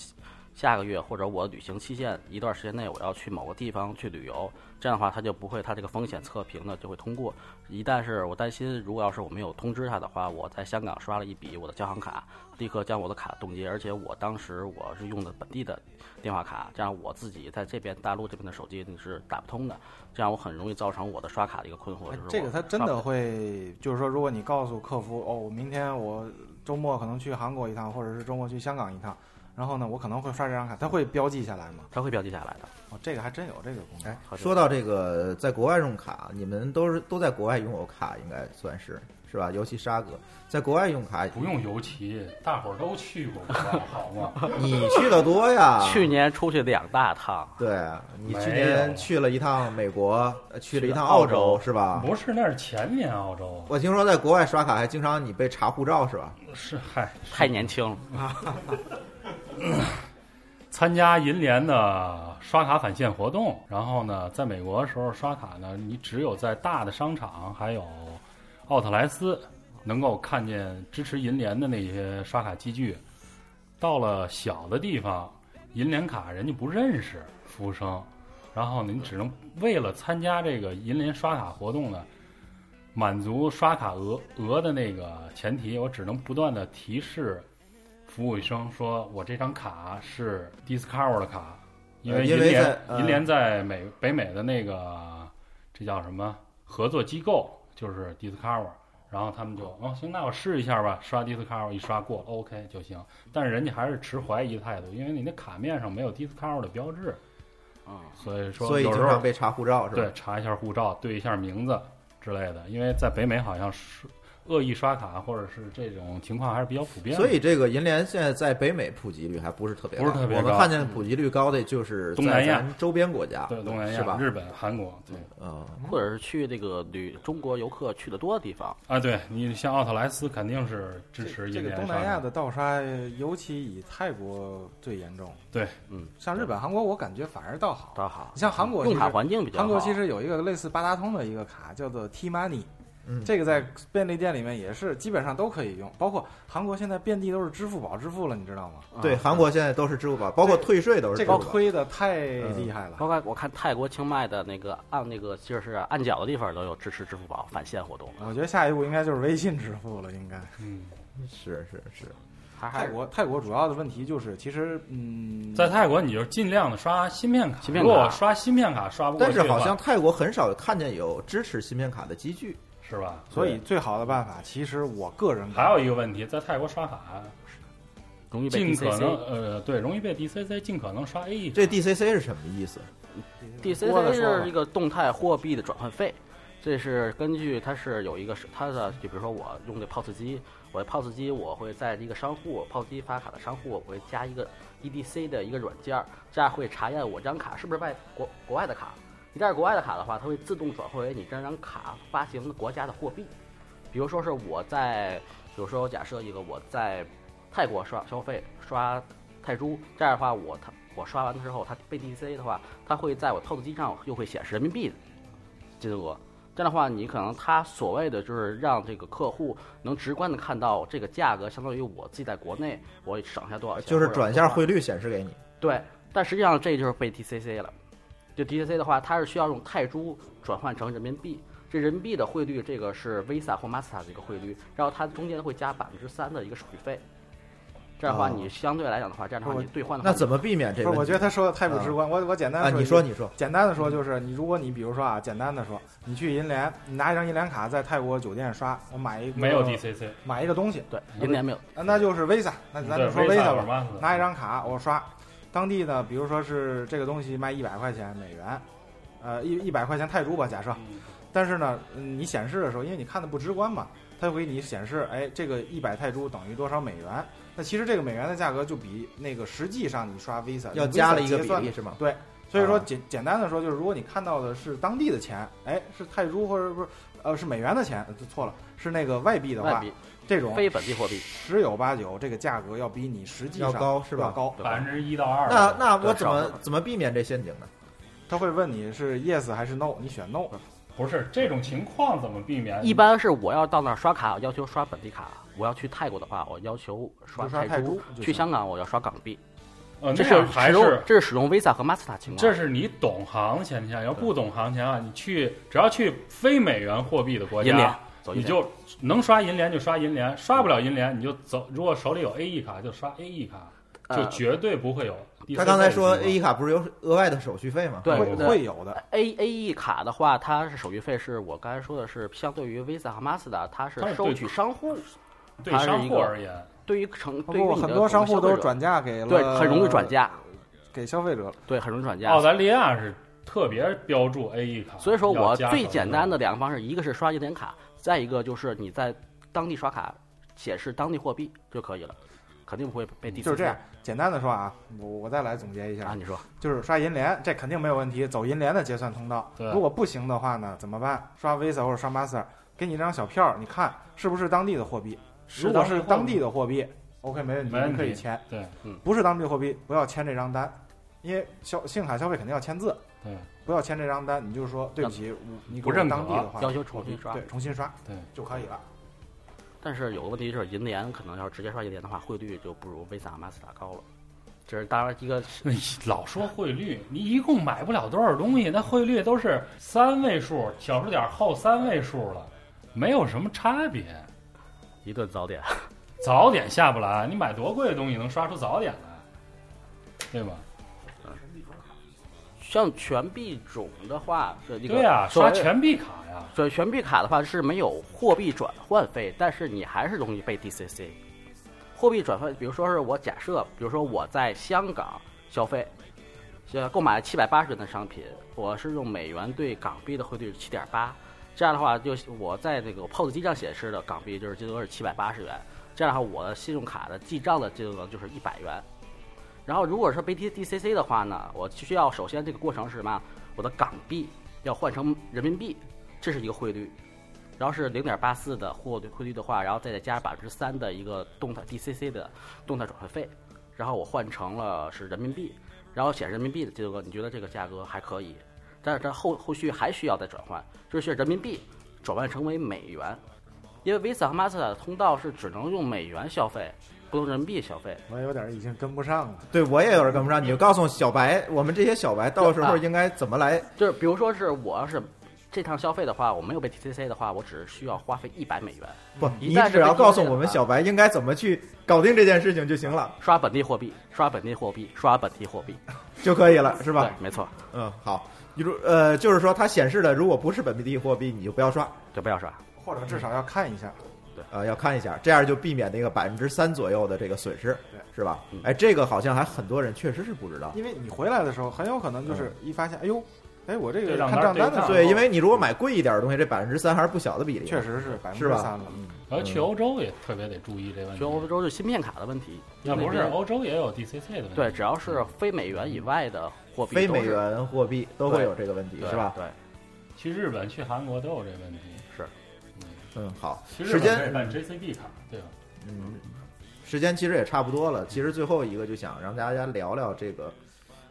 Speaker 9: 下个月或者我旅行期限一段时间内我要去某个地方去旅游，这样的话他就不会他这个风险测评呢就会通过。一旦是我担心，如果要是我没有通知他的话，我在香港刷了一笔我的交行卡，立刻将我的卡冻结，而且我当时我是用的本地的电话卡，这样我自己在这边大陆这边的手机是打不通的，这样我很容易造成我的刷卡的一个困惑。就是我
Speaker 5: 哎这个他真
Speaker 9: 刷不
Speaker 5: 的会，就是说，如果你告诉客服，哦，我明天我周末可能去韩国一趟，或者是周末去香港一趟，然后呢，我可能会刷这张卡，他会标记下来吗？
Speaker 9: 他会标记下来的。
Speaker 5: 哦，这个还真有这个功能。啊
Speaker 9: 好。
Speaker 3: 说到这个，在国外用卡，你们都是都在国外拥有卡，应该算是是吧？尤其沙哥在国外用卡，
Speaker 4: 不用尤其，大伙儿都去过，好 吗？
Speaker 3: 你去的多呀
Speaker 9: 啊去年出去两大趟，
Speaker 3: 对啊你去
Speaker 4: 没有
Speaker 3: 年去了一趟美国，呃去了一趟
Speaker 9: 去了澳
Speaker 3: 澳
Speaker 9: 洲
Speaker 3: 洲是吧？
Speaker 4: 不是，那是前年澳洲，
Speaker 3: 我听说在国外刷卡还经常你被查护照是吧？
Speaker 4: 是嗨，
Speaker 9: 太年轻了。
Speaker 4: 参加银联的刷卡返现活动，然后呢，在美国的时候刷卡呢，你只有在大的商场还有奥特莱斯能够看见支持银联的那些刷卡机具。到了小的地方，银联卡人家不认识服务生，然后您只能为了参加这个银联刷卡活动呢，满足刷卡额额的那个前提，我只能不断的提示服务生说，我这张卡是 Discover 的卡，因为
Speaker 3: 呃
Speaker 4: 银
Speaker 3: 因为
Speaker 4: 联、
Speaker 3: 在呃
Speaker 4: 银联在美北美的那个这叫什么合作机构，就是 Discover。然后他们就
Speaker 9: 嗯
Speaker 4: 哦行，那我试一下吧，刷 Discover 一刷过，OK 就行。但是人家还是持怀疑态度，因为你那卡面上没有 Discover 的标志，
Speaker 9: 啊、
Speaker 4: 所以说
Speaker 3: 所以
Speaker 4: 有
Speaker 3: 经
Speaker 4: 时候
Speaker 3: 常被查护照是吧
Speaker 4: 对？查一下护照，对一下名字之类的，因为在北美好像是恶意刷卡或者是这种情况还是比较普遍的。
Speaker 3: 所以这个银联现在在北美普及率还不是特别高，
Speaker 4: 不是特别
Speaker 3: 我们
Speaker 4: 高
Speaker 3: 看见普及率高的就是
Speaker 4: 东南亚
Speaker 3: 在咱周边国家，
Speaker 4: 对东南亚、
Speaker 3: 是吧？
Speaker 4: 日本、韩国，对
Speaker 3: 嗯，
Speaker 9: 或者是去这个旅中国游客去的多的地方，
Speaker 4: 啊，对你像奥特莱斯肯定是支持
Speaker 5: 这
Speaker 4: 印
Speaker 5: 个
Speaker 4: 尼
Speaker 5: 东
Speaker 4: 刷
Speaker 5: 南亚
Speaker 4: 卡
Speaker 5: 的盗刷，尤其以泰国最严重。
Speaker 4: 对，
Speaker 9: 嗯，
Speaker 5: 像日本、韩国，我感觉反而倒好。
Speaker 9: 倒好
Speaker 5: 你。像韩国其实，
Speaker 9: 用卡环境比较好。
Speaker 5: 韩国其实有一个类似八达通的一个卡，叫做 T Money，、
Speaker 3: 嗯
Speaker 5: 这个在便利店里面也是基本上都可以用，包括韩国现在遍地都是支付宝支付了，你知道吗？
Speaker 3: 对，韩国现在都是支付宝，包括退税都是
Speaker 5: 啊这
Speaker 3: 支
Speaker 5: 个
Speaker 3: 付宝。
Speaker 5: 推的太厉害了。
Speaker 9: 包括我看泰国清迈的那个按那个就是按脚的地方都有支持支付宝返现活动，
Speaker 5: 我觉得下一步应该就是微信支付了，应该。
Speaker 4: 嗯，
Speaker 3: 是是是，
Speaker 9: 还还
Speaker 5: 泰国泰国主要的问题就是，其实嗯，
Speaker 4: 在泰国你就尽量的刷芯片卡，
Speaker 9: 芯片
Speaker 4: 如果
Speaker 9: 卡
Speaker 4: 刷芯片卡刷不过
Speaker 3: 但
Speaker 4: 去
Speaker 3: 是
Speaker 4: 的话，
Speaker 3: 好像泰国很少看见有支持芯片卡的机具。
Speaker 4: 是吧？
Speaker 5: 所以最好的办法，其实我个人
Speaker 4: 还有一个问题，在泰国刷卡
Speaker 9: 容易被
Speaker 4: 尽可
Speaker 9: DCC
Speaker 4: 能呃对容易被 DCC，尽可能刷哎 A
Speaker 3: 这 DCC 是什么意思？
Speaker 5: 多了
Speaker 9: DCC
Speaker 5: 说
Speaker 9: 是
Speaker 5: 了
Speaker 9: 一个动态货币的转换费，这是根据它是有一个是它的，就比如说我用的 POS 机，我的 POS 机我会在一个商户 POS 机发卡的商户，我会加一个 EDC 的一个软件儿，这样会查验我这张卡是不是外国国外的卡。你带着国外的卡的话，它会自动转换为你这张卡发行的国家的货币。比如说是我在，比如说假设一个我在泰国刷消费刷泰铢，这样的话我它我刷完之后，它被 DCA 的话，它会在我 POS 机上又会显示人民币金额。这样的话，你可能它所谓的就是让这个客户能直观的看到这个价格，相当于我自己在国内我省下多少钱，
Speaker 3: 就是
Speaker 9: 或者
Speaker 3: 转
Speaker 9: 多
Speaker 3: 向
Speaker 9: 少
Speaker 3: 汇率显示给你。
Speaker 9: 对，但实际上这就是被 DCC 了。就 DCC 的话，它是需要用泰铢转换成人民币，这人民币的汇率这个是 Visa 或 Master 的一个汇率，然后它中间会加百分之三的一个手续费。这样的话，
Speaker 3: 哦
Speaker 9: 你相对来讲的话，这样的话
Speaker 5: 我
Speaker 9: 你兑换的话，
Speaker 3: 那怎么避免这
Speaker 5: 不
Speaker 3: 个
Speaker 5: 是，
Speaker 3: 问题？
Speaker 5: 我觉得他说的太不直观。我我简单
Speaker 3: 啊，
Speaker 5: 说，
Speaker 3: 你说你说，
Speaker 5: 简单的说就是，你如果你比如说啊，简单的说，你去银联，你拿一张银联卡在泰国酒店刷，我买一个
Speaker 4: 没有 DCC，
Speaker 5: 买一个东西，
Speaker 9: 对银联没有？
Speaker 5: 啊那就是 Visa，那咱
Speaker 4: 对
Speaker 5: 就说
Speaker 4: Visa
Speaker 5: Visa
Speaker 4: 或者
Speaker 5: 吧，
Speaker 4: Master
Speaker 5: 拿一张卡我刷，当地的比如说是这个东西卖一百块钱美元，呃一一百块钱泰铢吧，假设，
Speaker 4: 嗯
Speaker 5: 但是呢，嗯你显示的时候，因为你看的不直观嘛，它会给你显示，哎，这个一百泰铢等于多少美元？那其实这个美元的价格就比那个实际上你刷 Visa
Speaker 3: 要
Speaker 5: Visa
Speaker 3: 加了一个
Speaker 5: 结
Speaker 3: 比
Speaker 5: 算
Speaker 3: 例是吗？
Speaker 5: 对，所以说
Speaker 3: 啊
Speaker 5: 简简单的说，就是如果你看到的是当地的钱，哎，是泰铢或者不是呃是美元的钱，呃错了，是那个外币的
Speaker 9: 外
Speaker 5: 话
Speaker 9: 币，
Speaker 5: 这种
Speaker 9: 非本地货币
Speaker 5: 十有八九这个价格要比你实际上
Speaker 3: 要高是吧
Speaker 5: 要高，
Speaker 9: 对
Speaker 4: 百
Speaker 9: 吧
Speaker 4: 分之一到二。
Speaker 3: 那那我
Speaker 9: 对
Speaker 3: 怎
Speaker 9: 少
Speaker 3: 么
Speaker 9: 了
Speaker 3: 怎么避免这陷阱呢？
Speaker 5: 他会问你是 yes 还是 no，你选 no。
Speaker 4: 不是这种情况怎么避
Speaker 5: 呃
Speaker 4: 免？
Speaker 9: 一般是我要到那儿刷卡，我要求刷本地卡；我要去泰国的话，我要求
Speaker 5: 就
Speaker 9: 刷
Speaker 5: 刷泰
Speaker 9: 铢
Speaker 5: 铢；就
Speaker 9: 去
Speaker 5: 行
Speaker 9: 香港我要刷港币。
Speaker 4: 呃，
Speaker 9: 这
Speaker 4: 那样
Speaker 9: 是
Speaker 4: 还
Speaker 9: 使用
Speaker 4: 是
Speaker 9: 这是使用 Visa 和 Master 情况。
Speaker 4: 这是你懂行的前提下，要不懂行情况下，你去只要去非美元货币的国
Speaker 9: 银联
Speaker 4: 家，
Speaker 9: 走
Speaker 4: 你
Speaker 9: 一遍
Speaker 4: 就能刷银联就刷银联，刷不了银联你就走。如果手里有 A E 卡就刷 A E 卡，就
Speaker 9: 呃
Speaker 4: 绝对不会有第
Speaker 3: 他
Speaker 4: 四方的情况。
Speaker 3: 刚才说 A E 卡不是有额外的手续费吗？
Speaker 9: 对
Speaker 5: 会
Speaker 9: 对
Speaker 5: 会有的，
Speaker 9: A A E 卡的话，它是手续费是我刚才说的是相对于 Visa 和 Master，它是
Speaker 4: 它是对
Speaker 9: 收取商户
Speaker 4: 对
Speaker 9: 它是
Speaker 4: 商
Speaker 9: 一
Speaker 4: 户
Speaker 9: 个
Speaker 4: 而言，
Speaker 9: 对于成
Speaker 5: 不
Speaker 9: 对于
Speaker 5: 过
Speaker 9: 你
Speaker 5: 很
Speaker 9: 的
Speaker 5: 多商户
Speaker 9: 普通
Speaker 5: 都
Speaker 9: 消费者
Speaker 5: 转嗯嫁给了，
Speaker 9: 对很容易转嫁，
Speaker 5: 给消费者了。
Speaker 9: 对很容易转
Speaker 4: 澳
Speaker 9: 嫁。
Speaker 4: 大利亚是特别标注 A E 卡，
Speaker 9: 所以说
Speaker 4: 要
Speaker 9: 我
Speaker 4: 加
Speaker 9: 最
Speaker 4: 手
Speaker 9: 简
Speaker 4: 续
Speaker 9: 单的两个方式，一个是刷银联卡，再一个就是你在当地刷卡显示当地货币就可以了，肯定不会被第
Speaker 5: 嗯
Speaker 9: 四
Speaker 5: 就是这样，简单的说啊，我我再来总结一
Speaker 9: 啊。
Speaker 5: 下，
Speaker 9: 你说
Speaker 5: 就是刷银联，这肯定没有问题，走银联的结算通道。
Speaker 4: 对
Speaker 5: 如果不行的话呢，怎么办？刷 Visa 或者刷 Master，给你一张小票儿，你看是不是当地的货币？如果是当地的货币，OK，没问题，
Speaker 4: 没问题
Speaker 5: 你可以签。
Speaker 4: 对，
Speaker 5: 不是当地货币，不要签这张单，因为消信用卡消费肯定要签字。
Speaker 4: 对，
Speaker 5: 不要签这张单，你就说对不起，我你给
Speaker 4: 不
Speaker 5: 我
Speaker 4: 认可
Speaker 5: 当地的话
Speaker 9: 要求重新刷
Speaker 5: 对，重新刷，
Speaker 4: 对
Speaker 5: 就可以了。
Speaker 9: 但是有个问题就是银联可能要直接刷银联的话，汇率就不如 Visa、Master 高了。这是当然一个
Speaker 4: 那你老说汇率，你一共买不了多少东西，那汇率都是三位数，小数点后三位数了，没有什么差别。
Speaker 9: 一顿早点。
Speaker 4: 早点下不来，你买多贵的东西能刷出早点来，对吧？
Speaker 9: 像全币种的话，是一个
Speaker 4: 对呀、
Speaker 9: 所谓
Speaker 4: 刷全币卡呀，
Speaker 9: 所以全币卡的话是没有货币转换费，但是你还是容易被 DCC。货币转换，比如说是我假设，比如说我在香港消费，呃，购买七百八十元的商品，我是用美元对港币的汇率是七点八，这样的话就我在那个 POS 机上显示的港币就是金额是七百八十元，这样的话我的信用卡的记账的金额就是一百元。然后如果是被 D DCC 的话呢，我需要首先这个过程是什么？我的港币要换成人民币，这是一个汇率。然后是零点八四的货汇率的话，然后再加百分之三的一个动态 DCC 的动态转换费，然后我换成了是人民币，然后显示人民币的金额，你觉得这个价格还可以？但是它后后续还需要再转换，就是人民币转换成为美元，因为 Visa 和 Master 的通道是只能用美元消费，不能人民币消费。
Speaker 5: 我有点已经跟不上了。
Speaker 3: 对我也有点跟不上，你就告诉小白，我们这些小白到时候应该怎么来？
Speaker 9: 就是比如说是我要是这趟消费的话，我没有被 DCC 的话，我只需要花费一百美元，
Speaker 3: 不，
Speaker 9: 一
Speaker 3: 你
Speaker 9: 旦
Speaker 3: 只要
Speaker 9: 是被
Speaker 3: 告诉
Speaker 9: 攻略
Speaker 3: 我们
Speaker 9: 的话
Speaker 3: 小白应该怎么去搞定这件事情就行了，
Speaker 9: 刷本地货币，刷本地货币，刷本地货币，
Speaker 3: 就可以了，是吧？
Speaker 9: 对，没错，
Speaker 3: 嗯，好。你如呃，就是说它显示的如果不是本地货币，你就不要刷，
Speaker 9: 就不要刷。
Speaker 5: 或者至少要看一下，
Speaker 3: 呃，要看一下，这样就避免那个百分之三左右的这个损失
Speaker 5: 对，
Speaker 3: 是吧
Speaker 9: 嗯？
Speaker 3: 哎，这个好像还很多人确实是不知道。
Speaker 5: 因为你回来的时候很有可能就是一发现，哎呦，哎，我这
Speaker 4: 这
Speaker 5: 个
Speaker 4: 账
Speaker 5: 看
Speaker 4: 单
Speaker 5: 账单的时候，
Speaker 3: 对，因为你如果买贵一点的东西，这百分之三还是不小的比例。
Speaker 5: 确，实是百分
Speaker 3: 是
Speaker 5: 之
Speaker 3: 吧
Speaker 5: 三了。嗯
Speaker 4: 然后去欧洲也特别得注意这问
Speaker 9: 全嗯欧
Speaker 4: 题。
Speaker 9: 洲是芯片卡的问题，
Speaker 4: 那不是
Speaker 9: 边
Speaker 4: 欧洲也有 DCC 的问题？
Speaker 9: 对，只要是非美元以外的货币，
Speaker 3: 非美元货币都会
Speaker 9: 对
Speaker 3: 有这个问题，
Speaker 9: 对
Speaker 3: 是吧？
Speaker 9: 对，
Speaker 4: 去日本、去韩国都有这问题。
Speaker 3: 嗯，好，
Speaker 4: 去日
Speaker 3: 时
Speaker 4: 本可以
Speaker 3: 间
Speaker 4: 办 JCB 卡，对吧？
Speaker 3: 嗯，时间其实也差不多了。其实最后一个就想让大家聊聊这个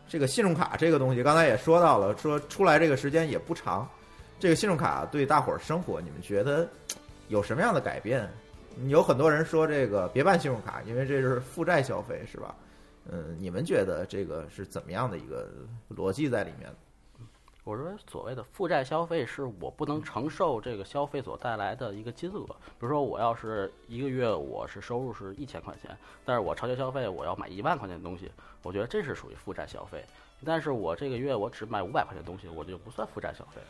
Speaker 3: 这个信用卡这个东西，刚才也说到了，说出来这个时间也不长。这个信用卡对大伙儿生活，你们觉得有什么样的改变？有很多人说这个别办信用卡，因为这是负债消费，是吧？嗯，你们觉得这个是怎么样的一个逻辑在里面？
Speaker 9: 我认为所谓的负债消费是我不
Speaker 4: 嗯
Speaker 9: 能承受这个消费所带来的一个金额。比如说，我要是一个月我是收入是一千块钱，但是我超前消费我要买一万块钱的东西，我觉得这是属于负债消费。但是我这个月我只买五百块钱的东西，我就不算负债消费。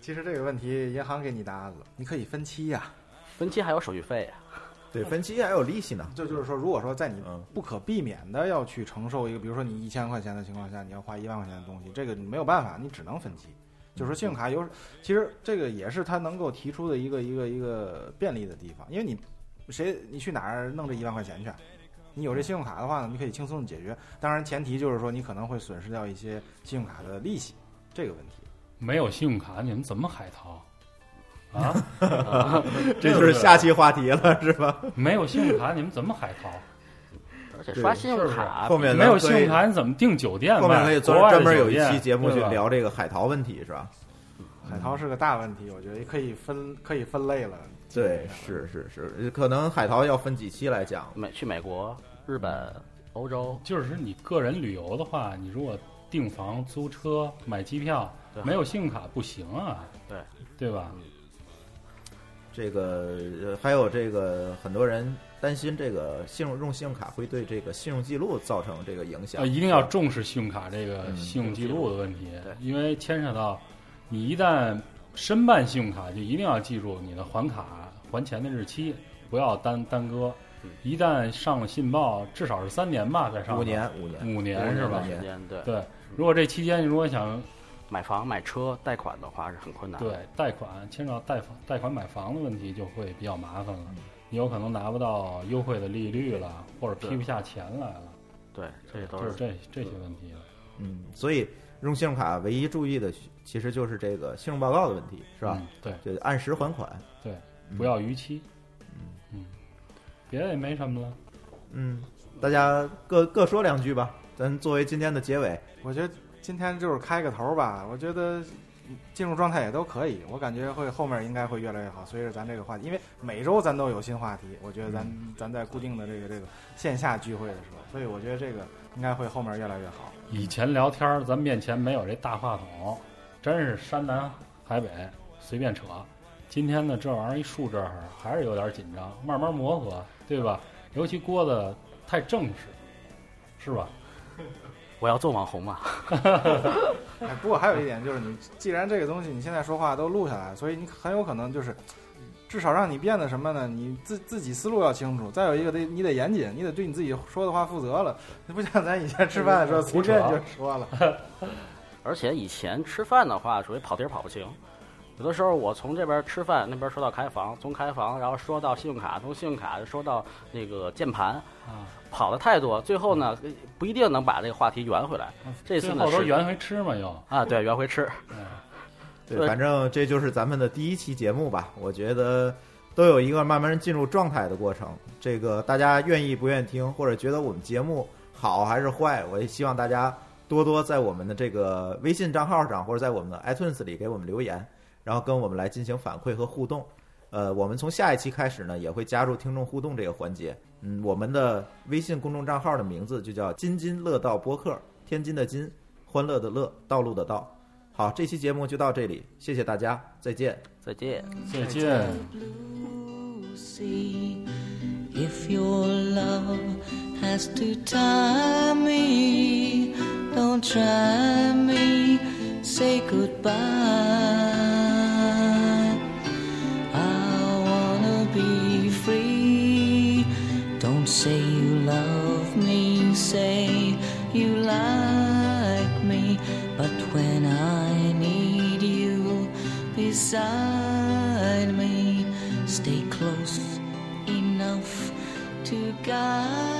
Speaker 5: 其实这个问题银行给你答案了，你可以分期呀、
Speaker 9: 分期还有手续费，啊
Speaker 3: 对，分期还有利息呢。
Speaker 5: 这就是说，如果说在你
Speaker 3: 嗯
Speaker 5: 不可避免的要去承受一个，比如说你一千块钱的情况下，你要花一万块钱的东西，这个你没有办法，你只能分期。就是说信用卡有，其实这个也是他能够提出的一个一个一个便利的地方，因为你谁你去哪儿弄这一万块钱去啊？你有这信用卡的话呢，你可以轻松地解决。当然，前提就是说你可能会损失掉一些信用卡的利息这个问题。
Speaker 4: 没有信用卡，你们怎么海淘？啊，
Speaker 3: 这就是下期话题了，是吧？
Speaker 4: 没有信用卡，你们怎么海淘？
Speaker 9: 而且刷信用
Speaker 4: 是不是
Speaker 9: 卡
Speaker 3: 后面咱
Speaker 4: 没有
Speaker 3: 可以
Speaker 4: 信用卡，你怎么订酒店？
Speaker 3: 后面可以专
Speaker 4: 国外的
Speaker 3: 专门有
Speaker 4: 酒
Speaker 3: 一
Speaker 4: 店
Speaker 3: 期节目去
Speaker 4: 对吧
Speaker 3: 聊这个海淘问题，是吧？
Speaker 5: 海淘是个大问题，我觉得可以分可以分类了。
Speaker 3: 对，是是是，可能海淘要分几期来讲。
Speaker 4: 嗯
Speaker 9: 美去美国、日本、欧洲
Speaker 4: 就是你个人旅游的话，你如果订房、租车、买机票
Speaker 9: 对，
Speaker 4: 没有信用卡不行啊，
Speaker 9: 对
Speaker 4: 对吧？
Speaker 3: 这个呃还有这个很多人担心这个信用用信用卡会对这个信用记录造成这个影响，
Speaker 4: 呃，一定要重视信用卡这个
Speaker 3: 嗯
Speaker 4: 信用记录的问题，
Speaker 9: 对
Speaker 4: 因为牵扯到你一旦申办信用卡，就一定要记住你的还卡还钱的日期，不要耽耽搁
Speaker 9: 嗯。
Speaker 4: 一旦上了信报，至少是三年吧，再上
Speaker 3: 五年嗯五年
Speaker 4: 啊五年嗯是吧
Speaker 3: 五？年
Speaker 9: 时间对
Speaker 4: 对，如果这期间你如果想
Speaker 9: 买房买车贷款的话是很困难的。
Speaker 4: 对贷款牵扯到贷款贷款买房的问题，就会比较麻烦了。
Speaker 3: 嗯
Speaker 4: 你有可能拿不到优惠的利率了，或者批不下钱来了，
Speaker 9: 对，这些都
Speaker 4: 就是
Speaker 9: 是
Speaker 4: 这这些问题了。
Speaker 3: 嗯，所以用信用卡唯一注意的其实就是这个信用报告的问题，是吧？
Speaker 4: 嗯？对。
Speaker 3: 就按时还款，
Speaker 4: 对，
Speaker 3: 嗯
Speaker 4: 不要逾期。嗯，别的也没什么了。
Speaker 3: 嗯，大家各各说两句吧，咱作为今天的结尾，
Speaker 5: 我觉得今天就是开个头吧，我觉得进入状态也都可以，我感觉会后面应该会越来越好。随着咱这个话题，因为每周咱都有新话题，我觉得咱咱在固定的这个这个线下聚会的时候，所以我觉得这个应该会后面越来越好。
Speaker 4: 以前聊天儿，咱面前没有这大话筒，真是山南海北随便扯。今天呢，这玩意儿一竖这儿还是有点紧张，慢慢磨合，对吧？尤其郭子太正式，是吧？
Speaker 9: 我要做网红嘛，
Speaker 5: 哎，不过还有一点就是你，既然这个东西你现在说话都录下来，所以你很有可能就是，至少让你变得什么呢？你自自己思路要清楚，再有一个得你得严谨，你得对你自己说的话负责了。你不像咱以前吃饭的时候随便就说了，
Speaker 9: 而且以前吃饭的话，属于跑题儿跑不清。有的时候我从这边吃饭，那边说到开房，从开房然后说到信用卡，从信用卡说到那个键盘，
Speaker 4: 啊，嗯
Speaker 9: 跑的太多，最后呢不一定能把这个话题圆回来。这次
Speaker 4: 最
Speaker 9: 呢
Speaker 4: 后都
Speaker 9: 是
Speaker 4: 圆回吃嘛又。
Speaker 9: 啊，对，圆回吃，
Speaker 3: 对，
Speaker 9: 对
Speaker 3: 反正这就是咱们的第一期节目吧。我觉得都有一个慢慢进入状态的过程。这个大家愿意不愿意听，或者觉得我们节目好还是坏，我也希望大家多多在我们的这个微信账号上，或者在我们的 iTunes 里给我们留言，然后跟我们来进行反馈和互动。呃，我们从下一期开始呢，也会加入听众互动这个环节。嗯，我们的微信公众账号的名字就叫“津津乐道播客”，天津的津，欢乐的乐，道路的道。好，这期节目就到这里，谢谢大家，再见。
Speaker 9: 再见。
Speaker 4: 再见。
Speaker 10: blue sea. If your love has to tie me, don't try me, say goodbye. I wanna be free. Don't say you love me, say you like me. But when I need you beside me, stay close enough to guide.